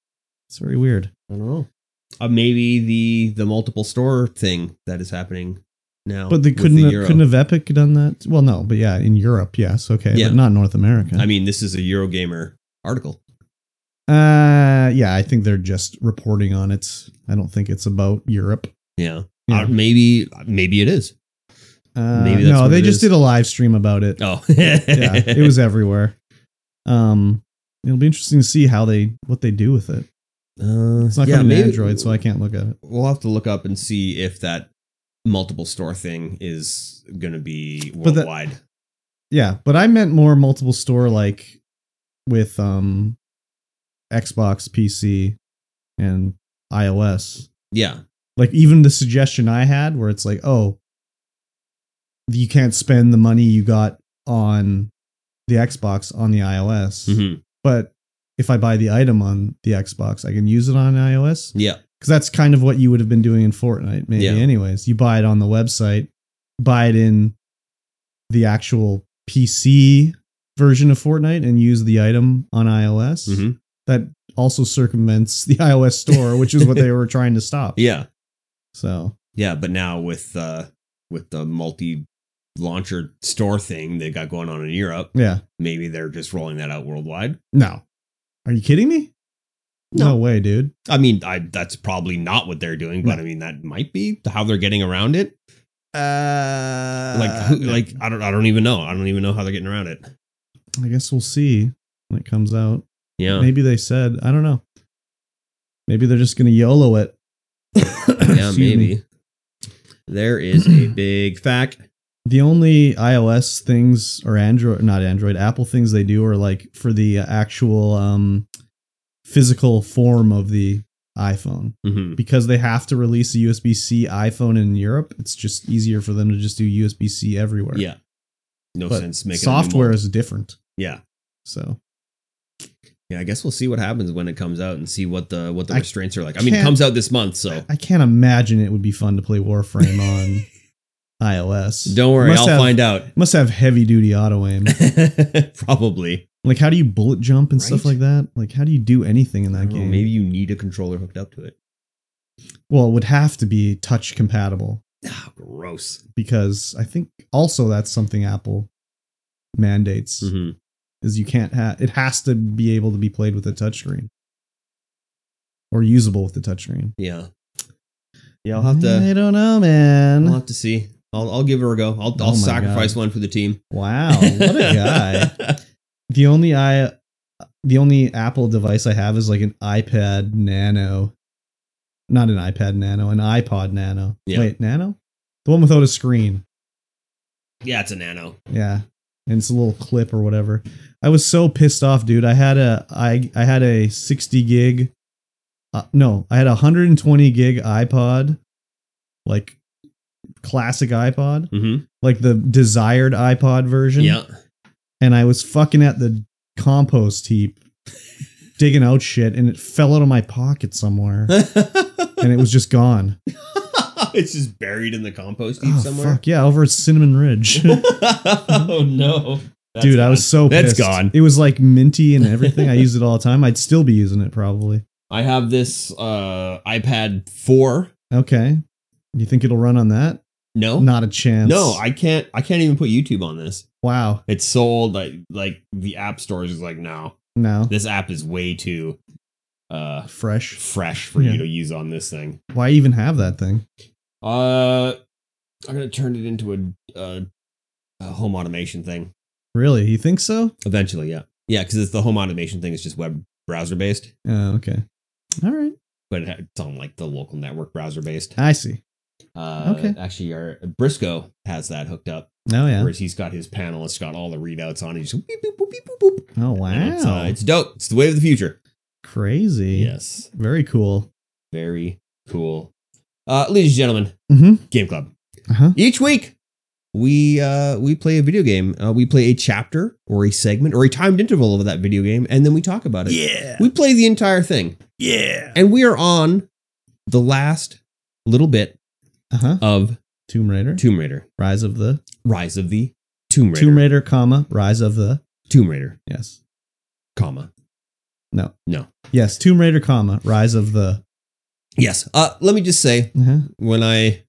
It's very weird.
I don't know. Uh, maybe the the multiple store thing that is happening now.
But they
with
couldn't
the
have,
Euro.
couldn't have Epic done that. Well, no, but yeah, in Europe, yes, okay,
Yeah.
but not North America.
I mean, this is a Eurogamer article.
uh, yeah, I think they're just reporting on it. I don't think it's about Europe.
Yeah.
Yeah.
Uh, maybe maybe it is.
Uh,
maybe that's
no,
what
they
it
just
is.
did a live stream about it.
Oh.
yeah, it was everywhere. Um, it'll be interesting to see how they what they do with it.
Uh,
It's not
yeah,
coming to
maybe-
Android, so I can't look at it.
We'll have to look up and see if that multiple store thing is going to be
But that-
worldwide.
Yeah, but I meant more multiple store like with um Xbox, PC, and iOS.
yeah,
Like even the suggestion I had where it's like, oh, you can't spend the money you got on the Xbox on the iOS.
Mhm.
But if I buy the item on the Xbox, I can use it on iOS.
yeah,
Because that's kind of what you would have been doing in Fortnite, maybe.
Yeah.
Anyways, you buy it on the website, buy it in the actual PC version of Fortnite, and use the item on iOS.
Mhm.
That also circumvents the iOS store, which is what they were trying to stop.
yeah,
So
yeah. But now with uh, with the multi launcher store thing they got going on in Europe,
yeah,
maybe they're just rolling that out worldwide.
no, are you kidding me?
No.
way, dude.
I mean, I that's probably not what they're doing, but I mean that might be how they're getting around it.
Uh,
Like, who, like I don't, I don't even know. I don't even know how they're getting around it.
I guess we'll see when it comes out.
Yeah,
Maybe they said, I don't know. Maybe they're just gonna YOLO it.
yeah,
Excuse me.
maybe. There is a big fact.
The only iOS things or Android, not Android, Apple things they do are like for the actual um, physical form of the iPhone
hmm
because they have to release a USB C iPhone in Europe. It's just easier for them to just do USB C everywhere.
Yeah, no
But
sense making a new
software
mold.
is different.
Yeah,
So
yeah. I guess we'll see what happens when it comes out and see what the what the
I
restraints are like. I mean, it
can't-
comes out this month, so
I can't imagine it would be fun to play Warframe on iOS.
don't worry.
Must
I'll
have-
find out.
Must have heavy duty auto aim.
probably.
like, how do you bullet jump and stuff
Right?
like that? Like, how do you do anything in
I
that
don't know,
game?
maybe you need a controller hooked up to it.
Well, it would have to be touch compatible
Ah, gross.
because I think also that's something Apple mandates
Mhm.
is you can't have it has to be able to be played with a touchscreen or usable with the touchscreen.
Yeah. Yeah, I'll have to.
I don't know, man.
I'll have to see. I'll, I'll give her a go. I'll,
Oh
I'll
my
sacrifice
God.
one for the team.
Wow, what a guy. The only i the only Apple device I have is like an iPad Nano. Not an iPad Nano, an iPod Nano.
Yeah.
Wait, Nano? The one without a screen.
yeah, it's a nano.
Yeah. And it's a little clip or whatever. I was so pissed off, dude. I had a I I had a 60 gig uh, no, I had a 120 gig iPod like classic iPod,
Mm-hmm.
like the desired iPod version
Yeah.
and I was fucking at the compost heap digging out shit and it fell out of my pocket somewhere and it was just gone.
it's just buried in the compost heap
Oh,
somewhere.
fuck. Yeah, over at Cinnamon Ridge.
oh no, That's
Dude, I
gone.
was so
That's
pissed.
gone.
It was like minty and everything. I used it all the time. I'd still be using it probably.
I have this uh, iPad four.
Okay. You think it'll run on that?
No,
Not a chance.
no, I can't. I can't even put YouTube on this.
Wow.
It's sold like like the app stores is like no.
No.
This app is way too uh
Fresh.
fresh for
Yeah.
you to use on this thing.
Why even have that thing?
Uh, I'm gonna turn it into a, uh a home automation thing
Really? You think so?
eventually. Yeah, yeah, because it's the home automation thing. It's just web browser based,
Oh, okay. All right.
but it- it's on like the local network browser based.
I see.
Uh,
Okay.
Actually, our Briscoe has that hooked up.
Oh yeah.
Whereas he's got his panel, it's got all the readouts on it. He's just beep, boop, boop, beep, boop, boop.
Oh
And
wow.
It's, uh, it's dope. It's the way of the future.
Crazy.
Yes.
Very cool.
Very cool. Uh, ladies and gentlemen,
Mm-hmm.
Game Club.
Uh-huh.
Each week, we uh, we play a video game. Uh, we play a chapter or a segment or a timed interval of that video game, and then we talk about it.
Yeah.
We play the entire thing,
Yeah.
and we are on the last little bit
Uh-huh.
of
Tomb Raider.
Tomb Raider:
Rise of the
Rise of the Tomb Raider.
Tomb Raider, comma, Rise of the
Tomb Raider,
Yes.
comma.
No.
No.
Yes, Tomb Raider, comma, Rise of the
Yes. Uh, let me just say,
uh-huh.
when I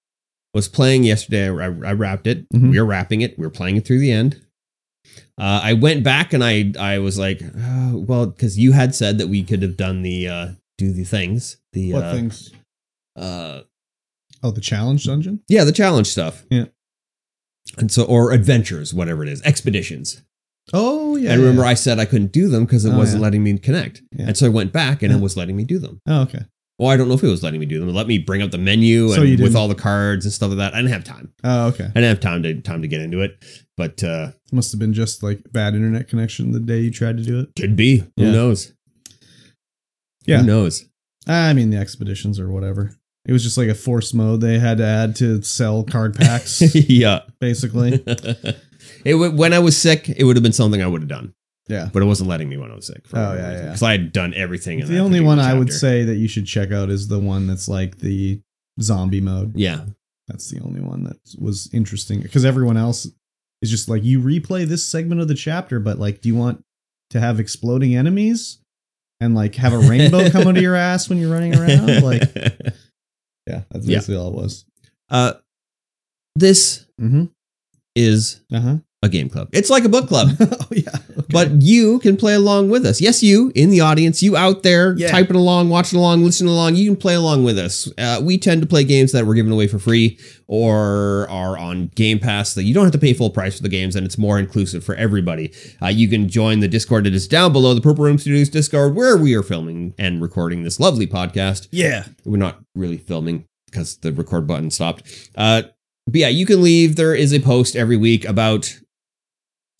was playing yesterday, I, I wrapped it.
Mhm.
We were wrapping it. We were playing it through the end. Uh, I went back and I I was like, uh, well, because you had said that we could have done the uh, do the things, the uh,
things?
uh,
Oh, the challenge dungeon?
yeah, the challenge stuff,
Yeah.
and so or adventures, whatever it is, expeditions.
Oh yeah.
and remember,
yeah.
I said I couldn't do them because it
Oh,
wasn't
yeah.
letting me connect.
Yeah.
And so I went back and
Yeah.
it was letting me do them.
Oh okay.
Well, I don't know if it was letting me do them. It let me bring up the menu
So you
and with
didn't-
all the cards and stuff like that. I didn't have time.
Oh okay.
I didn't have time to time to get into it. But uh
Must have been just like bad internet connection the day you tried to do it.
could be. Who
Yeah.
knows?
Yeah.
Who knows?
I mean the expeditions or whatever. It was just like a force mode they had to add to sell card packs,
yeah.
basically.
it would, when I was sick, it would have been something I would have done,
Yeah.
but it wasn't letting me when I was sick.
Oh, yeah, yeah.
Because I had done everything. In
The
that
only one I would
particular
say that you should check out is the one that's like the zombie mode.
chapter.
That's the only one that was interesting because everyone else is just like you replay this segment of the chapter, but like, do you want to have exploding enemies and like have a rainbow come out of your ass when you're running
Yeah.
around? Like, yeah, that's
Yeah.
basically all it was.
uh, this
Mm-hmm.
is
Uh huh.
a game club. It's like a book club,
oh yeah. Okay.
but you can play along with us. Yes, you in the audience, you out there
Yeah.
typing along, watching along, listening along, you can play along with us. Uh, we tend to play games that we're giving away for free or are on Game Pass that you don't have to pay full price for the games and it's more inclusive for everybody. Uh, you can join the Discord that is down below the Purple Room Studios Discord where we are filming and recording this lovely podcast
yeah.
we're not really filming because the record button stopped. Uh, but yeah, you can leave. There is a post every week about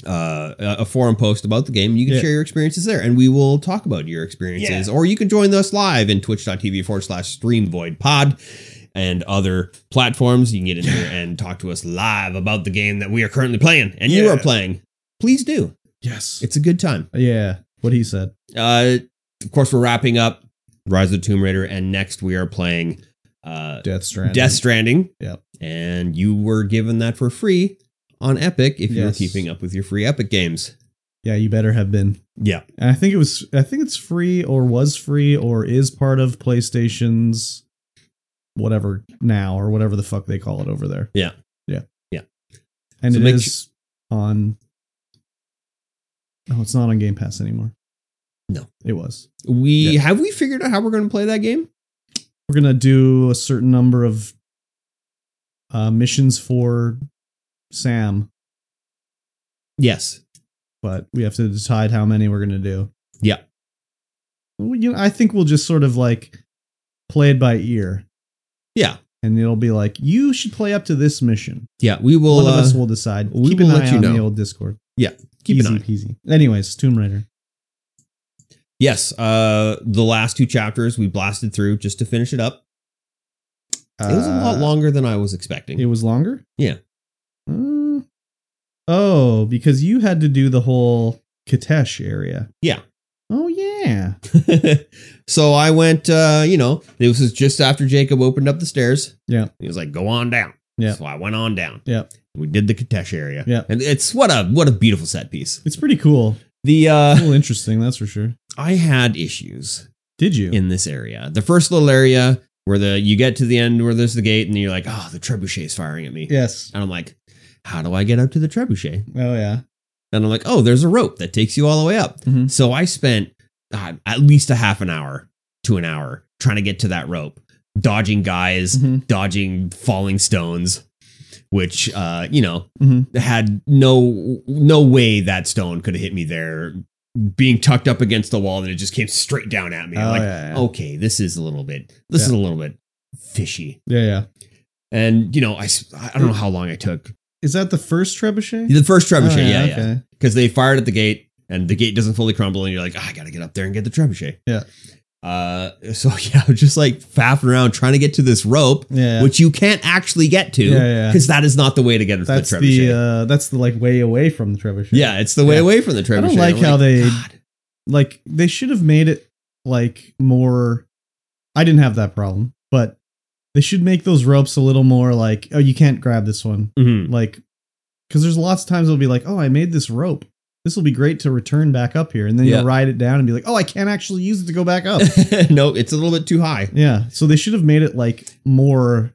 uh, a a forum post about the game. You can
Yeah.
share your experiences there, and we will talk about your experiences. Or you can join us live in twitch.tv forward slash streamvoidpod and other platforms. You can get in here and talk to us live about the game that we are currently playing and you
Yeah.
are playing. Please do.
Yes.
It's a good time.
yeah. What he said.
Uh, of course, we're wrapping up Rise of the Tomb Raider, and next we are playing uh,
Death Strand.
Death Stranding.
Yep.
And you were given that for free on Epic if you were
Yes.
keeping up with your free Epic games.
Yeah, you better have been.
Yeah.
And I think it was. I think it's free or was free or is part of PlayStation's whatever now or whatever the fuck they call it over there.
Yeah.
Yeah.
Yeah.
And
So
it
make
is on. Oh, it's not on Game Pass anymore.
No.
it was.
We
Yeah.
have we figured out how we're going to play that game?
We're gonna do a certain number of uh, missions for Sam,
Yes.
but we have to decide how many we're gonna do.
Yeah.
Well, you know, I think we'll just sort of like play it by ear.
Yeah.
and it'll be like you should play up to this mission.
Yeah. We will,
One of us
uh,
will decide.
we
Keep
will
an
let
eye
you
on
know.
the old Discord.
keep
Easy
an eye.
peasy. Anyways, Tomb Raider.
Yes. Uh, the last two chapters we blasted through just to finish it up. it was a lot
Uh,
longer than I was expecting.
It was longer.
Yeah.
Mm. oh, because you had to do the whole Katesh area.
Yeah.
Oh yeah.
so I went, uh, you know, this was just after Jacob opened up the stairs.
Yeah.
He was like, go on down.
Yeah.
So I went on down.
Yeah.
We did the Katesh area.
Yeah.
And it's what a what a beautiful set piece.
It's pretty cool.
The
A
uh
little interesting, that's for sure.
I had issues
Did you?
in this area. The first little area where the you get to the end where there's the gate and you're like, oh, the trebuchet is firing at me.
yes.
And I'm like, how do I get up to the trebuchet?
Oh yeah.
And I'm like, oh, there's a rope that takes you all the way up.
Mhm.
So I spent uh, at least a half an hour to an hour trying to get to that rope, dodging guys,
Mhm.
dodging falling stones, which uh, you know
Mhm.
had no no way that stone could have hit me there, being tucked up against the wall, and it just came straight down at me. I'm
Oh,
like,
yeah, yeah.
okay, this is a little bit, this
Yeah.
is a little bit fishy.
yeah, yeah.
And you know, I s- I don't know how long I took
Is that the first trebuchet?
the first
Oh,
trebuchet, yeah, yeah,
okay.
because they fired at the gate and the gate doesn't fully crumble and you're like "Ah, i gotta get up there and get the trebuchet
Yeah.
uh so yeah I'm just like faffing around trying to get to this rope
Yeah.
which you can't actually get to
Yeah, yeah.
because that is not the way to get to
that's
the
the,
trebuchet
uh that's the like way away from the trebuchet.
yeah it's the way
Yeah.
away from the trebuchet
don't like
I'm
how they-
"God."
Like they should have made it like more I didn't have that problem, but they should make those ropes a little more like, oh, you can't grab this one.
Mhm.
Like cuz there's lots of times it'll be like, "Oh, I made this rope. This will be great to return back up here." And then
Yeah.
you'll ride it down and be like, "Oh, I can't actually use it to go back up."
no it's a little bit too high
yeah. So they should have made it like more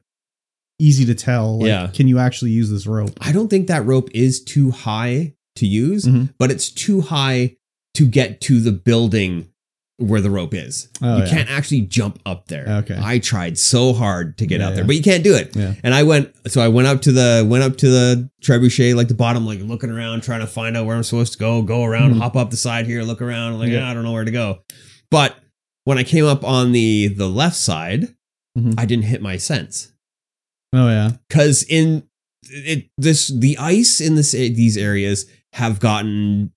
easy to tell like,
Yeah.
can you actually use this rope?
i don't think that rope is too high to use
Mhm.
but it's too high to get to the building where the rope is.
Oh,
you
yeah.
can't actually jump up there.
Okay.
I tried so hard to get
Yeah,
out there,
yeah.
but you can't do it.
Yeah.
And I went so I went up to the went up to the trebuchet, like the bottom, like looking around, trying to find out where I'm supposed to go, go around,
Mhm.
hop up the side here, look around, like
Yeah.
"Ah, I don't know where to go. But when I came up on the the left side,
Mhm.
I didn't hit my sense.
Oh yeah.
Cause in it this the ice in this eh, these areas have gotten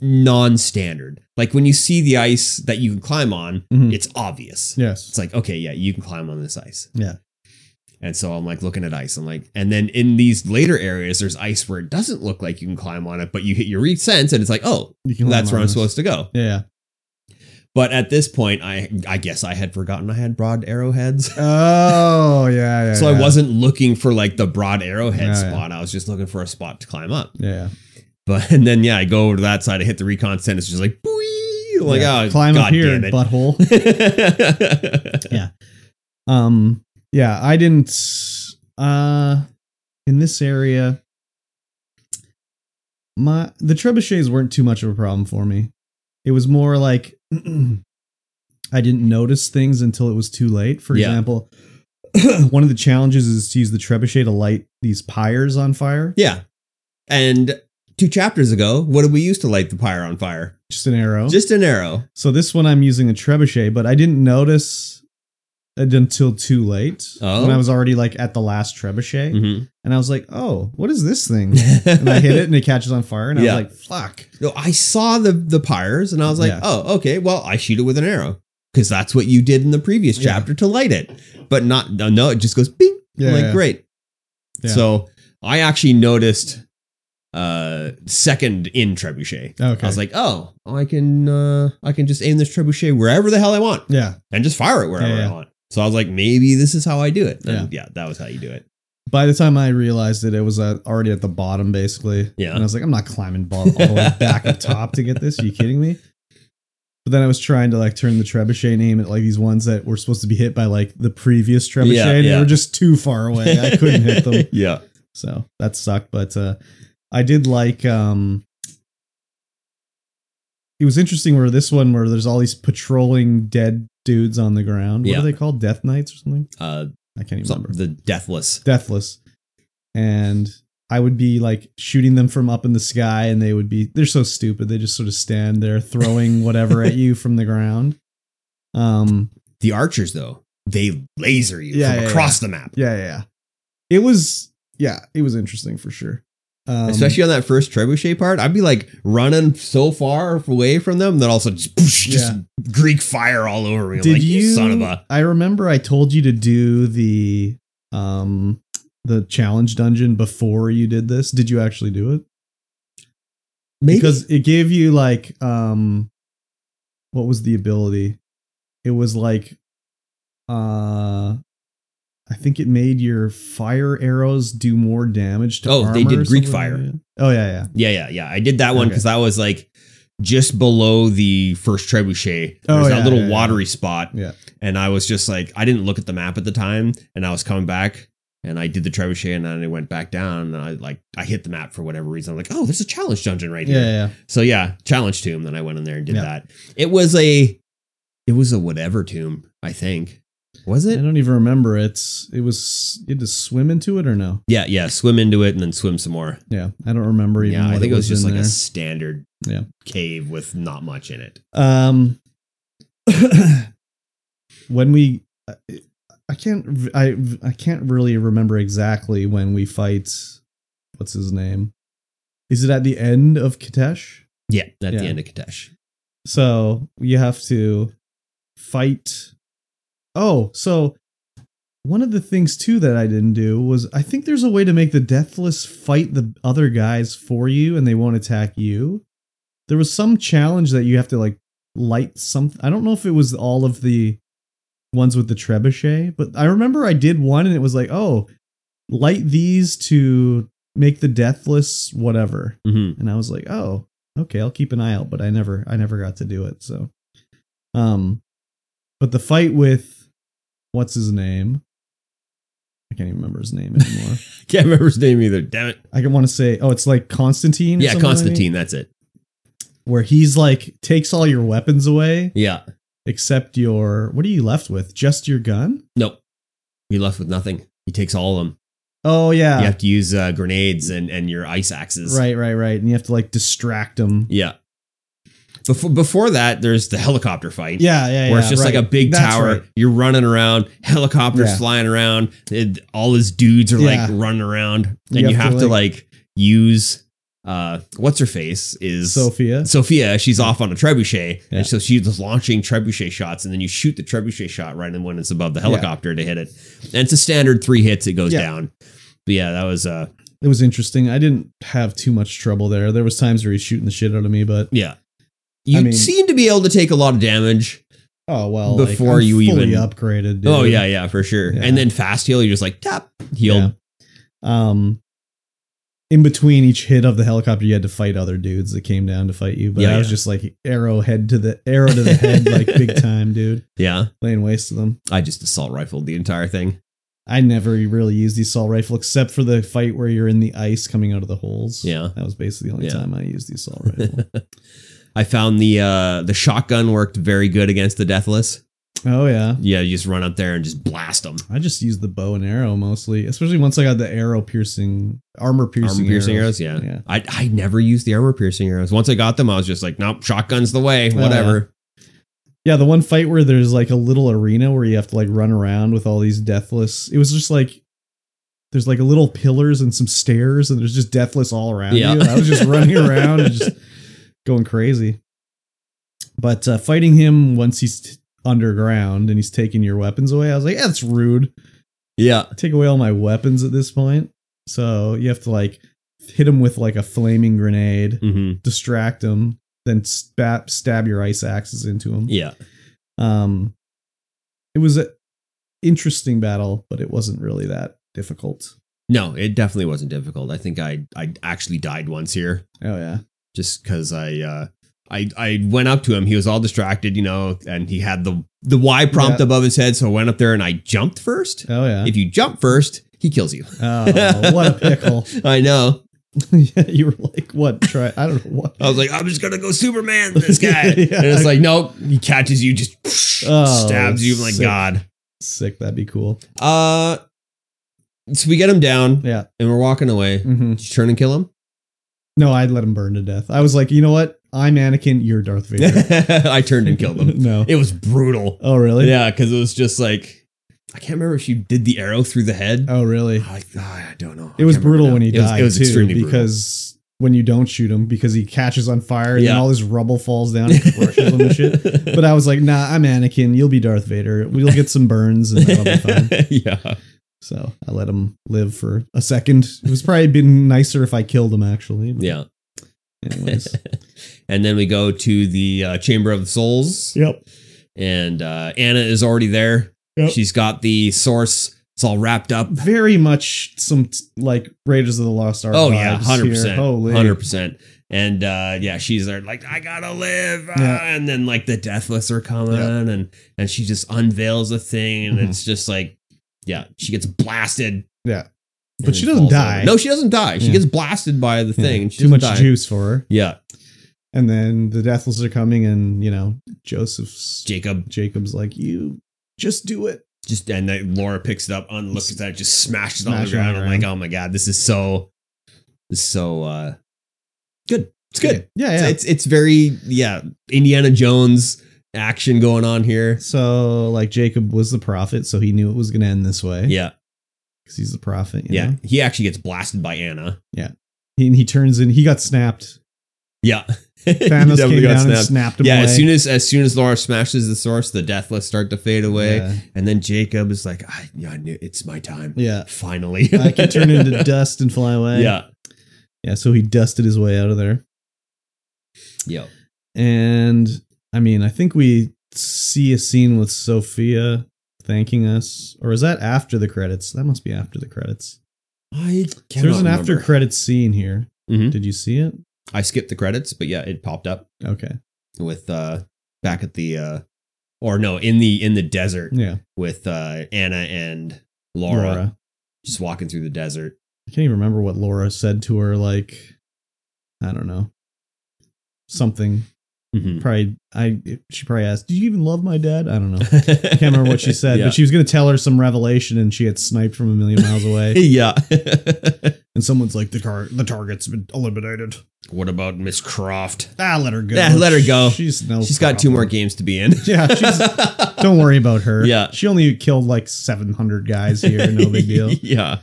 non-standard. Like when you see the ice that you can climb on,
Mhm.
it's obvious.
Yes.
It's like, okay, yeah, you can climb on this ice.
Yeah.
And so I'm like looking at ice. I'm like, and then in these later areas, there's ice where it doesn't look like you can climb on it, but you hit your reach sense and it's like, oh,
You can
that's
learn
where I'm
on this.
supposed to go.
Yeah.
But at this point, I I guess I had forgotten I had broad arrowheads.
Oh yeah. yeah
so I
yeah.
wasn't looking for like the broad arrowhead
Yeah, yeah.
spot. I was just looking for a spot to climb up.
Yeah.
But and then yeah, I go over to that side, I hit the recon center, it's just like boing. Like,
yeah.
oh,
climb
God
up here,
damn it.
butthole. Um, yeah, I didn't. Uh, in this area, my the trebuchets weren't too much of a problem for me. It was more like I didn't notice things until it was too late. For
Yeah.
example, one of the challenges is to use the trebuchet to light these pyres on fire.
Yeah. And two chapters ago, what did we use to light the pyre on fire?
Just an arrow.
Just an arrow.
so this one I'm using a trebuchet, but I didn't notice it until too late
Oh.
when I was already like at the last trebuchet.
Mm-hmm.
And I was like, oh, what is this thing? And I hit it and it catches on fire. And
Yeah.
I was like, fuck.
No, I saw the the pyres and I was like,
Yeah.
oh, okay. Well, I shoot it with an arrow because that's what you did in the previous
Yeah.
chapter to light it. But not no, no it just goes bing. I'm like great.
Yeah.
So I actually noticed uh second in trebuchet.
Okay.
I was like, oh, I can uh I can just aim this trebuchet wherever the hell I want
yeah.
and just fire it wherever
Yeah, yeah.
I want. So I was like, maybe this is how I do it. And yeah, that was how you do it.
By the time I realized it, it was uh, already at the bottom, basically.
Yeah.
And I was like, I'm not climbing bar- all the way back up top to get this. Are you kidding me? But then I was trying to like turn the trebuchet and aim at like these ones that were supposed to be hit by like the previous trebuchet.
Yeah,
and
yeah.
They were just too far away. I couldn't hit them.
yeah.
So that sucked, but uh, I did like. Um, it was interesting where this one where there's all these patrolling dead dudes on the ground. What
Yeah.
are they called? Death Knights or something?
Uh,
I can't even
some-
remember.
the deathless.
Deathless, and I would be like shooting them from up in the sky, and they would be. They're so stupid. They just sort of stand there throwing whatever at you from the ground. Um.
The archers, though, they laser you
Yeah,
from
yeah,
across the map.
Yeah. Yeah. yeah. It was. Yeah. It was interesting for sure. Um,
Especially on that first trebuchet part, I'd be like running so far away from them that also just, poosh, just Greek fire all over me. I'm
Did
like,
you,
you son of a.
I remember I told you to do the um the challenge dungeon before you did this. Did you actually do it?
Maybe.
Because it gave you like um what was the ability? It was like uh I think it made your fire arrows do more damage to
Oh,
armor
they did
or
Greek
something
fire.
like that. oh yeah, yeah.
yeah, yeah, yeah. I did that one
Okay.
because that was like just below the first trebuchet. There
Oh,
was
yeah,
that little
yeah, yeah.
watery spot.
Yeah.
And I was just like, I didn't look at the map at the time and I was coming back. And I did the trebuchet, and then I went back down. And I like I hit the map for whatever reason. I'm like, oh, there's a challenge dungeon right here.
Yeah, yeah.
So yeah, challenge tomb. Then I went in there and did
Yeah.
that. It was a, it was a whatever tomb. I think was
I
it?
don't even remember. It's it was you had to swim into it or no?
Yeah, yeah. Swim into it and then swim some more.
Yeah, I don't remember even.
Yeah, I
what
think it was, just
in
like
there.
a standard
Yeah.
cave with not much in it.
Um, when we, I- I can't, I, I can't really remember exactly when we fight. What's his name? Is it at the end of Katesh?
Yeah, at
Yeah.
the end of Kadesh.
So you have to fight. Oh, so one of the things too that I didn't do was I think there's a way to make the Deathless fight the other guys for you and they won't attack you. There was some challenge that you have to like light something. I don't know if it was all of the ones with the trebuchet, but I remember I did one and it was like, oh, light these to make the Deathless whatever
Mm-hmm.
and I was like, oh, okay, I'll keep an eye out, but I never I never got to do it. So um but the fight with what's his name? I can't even remember his name anymore.
Can't remember his name either. Damn it.
I want to say, oh, it's like Constantine. or
Yeah,
something like that.
Constantine. That's it.
where he's like takes all your weapons away
Yeah.
except your what are you left with? Just your gun?
Nope. You're left with nothing. He takes all of them.
Oh yeah.
You have to use uh, grenades and, and your ice axes.
Right, right, right. And you have to like distract him.
Yeah. Before before that, there's the helicopter fight.
Yeah, yeah, yeah.
Where it's just like
right.
a big
That's
tower.
right.
You're running around, helicopters
Yeah.
flying around. and all his dudes are
Yeah.
like running around, and you, have, to, like, use uh, what's her face is
Sophia.
Sophia. She's off on a trebuchet,
Yeah.
and so she's just launching trebuchet shots, and then you shoot the trebuchet shot right in when it's above the helicopter to hit it. And it's a standard three hits; it goes
Yeah.
down. But yeah, that was uh,
It was interesting. I didn't have too much trouble there. There was times where he's shooting the shit out of me, but
yeah. You
mean-
seem to be able to take a lot of damage.
oh well.
Before
like, I'm
you
fully
even-
upgraded. Dude.
Oh yeah, yeah, for sure.
Yeah.
And then fast heal, you're just like tap healed.
Yeah. Um, in between each hit of the helicopter, you had to fight other dudes that came down to fight you. But
Yeah,
I was
yeah.
just like arrow head to the arrow to the head, like big time, dude,
Yeah.
laying waste to them.
I just assault rifled the entire thing.
I never really used the assault rifle except for the fight where you're in the ice coming out of the holes.
Yeah.
that was basically the only
Yeah.
time I used the assault rifle.
I found the uh the shotgun worked very good against the deathless.
oh yeah,
Yeah, you just run up there and just blast them.
I just used the bow and arrow mostly, especially once I got the arrow piercing, armor piercing,
Armor piercing arrows, yeah.
Yeah.
I I never used the armor piercing arrows. Once I got them, I was just like, nope, shotgun's the way.
Oh, yeah.
Whatever.
Yeah, the one fight where there's like a little arena where you have to like run around with all these deathless. It was just like there's like a little pillars and some stairs, and there's just deathless all around
Yeah.
you. And I was just running around and just going crazy. But uh, fighting him once he's t- underground and he's taking your weapons away, I was like, yeah, that's rude.
Yeah.
Take away all my weapons at this point. So you have to like hit him with like a flaming grenade,
hmm
distract him, then stab stab your ice axes into him
Yeah.
um it was an interesting battle but it wasn't really that difficult
No, it definitely wasn't difficult. I think I I actually died once here.
oh yeah
just because I uh, I I went up to him. He was all distracted, you know, and he had the the Y prompt
Yeah.
above his head. So I went up there and I jumped first.
oh yeah
If you jump first, he kills you.
oh what a pickle
I know.
yeah you were like what try i don't know what
I was like, I'm just gonna go Superman this guy.
Yeah.
And it's like, nope. He catches you, just
Oh,
stabs you. I'm like,
sick.
God.
sick that'd be cool
Uh, so we get him down.
Yeah.
and we're walking away.
hmm
Did you turn and kill him?
no i'd let him burn to death i was like you know what i'm anakin you're darth vader
I turned and killed him.
no
It was brutal.
oh really
Yeah, because it was just like I can't remember if she did the arrow through the head.
oh really
I, I don't know.
it was brutal when he
It was-
died
it was
too,
extremely brutal.
because when you don't shoot him because he catches on fire and then
Yeah.
all his rubble falls down and crushes him and shit but I was like, nah, I'm Anakin. You'll be Darth Vader. We'll get some burns and that'll be fine.
yeah,
So I let him live for a second. It was probably been nicer if I killed him, actually. But
yeah.
Anyways.
and then we go to the uh, Chamber of Souls,
yep.
and uh, Anna is already there.
Yep.
She's got the source. It's all wrapped up.
Very much some t- like Raiders of the Lost Ark.
Oh yeah,
vibes
hundred
here.
percent,
Holy.
hundred percent. And uh, yeah, she's there like I gotta live, uh,
Yeah.
and then like the deathless are coming, and and she just unveils a thing, and
Mhm.
it's just like, yeah, she gets blasted,
Yeah.
and
But she
then
doesn't
falls
die.
over. No, she doesn't die. She
Yeah.
gets blasted by the
Yeah.
thing. and she
Too much
doesn't die.
juice for her.
Yeah,
And then the Deathless are coming and, you know, Joseph's.
Jacob
Jacob's like, you just do it.
just and then Laura picks it up, and looks at it, just smashes it on
Smash
the
it on
ground.
the
I'm like,
ground.
oh my god, this is so, this is so uh, good. It's good.
Yeah, yeah.
It's- It's it's very yeah Indiana Jones action going on here.
so, like, Jacob was the prophet, so he knew it was going to end this way.
Yeah,
Because he's the prophet. You
yeah.
Know?
He actually gets blasted by Anna.
He, and he turns in. He got snapped.
Yeah,
Thanos came down and snapped him.
yeah, as
away.
soon as as soon as Laura smashes the source, the deathless start to fade away,
Yeah.
and then Jacob is like, I, I knew it's my time.
yeah.
Finally,
I can turn into dust and fly away.
yeah,
yeah. So he dusted his way out of there,
yeah.
and I mean, I think we see a scene with Sophia thanking us, or is that after the credits? That must be after the credits.
I
So
cannot
There's an
remember.
after credits scene here.
Mhm.
Did you see it?
I skipped the credits, but yeah, it popped up
Okay.
with uh back at the uh or no in the in the desert
Yeah.
with uh Anna and Laura,
Laura.
just walking through the desert.
I can't even remember what Laura said to her. Like, I don't know. something.
Mhm.
Probably, I she probably asked, "Do you even love my dad?" I don't know. I can't remember what she said,
yeah.
but she was going to tell her some revelation, and she had sniped from a million miles away.
yeah.
and someone's like, "The car, the target's been eliminated.
what about Miss Croft?
Ah, let her go.
Yeah, let her go.
She's no.
She's got two more
problem."
games to be in.
Yeah, she's, don't worry about her.
Yeah.
she only killed like seven hundred guys here. No big deal.
yeah.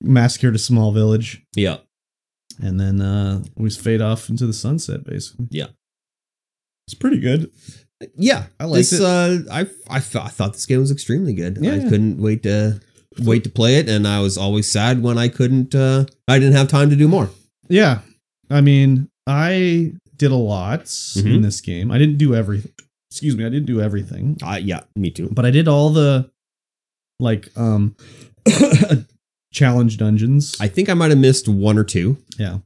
Massacred a small village.
Yeah.
and then uh we fade off into the sunset basically
Yeah.
it's pretty good
Yeah.
i
This, uh, I, I, thought, I thought this game was extremely good. I
Yeah.
couldn't wait to wait to play it, and I was always sad when I couldn't. Uh, I didn't have time to do more.
yeah i mean i did a lot in
Mhm.
this game i didn't do everything excuse me i didn't do everything
Uh, yeah, me too.
but i did all the like um challenge dungeons
I think I might have missed one or two,
yeah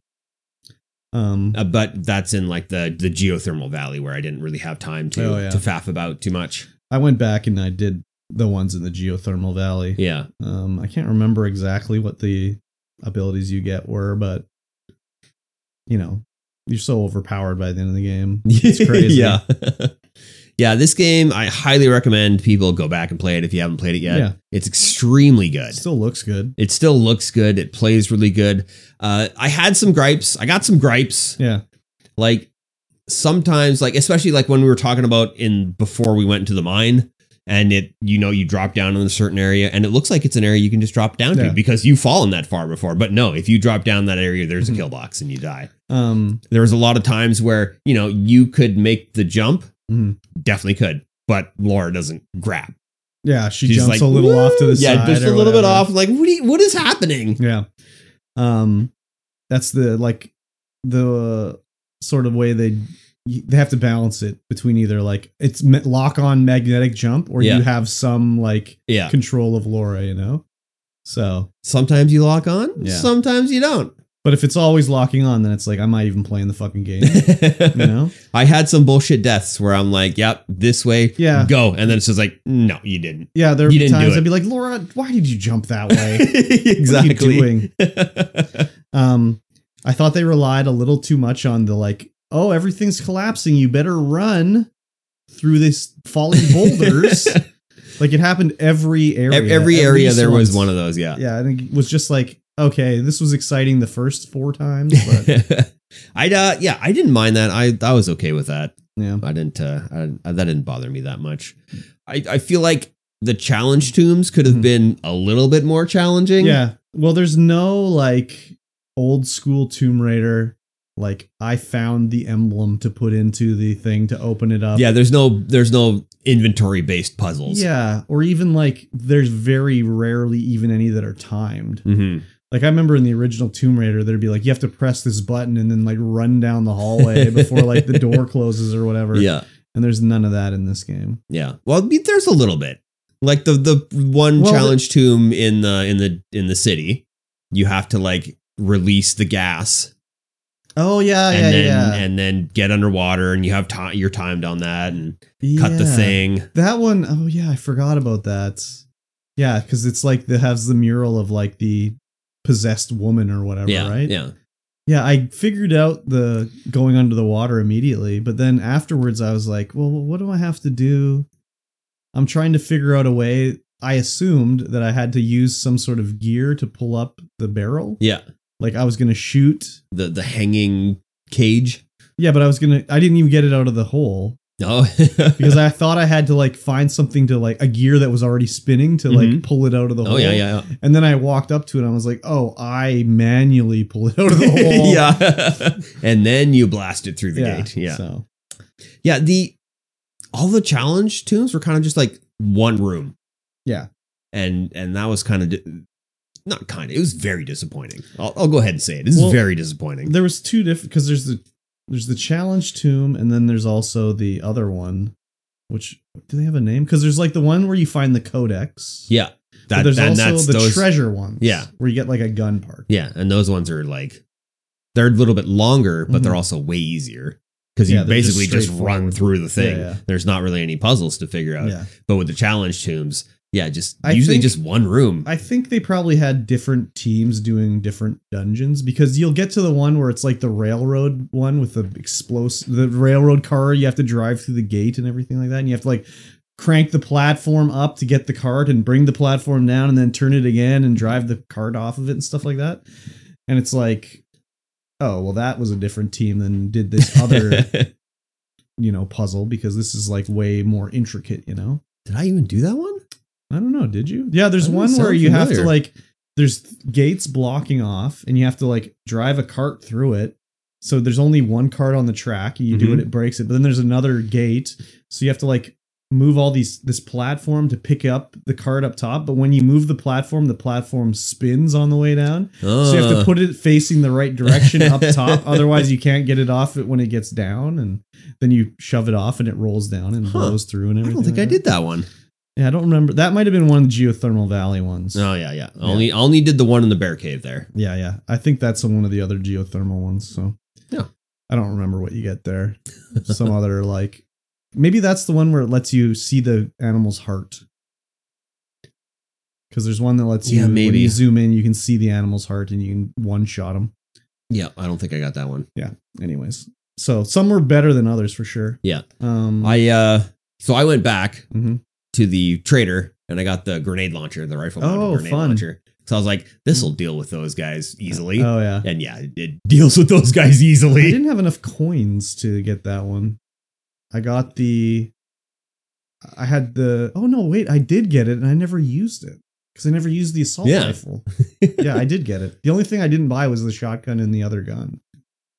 um
uh, but that's in like the the geothermal valley where I didn't really have time to
Oh, yeah.
to faff about too much.
i went back and i did the ones in the geothermal valley
Yeah,
Um, I can't remember exactly what the abilities you get were, but you know, you're so overpowered by the end of the game. It's crazy.
yeah, yeah. This game I highly recommend people go back and play it if you haven't played it yet.
Yeah.
It's extremely good.
It still looks good.
It still looks good. It plays really good. Uh, I had some gripes. I got some gripes.
Yeah.
Like sometimes, like especially like when we were talking about in before we went into the mine, and it you know you drop down in a certain area, and it looks like it's an area you can just drop down
Yeah.
to because you've fallen that far before. But no, if you drop down that area, there's a
Mhm.
kill box and you die.
Um,
There was a lot of times where you know you could make the jump,
Mhm.
definitely could, but Laura doesn't grab.
yeah, she
She's
jumps
like,
a little off to the
yeah,
side.
just a
or
little bit
whatever.
off. Like what? do you- what is happening?
Yeah. Um, that's the like the sort of way they they have to balance it between either like it's lock on magnetic jump or
Yeah.
you have some like
Yeah.
control of Laura, you know. So
Sometimes you lock on,
Yeah.
sometimes you don't.
But if it's always locking on, then it's like I'm not even playing the fucking game. You know?
I had some bullshit deaths where I'm like, yep, this way,
Yeah.
go. And then it's just like, no, you didn't.
Yeah, there would
You
be
didn't do
times
it.
I'd be like, Laura, why did you jump that way?
exactly.
What are you doing? Um, I thought they relied a little too much on the like, oh, everything's collapsing. You better run through this falling boulders. like it happened every area.
Ev- Every area there was one
one
of those, yeah.
Yeah, and it was just like, okay, this was exciting the first four times, but
I uh, yeah, I didn't mind that. I I was okay with that.
yeah.
I didn't uh, I, that didn't bother me that much. I I feel like the challenge tombs could have
Mhm.
been a little bit more challenging.
Yeah. Well, there's no like old school Tomb Raider. Like I found the emblem to put into the thing to open it up.
Yeah, there's no there's no inventory based puzzles.
Yeah. Or even like there's very rarely even any that are timed.
Mhm.
Like I remember in the original Tomb Raider, there'd be like you have to press this button and then like run down the hallway before like the door closes or whatever.
Yeah.
And there's none of that in this game.
Yeah. Well, I mean, there's a little bit. Like the the one
Well,
challenge tomb in the in the in the city, you have to like release the gas
Oh yeah,
and
yeah,
then
yeah.
and then get underwater and you have time you're timed on that and eh, cut the
Yeah.
thing.
That one, oh yeah, I forgot about that. Yeah, because it's like the has the mural of like the possessed woman or whatever,
Yeah.
right?
Yeah.
Yeah, I figured out the going under the water immediately, but then afterwards I was like, well, what do I have to do? I'm trying to figure out a way. I assumed that I had to use some sort of gear to pull up the barrel.
Yeah.
Like I was gonna shoot.
The the hanging cage.
Yeah, but I was gonna I didn't even get it out of the hole.
No.
because I thought I had to like find something to like a gear that was already spinning to like
Mhm.
pull it out of the hole.
Oh yeah, yeah.
And then I walked up to it and I was like, oh, I manually pull it out of the hole.
yeah. and then you blast it through the gate. Yeah.
So
Yeah, the all the challenge tombs were kind of just like one room.
Yeah.
And and that was kind of di- not kind of. It was very disappointing. I'll, I'll go ahead and say it. It's
Well,
very disappointing.
there was two different because there's the there's the challenge tomb and then there's also the other one, which do they have a name? Because there's like the one where you find the codex.
yeah.
But
That,
there's
and
also
that's
the
those,
treasure ones.
Yeah.
Where you get like a gun part.
Yeah, and those ones are like they're a little bit longer, but they're also way easier because you
Mm-hmm. Yeah, they're just
basically just, run
straightforward.
through the thing.
Yeah, yeah.
There's not really any puzzles to figure out.
Yeah.
But with the challenge tombs, Yeah, just
I
usually
think-
just one room.
I think they probably had different teams doing different dungeons because you'll get to the one where it's like the railroad one with the explosive, the railroad car. You have to drive through the gate and everything like that, and you have to like crank the platform up to get the cart and bring the platform down and then turn it again and drive the cart off of it and stuff like that. And it's like, oh well, that was a different team than did this other
Did
you know puzzle because this is like way more intricate, you know.
I even do that one?
I don't know. Did you? Yeah, there's
That doesn't
one where
sound
you have to
familiar.
like, there's gates blocking off, and you have to like drive a cart through it. So there's only one cart on the track. You do it,
Mhm.
it breaks it. But then there's another gate, so you have to like move all these this platform to pick up the cart up top. But when you move the platform, the platform spins on the way down. So you have to
Uh,
put it facing the right direction up top. Otherwise, you can't get it off it when it gets down, and then you shove it off, and it rolls down and
Huh.
blows through and
I
everything.
don't think
like
I
that.
did that one.
Yeah, I don't remember. That might have been one of the geothermal valley ones.
Oh yeah, yeah. Only only did the one in the bear cave there.
Yeah, yeah. I think that's one of the other geothermal ones. So
Yeah.
I don't remember what you get there. Some other like maybe that's the one where it lets you see the animal's heart. Because there's one that lets you
Yeah,
when
maybe.
you zoom in, you can see the animal's heart and you can one shot them.
Yeah, I don't think I got that one.
Anyways, so some were better than others for sure.
Yeah.
Um.
I uh so I went back
mhm.
to the trader and I got the grenade launcher, the rifle mounted
Oh,
grenade
fun.
launcher. So I was like, this will deal with those guys easily.
Oh yeah.
and yeah, it, it deals with those guys
I
easily.
didn't have enough coins to get that one. I got the. I had the. Oh no! Wait, I did get it, and I never used it because I never used the assault
Yeah.
rifle. yeah, I did get it. The only thing I didn't buy was the shotgun and the other gun.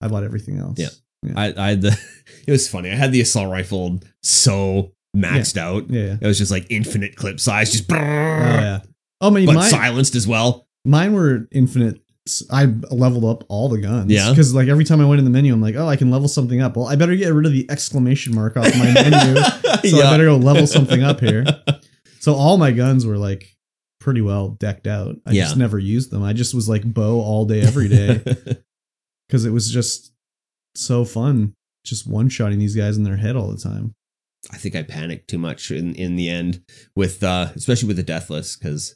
I bought everything else.
Yeah. I, I had the it was funny. I had the assault rifle so maxed out.
Yeah. yeah.
It was just like infinite clip size, just
Oh yeah. Oh my!
but
my-
silenced as well.
Mine were infinite. s- I leveled up all the guns.
Yeah.
Because like every time I went in the menu, I'm like, oh, I can level something up. Well, I better get rid of the exclamation mark off my menu. So I better go level something up here. So all my guns were like pretty well decked out. I just
Yeah.
never used them. I just was like bow all day every day because it was just so fun. Just one shotting these guys in their head all the time.
I think I panicked too much in, in the end with uh especially with the deathless because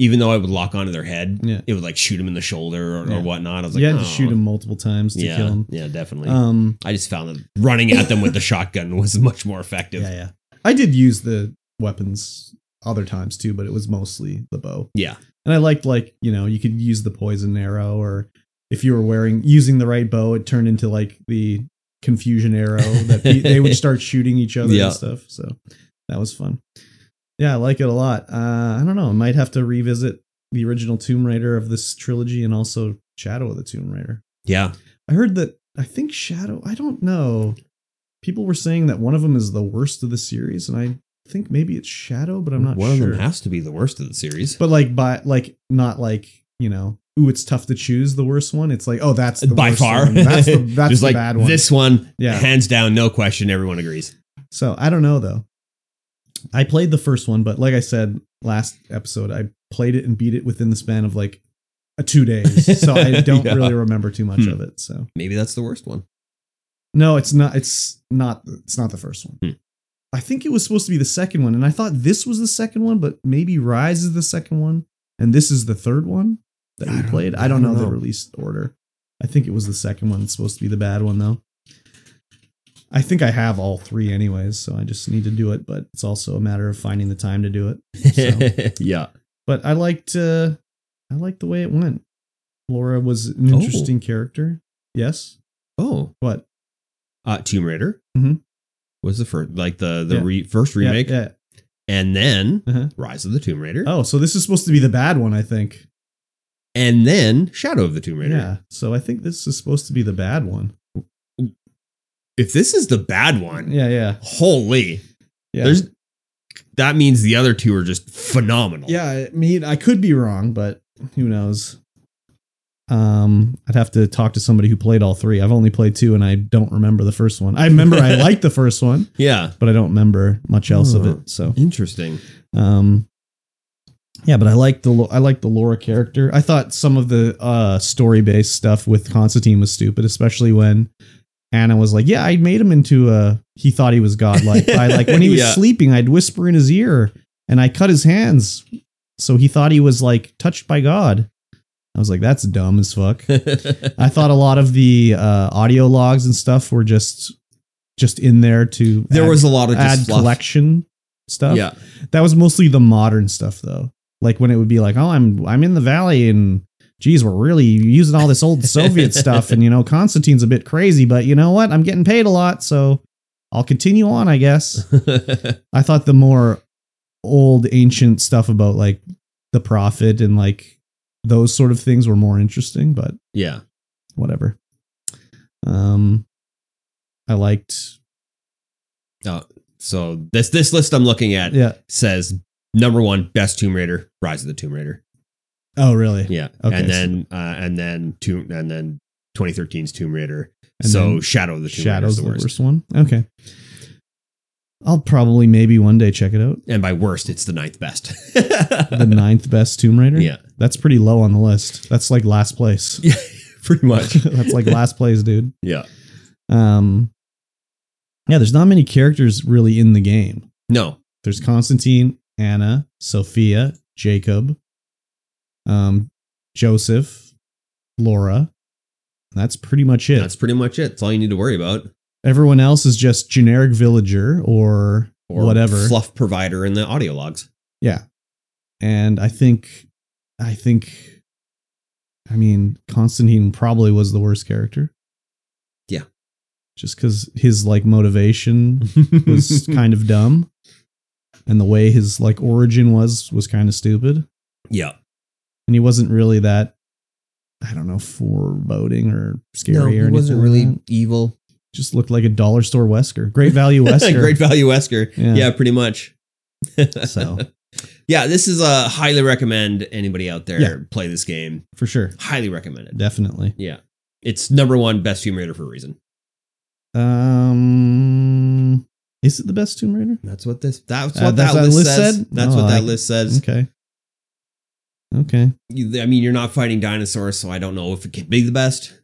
even though I would lock onto their head,
Yeah.
it would like shoot them in the shoulder or,
Yeah.
or whatnot. I was like,
You had
"Oh."
to shoot them multiple times to
yeah,
kill them.
yeah, definitely.
Um,
I just found that running at them with the shotgun was much more effective.
yeah, yeah. I did use the weapons other times too, but it was mostly the bow.
Yeah.
And I liked like, you know, you could use the poison arrow or if you were wearing using the right bow, it turned into like the confusion arrow that pe- they would start shooting each other
Yeah.
and stuff. So that was fun. Yeah, I like it a lot. Uh, I don't know. I might have to revisit the original Tomb Raider of this trilogy and also Shadow of the Tomb Raider.
yeah.
I heard that I think Shadow, I don't know. People were saying that one of them is the worst of the series, and I think maybe it's Shadow, but I'm not
One
sure.
of them has to be the worst of the series.
But like by like not like you know, ooh, it's tough to choose the worst one. It's like oh, that's the
by
worst
far,
one. that's the that's
Just
the
like
bad one.
This one,
Yeah.
hands down, no question. Everyone agrees.
So I don't know though. I played the first one, but like I said last episode, I played it and beat it within the span of like a two days. So I don't
Yeah.
really remember too much
Hmm.
of it. So
Maybe that's the worst one.
No, it's not. It's not. It's not the first one.
Hmm.
I think it was supposed to be the second one, and I thought this was the second one, but maybe Rise is the second one, and this is the third one that
I
we
don't-
played. I
I
don't know
don't
the
know.
release order. I think it was the second one. It's supposed to be the bad one, though. I think I have all three, anyways, so I just need to do it. But it's also a matter of finding the time to do it. So
yeah.
but I liked uh I liked the way it went. Laura was an
Oh.
interesting character. Yes.
Oh,
What?
uh, Tomb Raider
Mhm.
was the first, like the the
Yeah.
re- first
Yeah,
remake,
Yeah.
and then
Uh-huh.
Rise of the Tomb Raider,
Oh, so this is supposed to be the bad one, I think.
and then Shadow of the Tomb Raider.
Yeah. So I think this is supposed to be the bad one.
If this is the bad one,
Yeah, yeah.
holy,
Yeah.
there's that means the other two are just phenomenal.
yeah, I mean, I could be wrong, but who knows? Um, I'd have to talk to somebody who played all three. I've only played two and I don't remember the first one. I remember I liked the first one,
yeah,
but I don't remember much else of it. So
interesting.
Um, yeah, but I like the Lo- I like the Laura character. I thought some of the uh, story based stuff with Constantine was stupid, especially when Anna was like, "Yeah, I made him into a." He thought he was godlike. I like when he was
Yeah.
sleeping, I'd whisper in his ear and I cut his hands. So he thought he was like touched by God. I was like, that's dumb as fuck. I thought a lot of the uh, audio logs and stuff were just just in there to
there
add-
was a lot of
add
just fluff.
collection stuff.
Yeah,
That was mostly the modern stuff though. Like when it would be like, oh, I'm I'm in the valley and geez, we're really using all this old Soviet stuff and you know, Constantine's a bit crazy, but you know what? I'm getting paid a lot, so I'll continue on, I guess. I thought the more old ancient stuff about like the prophet and like those sort of things were more interesting, but
yeah.
whatever. Um I liked
So this this list I'm looking at
yeah.
says number one best Tomb Raider, Rise of the Tomb Raider.
Oh really?
Yeah,
Okay,
and
so-
then uh, and then Tomb and then 2013's Tomb Raider.
And
so
then-
Shadow of the Tomb Raider is
Shadows
the
the
worst.
worst one. Okay. I'll probably maybe one day check it out.
and by worst, it's the ninth best.
The ninth best Tomb Raider.
yeah,
That's pretty low on the list. That's like last place.
yeah, pretty much.
That's like last place, dude.
yeah.
Um Yeah, there's not many characters really in the game.
No,
There's Constantine, Anna, Sophia, Jacob, um, Joseph, Laura. That's pretty much it.
that's pretty much it. That's all you need to worry about.
Everyone else is just generic villager or, whatever.
fluff provider in the audio logs.
Yeah. And I think I think I mean Constantine probably was the worst character.
Yeah.
Just cuz his like motivation was kind of dumb and the way his like origin was was kind of stupid
yeah,
and he wasn't really that I don't know foreboding or scary or anything. like that.
evil.
just looked like a dollar store Wesker. Great value Wesker.
Great value Wesker.
Yeah.
Yeah, pretty much.
So
yeah, this is a highly recommend anybody out there
Yeah.
play this game.
for sure.
Highly recommended.
Definitely.
Yeah. It's number one best Tomb Raider for a reason.
Um, is it the best Tomb Raider?
That's what this that's
Uh,
what
that's
that,
what
list,
list
says.
said?
That's
Oh,
what
I
that
like-
list says.
Okay. Okay.
You, I mean, you're not fighting dinosaurs, so I don't know if it could be the best.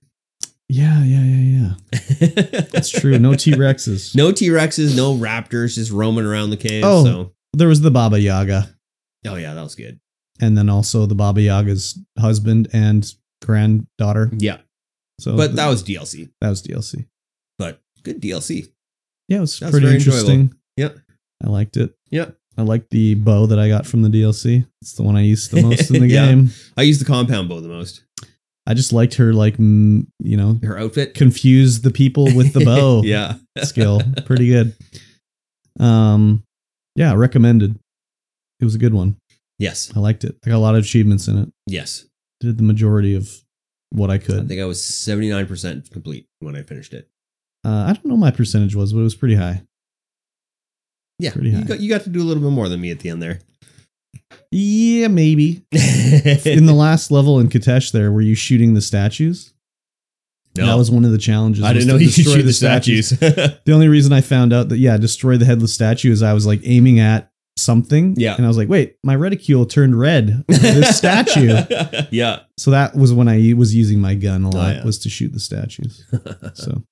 Yeah, yeah, yeah, yeah. That's true. No T Rexes.
no T Rexes, no raptors just roaming around the cave.
Oh.
So
There was the Baba Yaga,
oh yeah, that was good.
and then also the Baba Yaga's husband and granddaughter.
Yeah.
So,
But that was DLC.
that was DLC.
But good DLC.
Yeah, it was
That was
pretty
very
interesting.
Yep.
I liked it.
Yep.
I liked the bow that I got from the DLC. It's the one I used the most in the
Yeah.
game.
I used the compound bow the most.
I just liked her, like m- you know,
Her outfit.
confuse the people with the bow.
yeah.
skill. Pretty good. Um, yeah, recommended. It was a good one.
Yes.
I liked it. I got a lot of achievements in it.
Yes.
Did the majority of what I
I
could.
think I was 79% complete when I finished it.
Uh, I don't know what my percentage was, but it was pretty high.
Yeah.
Pretty
You
high.
got, you got to do a little bit more than me at the end there.
Yeah, maybe. In the last level in Katesh, there were you shooting the statues?
no,
That was one of the challenges.
I
was
didn't
to
know you could
destroy
shoot the statues.
The only reason I found out that yeah, destroy the headless statue is I was like aiming at something.
Yeah.
And I was like, wait, my reticule turned red. over This statue.
yeah.
So that was when I was using my gun a lot
Oh, yeah.
was to shoot the statues. So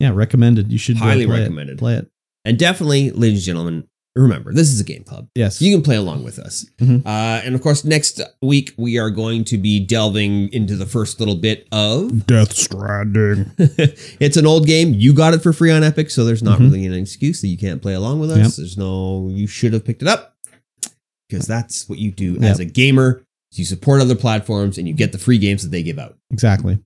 yeah, recommended. You should uh,
Highly
play it.
recommended.
Play it.
And definitely, ladies and gentlemen, remember this is a game club.
Yes.
So you can play along with us.
Mhm.
Uh, and of course, next week we are going to be delving into the first little bit of
Death Stranding.
it's an old game. You got it for free on Epic, so there's not
Mhm.
really an excuse that you can't play along with us.
Yep.
There's no you should have picked it up because that's what you do
Yep.
as a gamer. You support other platforms and you get the free games that they give out.
Exactly.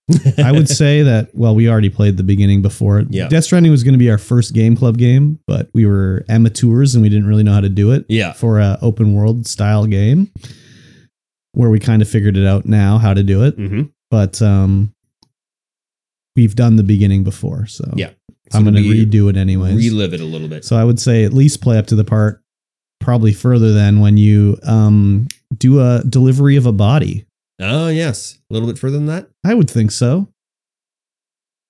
I would say that well, we already played the beginning before. it.
Yeah.
Death Stranding was going to be our first game club game, but we were amateurs and we didn't really know how to do it
yeah,
for a open world style game where we kind of figured it out now how to do it.
mm-hmm.
But um we've done the beginning before, so
Yeah.
I'm going to redo it anyways.
relive it a little bit.
So I would say at least play up to the part, probably further than when you um, do a delivery of a body.
oh yes, a little bit further than that.
I would think so.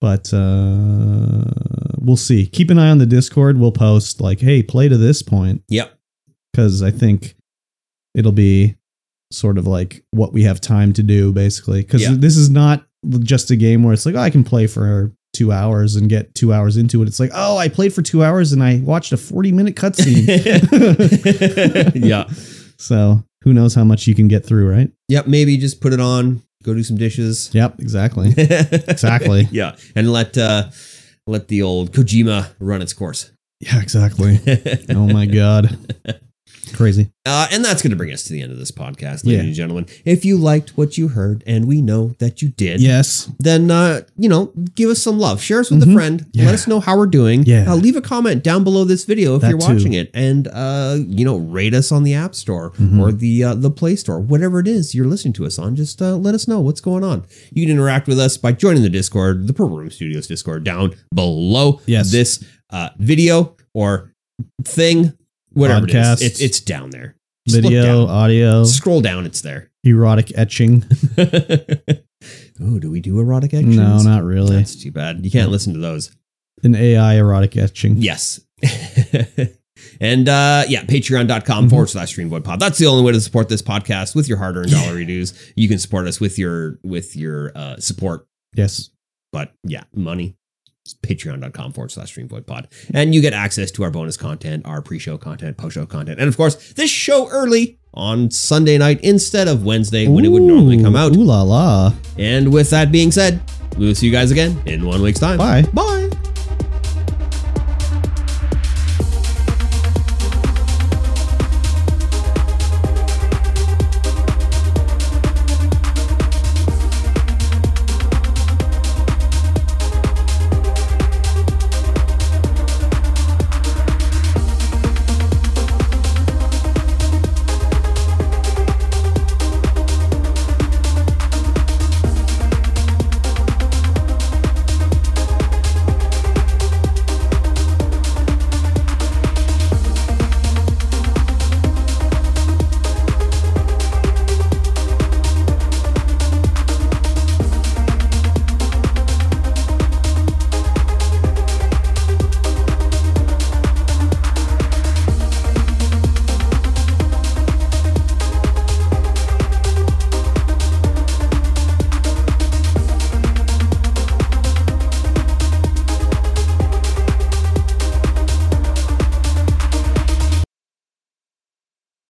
But uh, we'll see. Keep an eye on the Discord. We'll post like, hey, play to this point,
Yep.
because I think it'll be sort of like what we have time to do, basically. Because
Yeah.
this is not just a game where it's like, oh, I can play for two hours and get two hours into it. It's like, oh, I played for two hours and I watched a 40 minute cutscene.
yeah.
So who knows how much you can get through, right?
Yep. Maybe just put it on, go do some dishes.
Yep, exactly. Exactly.
yeah. And let, uh, let the old Kojima run its course.
yeah, exactly. Oh my God. Crazy.
Uh, and that's going to bring us to the end of this podcast, ladies
Yeah.
and gentlemen. If you liked what you heard, and we know that you did,
Yes.
then uh, you know, give us some love. Share us with
Mhm.
a friend.
Yeah.
Let us know how we're doing.
Yeah.
Uh, leave a comment down below this video if
That
you're
too.
watching it, and uh, you know, rate us on the App Store
Mhm.
or the uh, the Play Store, whatever it is you're listening to us on. Just uh, let us know what's going on. You can interact with us by joining the Discord, the Purple Room Studios Discord, down below
Yes.
this uh, video or thing, whatever
Podcast.
it is. It, it's down there. Just look
Video,
down.
audio,
Scroll down. It's there.
erotic etching.
oh, do we do erotic actions?
No, not really.
That's too bad. You can't listen to those.
An AI erotic etching.
Yes. and uh, yeah, patreon.com
Mhm.
forward slash streamboypod. That's the only way to support this podcast with your hard earned dollar dues. You can support us with your with your uh, support,
Yes.
but yeah, money. It's Patreon.com forward slash streamboypod. And you get access to our bonus content, our pre show content, post show content, and of course, this show early on Sunday night instead of Wednesday when it would normally come out.
Ooh la la.
And with that being said, we will see you guys again in one week's time.
Bye.
Bye.